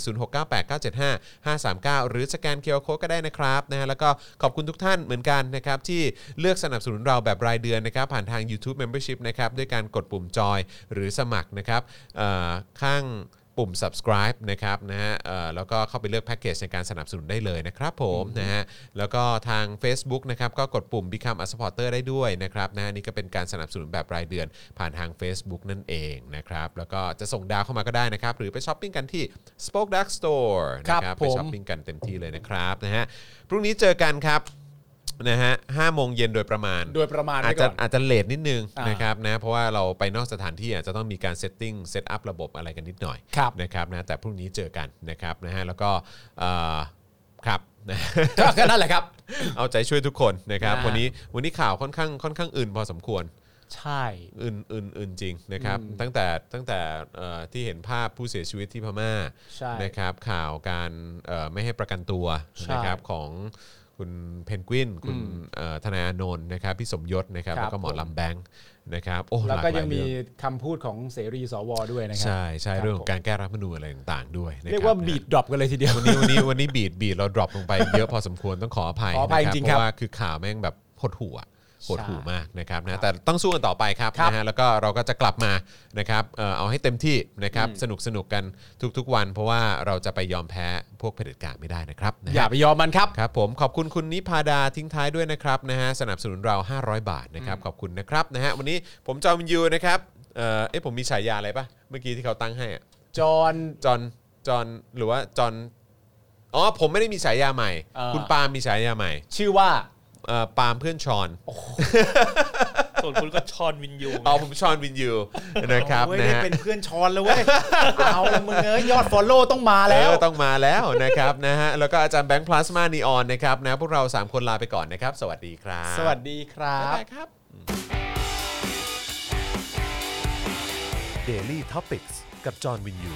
B: 0698975539 หรือสแกนเคอร์โคก็ได้นะครับนะฮะแล้วก็ขอบคุณทุกท่านเหมือนกันนะครับที่เลือกสนับสนุนเราแบบรายเดือนนะครับผ่านทาง YouTube Membership นะครับด้วยการกดปุ่มจอยหรือสมัครนะครับเอ่อข้าง ปุ่ม subscribe นะครับนะฮะเอ่อแล้วก็เข้าไปเลือกแพ็กเกจในการสนับสนุนได้เลยนะครับผมนะฮะ แล้วก็ทาง Facebook นะครับก็กดปุ่ม Become a supporter ได้ด้วยนะครับนะฮะนี่ก็เป็นการสนับสนุนแบบรายเดือนผ่านทาง Facebook นั่นเองนะครับ แล้วก็จะส่งดาวเข้ามาก็ได้นะครับ หรือไปช้อปปิ้งกันที่ Spoke Dark Store นะค
C: ค
B: รั
C: รั
B: บบ
C: ผม
B: ไปช้อปปิ้งกันเต็มที่เลยนะครับนะฮะ พรุ่งนี้เจอกันครับนะฮะห้าโมงเย็นโดยประมาณ
C: โดยประมาณ
B: อา
C: ไว้
B: จ
C: ก่
B: จะ
C: อน
B: อาจจะเลทนิดนึง
C: อ่าน
B: นะครับนะเพราะว่าเราไปนอกสถานที่อาจจะต้องมีการเซตติ้งเซตอัพระบบอะไรกันนิดหน่อย
C: ครับ
B: นะครับนะแต่พรุ่งนี้เจอกันนะครับนะฮะแล้วก็เอ่อครับนะ
C: ก็นั่นแหละครับ
B: เอาใจช่วยทุกคนนะครับ
C: อ่า
B: วันนี้วันนี้ข่าวค่อนข้างค่อนข้างอื่นพอสมควร
C: ใช่
B: อื่นอื่นอื่นจริงนะครับตั้งแต่ตั้งแต่เอ่อที่เห็นภาพผู้เสียชีวิตที่พม่า
C: ใช่
B: นะครับข่าวการเอ่อไม่ให้ประกันตัว
C: ใช่
B: นะครับของคุณเพนกวินคุณเอ่อธนาอานนท์นะครับพี่สมยศนะครับ
C: ครับ
B: แล้วก็หมอ
C: ผม
B: ลำแบงค์นะครับโอ้
C: แล้ว
B: หา
C: ก็
B: หา
C: ยังมี
B: เรื่อง
C: คำพูดของเสรีสวด้วยนะครั
B: ใช่ใช่
C: คบ
B: เรื่องของ
C: ผม
B: การแก้รัฐธรรมนูญอะไรต่างๆด้วยนะค
C: เรียกว่า
B: นะ
C: บีดดรอปกันเลยทีเดียว
B: วันนี้วันนี้วันนี้บีดบีดเราดรอปลงไป เยอะพอสมควรต้องขออภัย
C: ขออภัย
B: นะ
C: จริง
B: เพ
C: ๆครับ
B: ราะว่าคือข่าวแม่งแบบหดหู่อะหดหู่
C: ใช่
B: มากนะครับนะแต่ต้องสู้กันต่อไปครับ
C: ครับ
B: นะฮะแล้วก็เราก็จะกลับมานะครับเอ่อเอาให้เต็มที่นะครับสนุกสนุกกันทุกๆวัน เพราะว่าเราจะไปยอมแพ้พวกเผด็จการไม่ได้นะครับนะฮะ
C: อย่าไปยอมมันครับ
B: ครับผมขอบคุณคุณนิพาดาทิ้งท้ายด้วยนะครับนะฮะสนับสนุนเรา 500 บาทนะครับขอบคุณนะครับนะฮะวันนี้ผมจอมยูนะครับเอ่อเอ๊ะผมมีฉายาอะไรปะเมื่อกี้ที่เขาตั้งให้อะ
C: จอห์น
B: จอนจอนหรือว่าจอนอ๋อผมไม่ได้มีฉายาใหม่
C: เอ่อ
B: คุณปาล์มมีฉายาใหม่
C: ชื่อว่า
B: เอ่อปาล์มเพื่อนชอน
D: ส่วนคุณก็ชอนวินยู
B: อ๋อผมชอนวินยูนะครับ
C: เว้ย
B: นะ
C: ได้
B: ฮะ
C: เป็นเพื่อนชอนแล้ว [LAUGHS] เว้ย เอาละมึงเอ้ยยอดฟอลโล่ต้องมาแล้ว
B: เออต้องมาแล้วนะครับนะฮะแล้วก็อาจารย์แบงค์พลาสมานีออนนะครับนะพวกเรา 3 คนลาไปก่อนนะครับ สวัสดีครับ
C: สวัสดีครับ
B: บ๊ายบายครับ
A: Daily t o p i c กกับจอห์นวินยู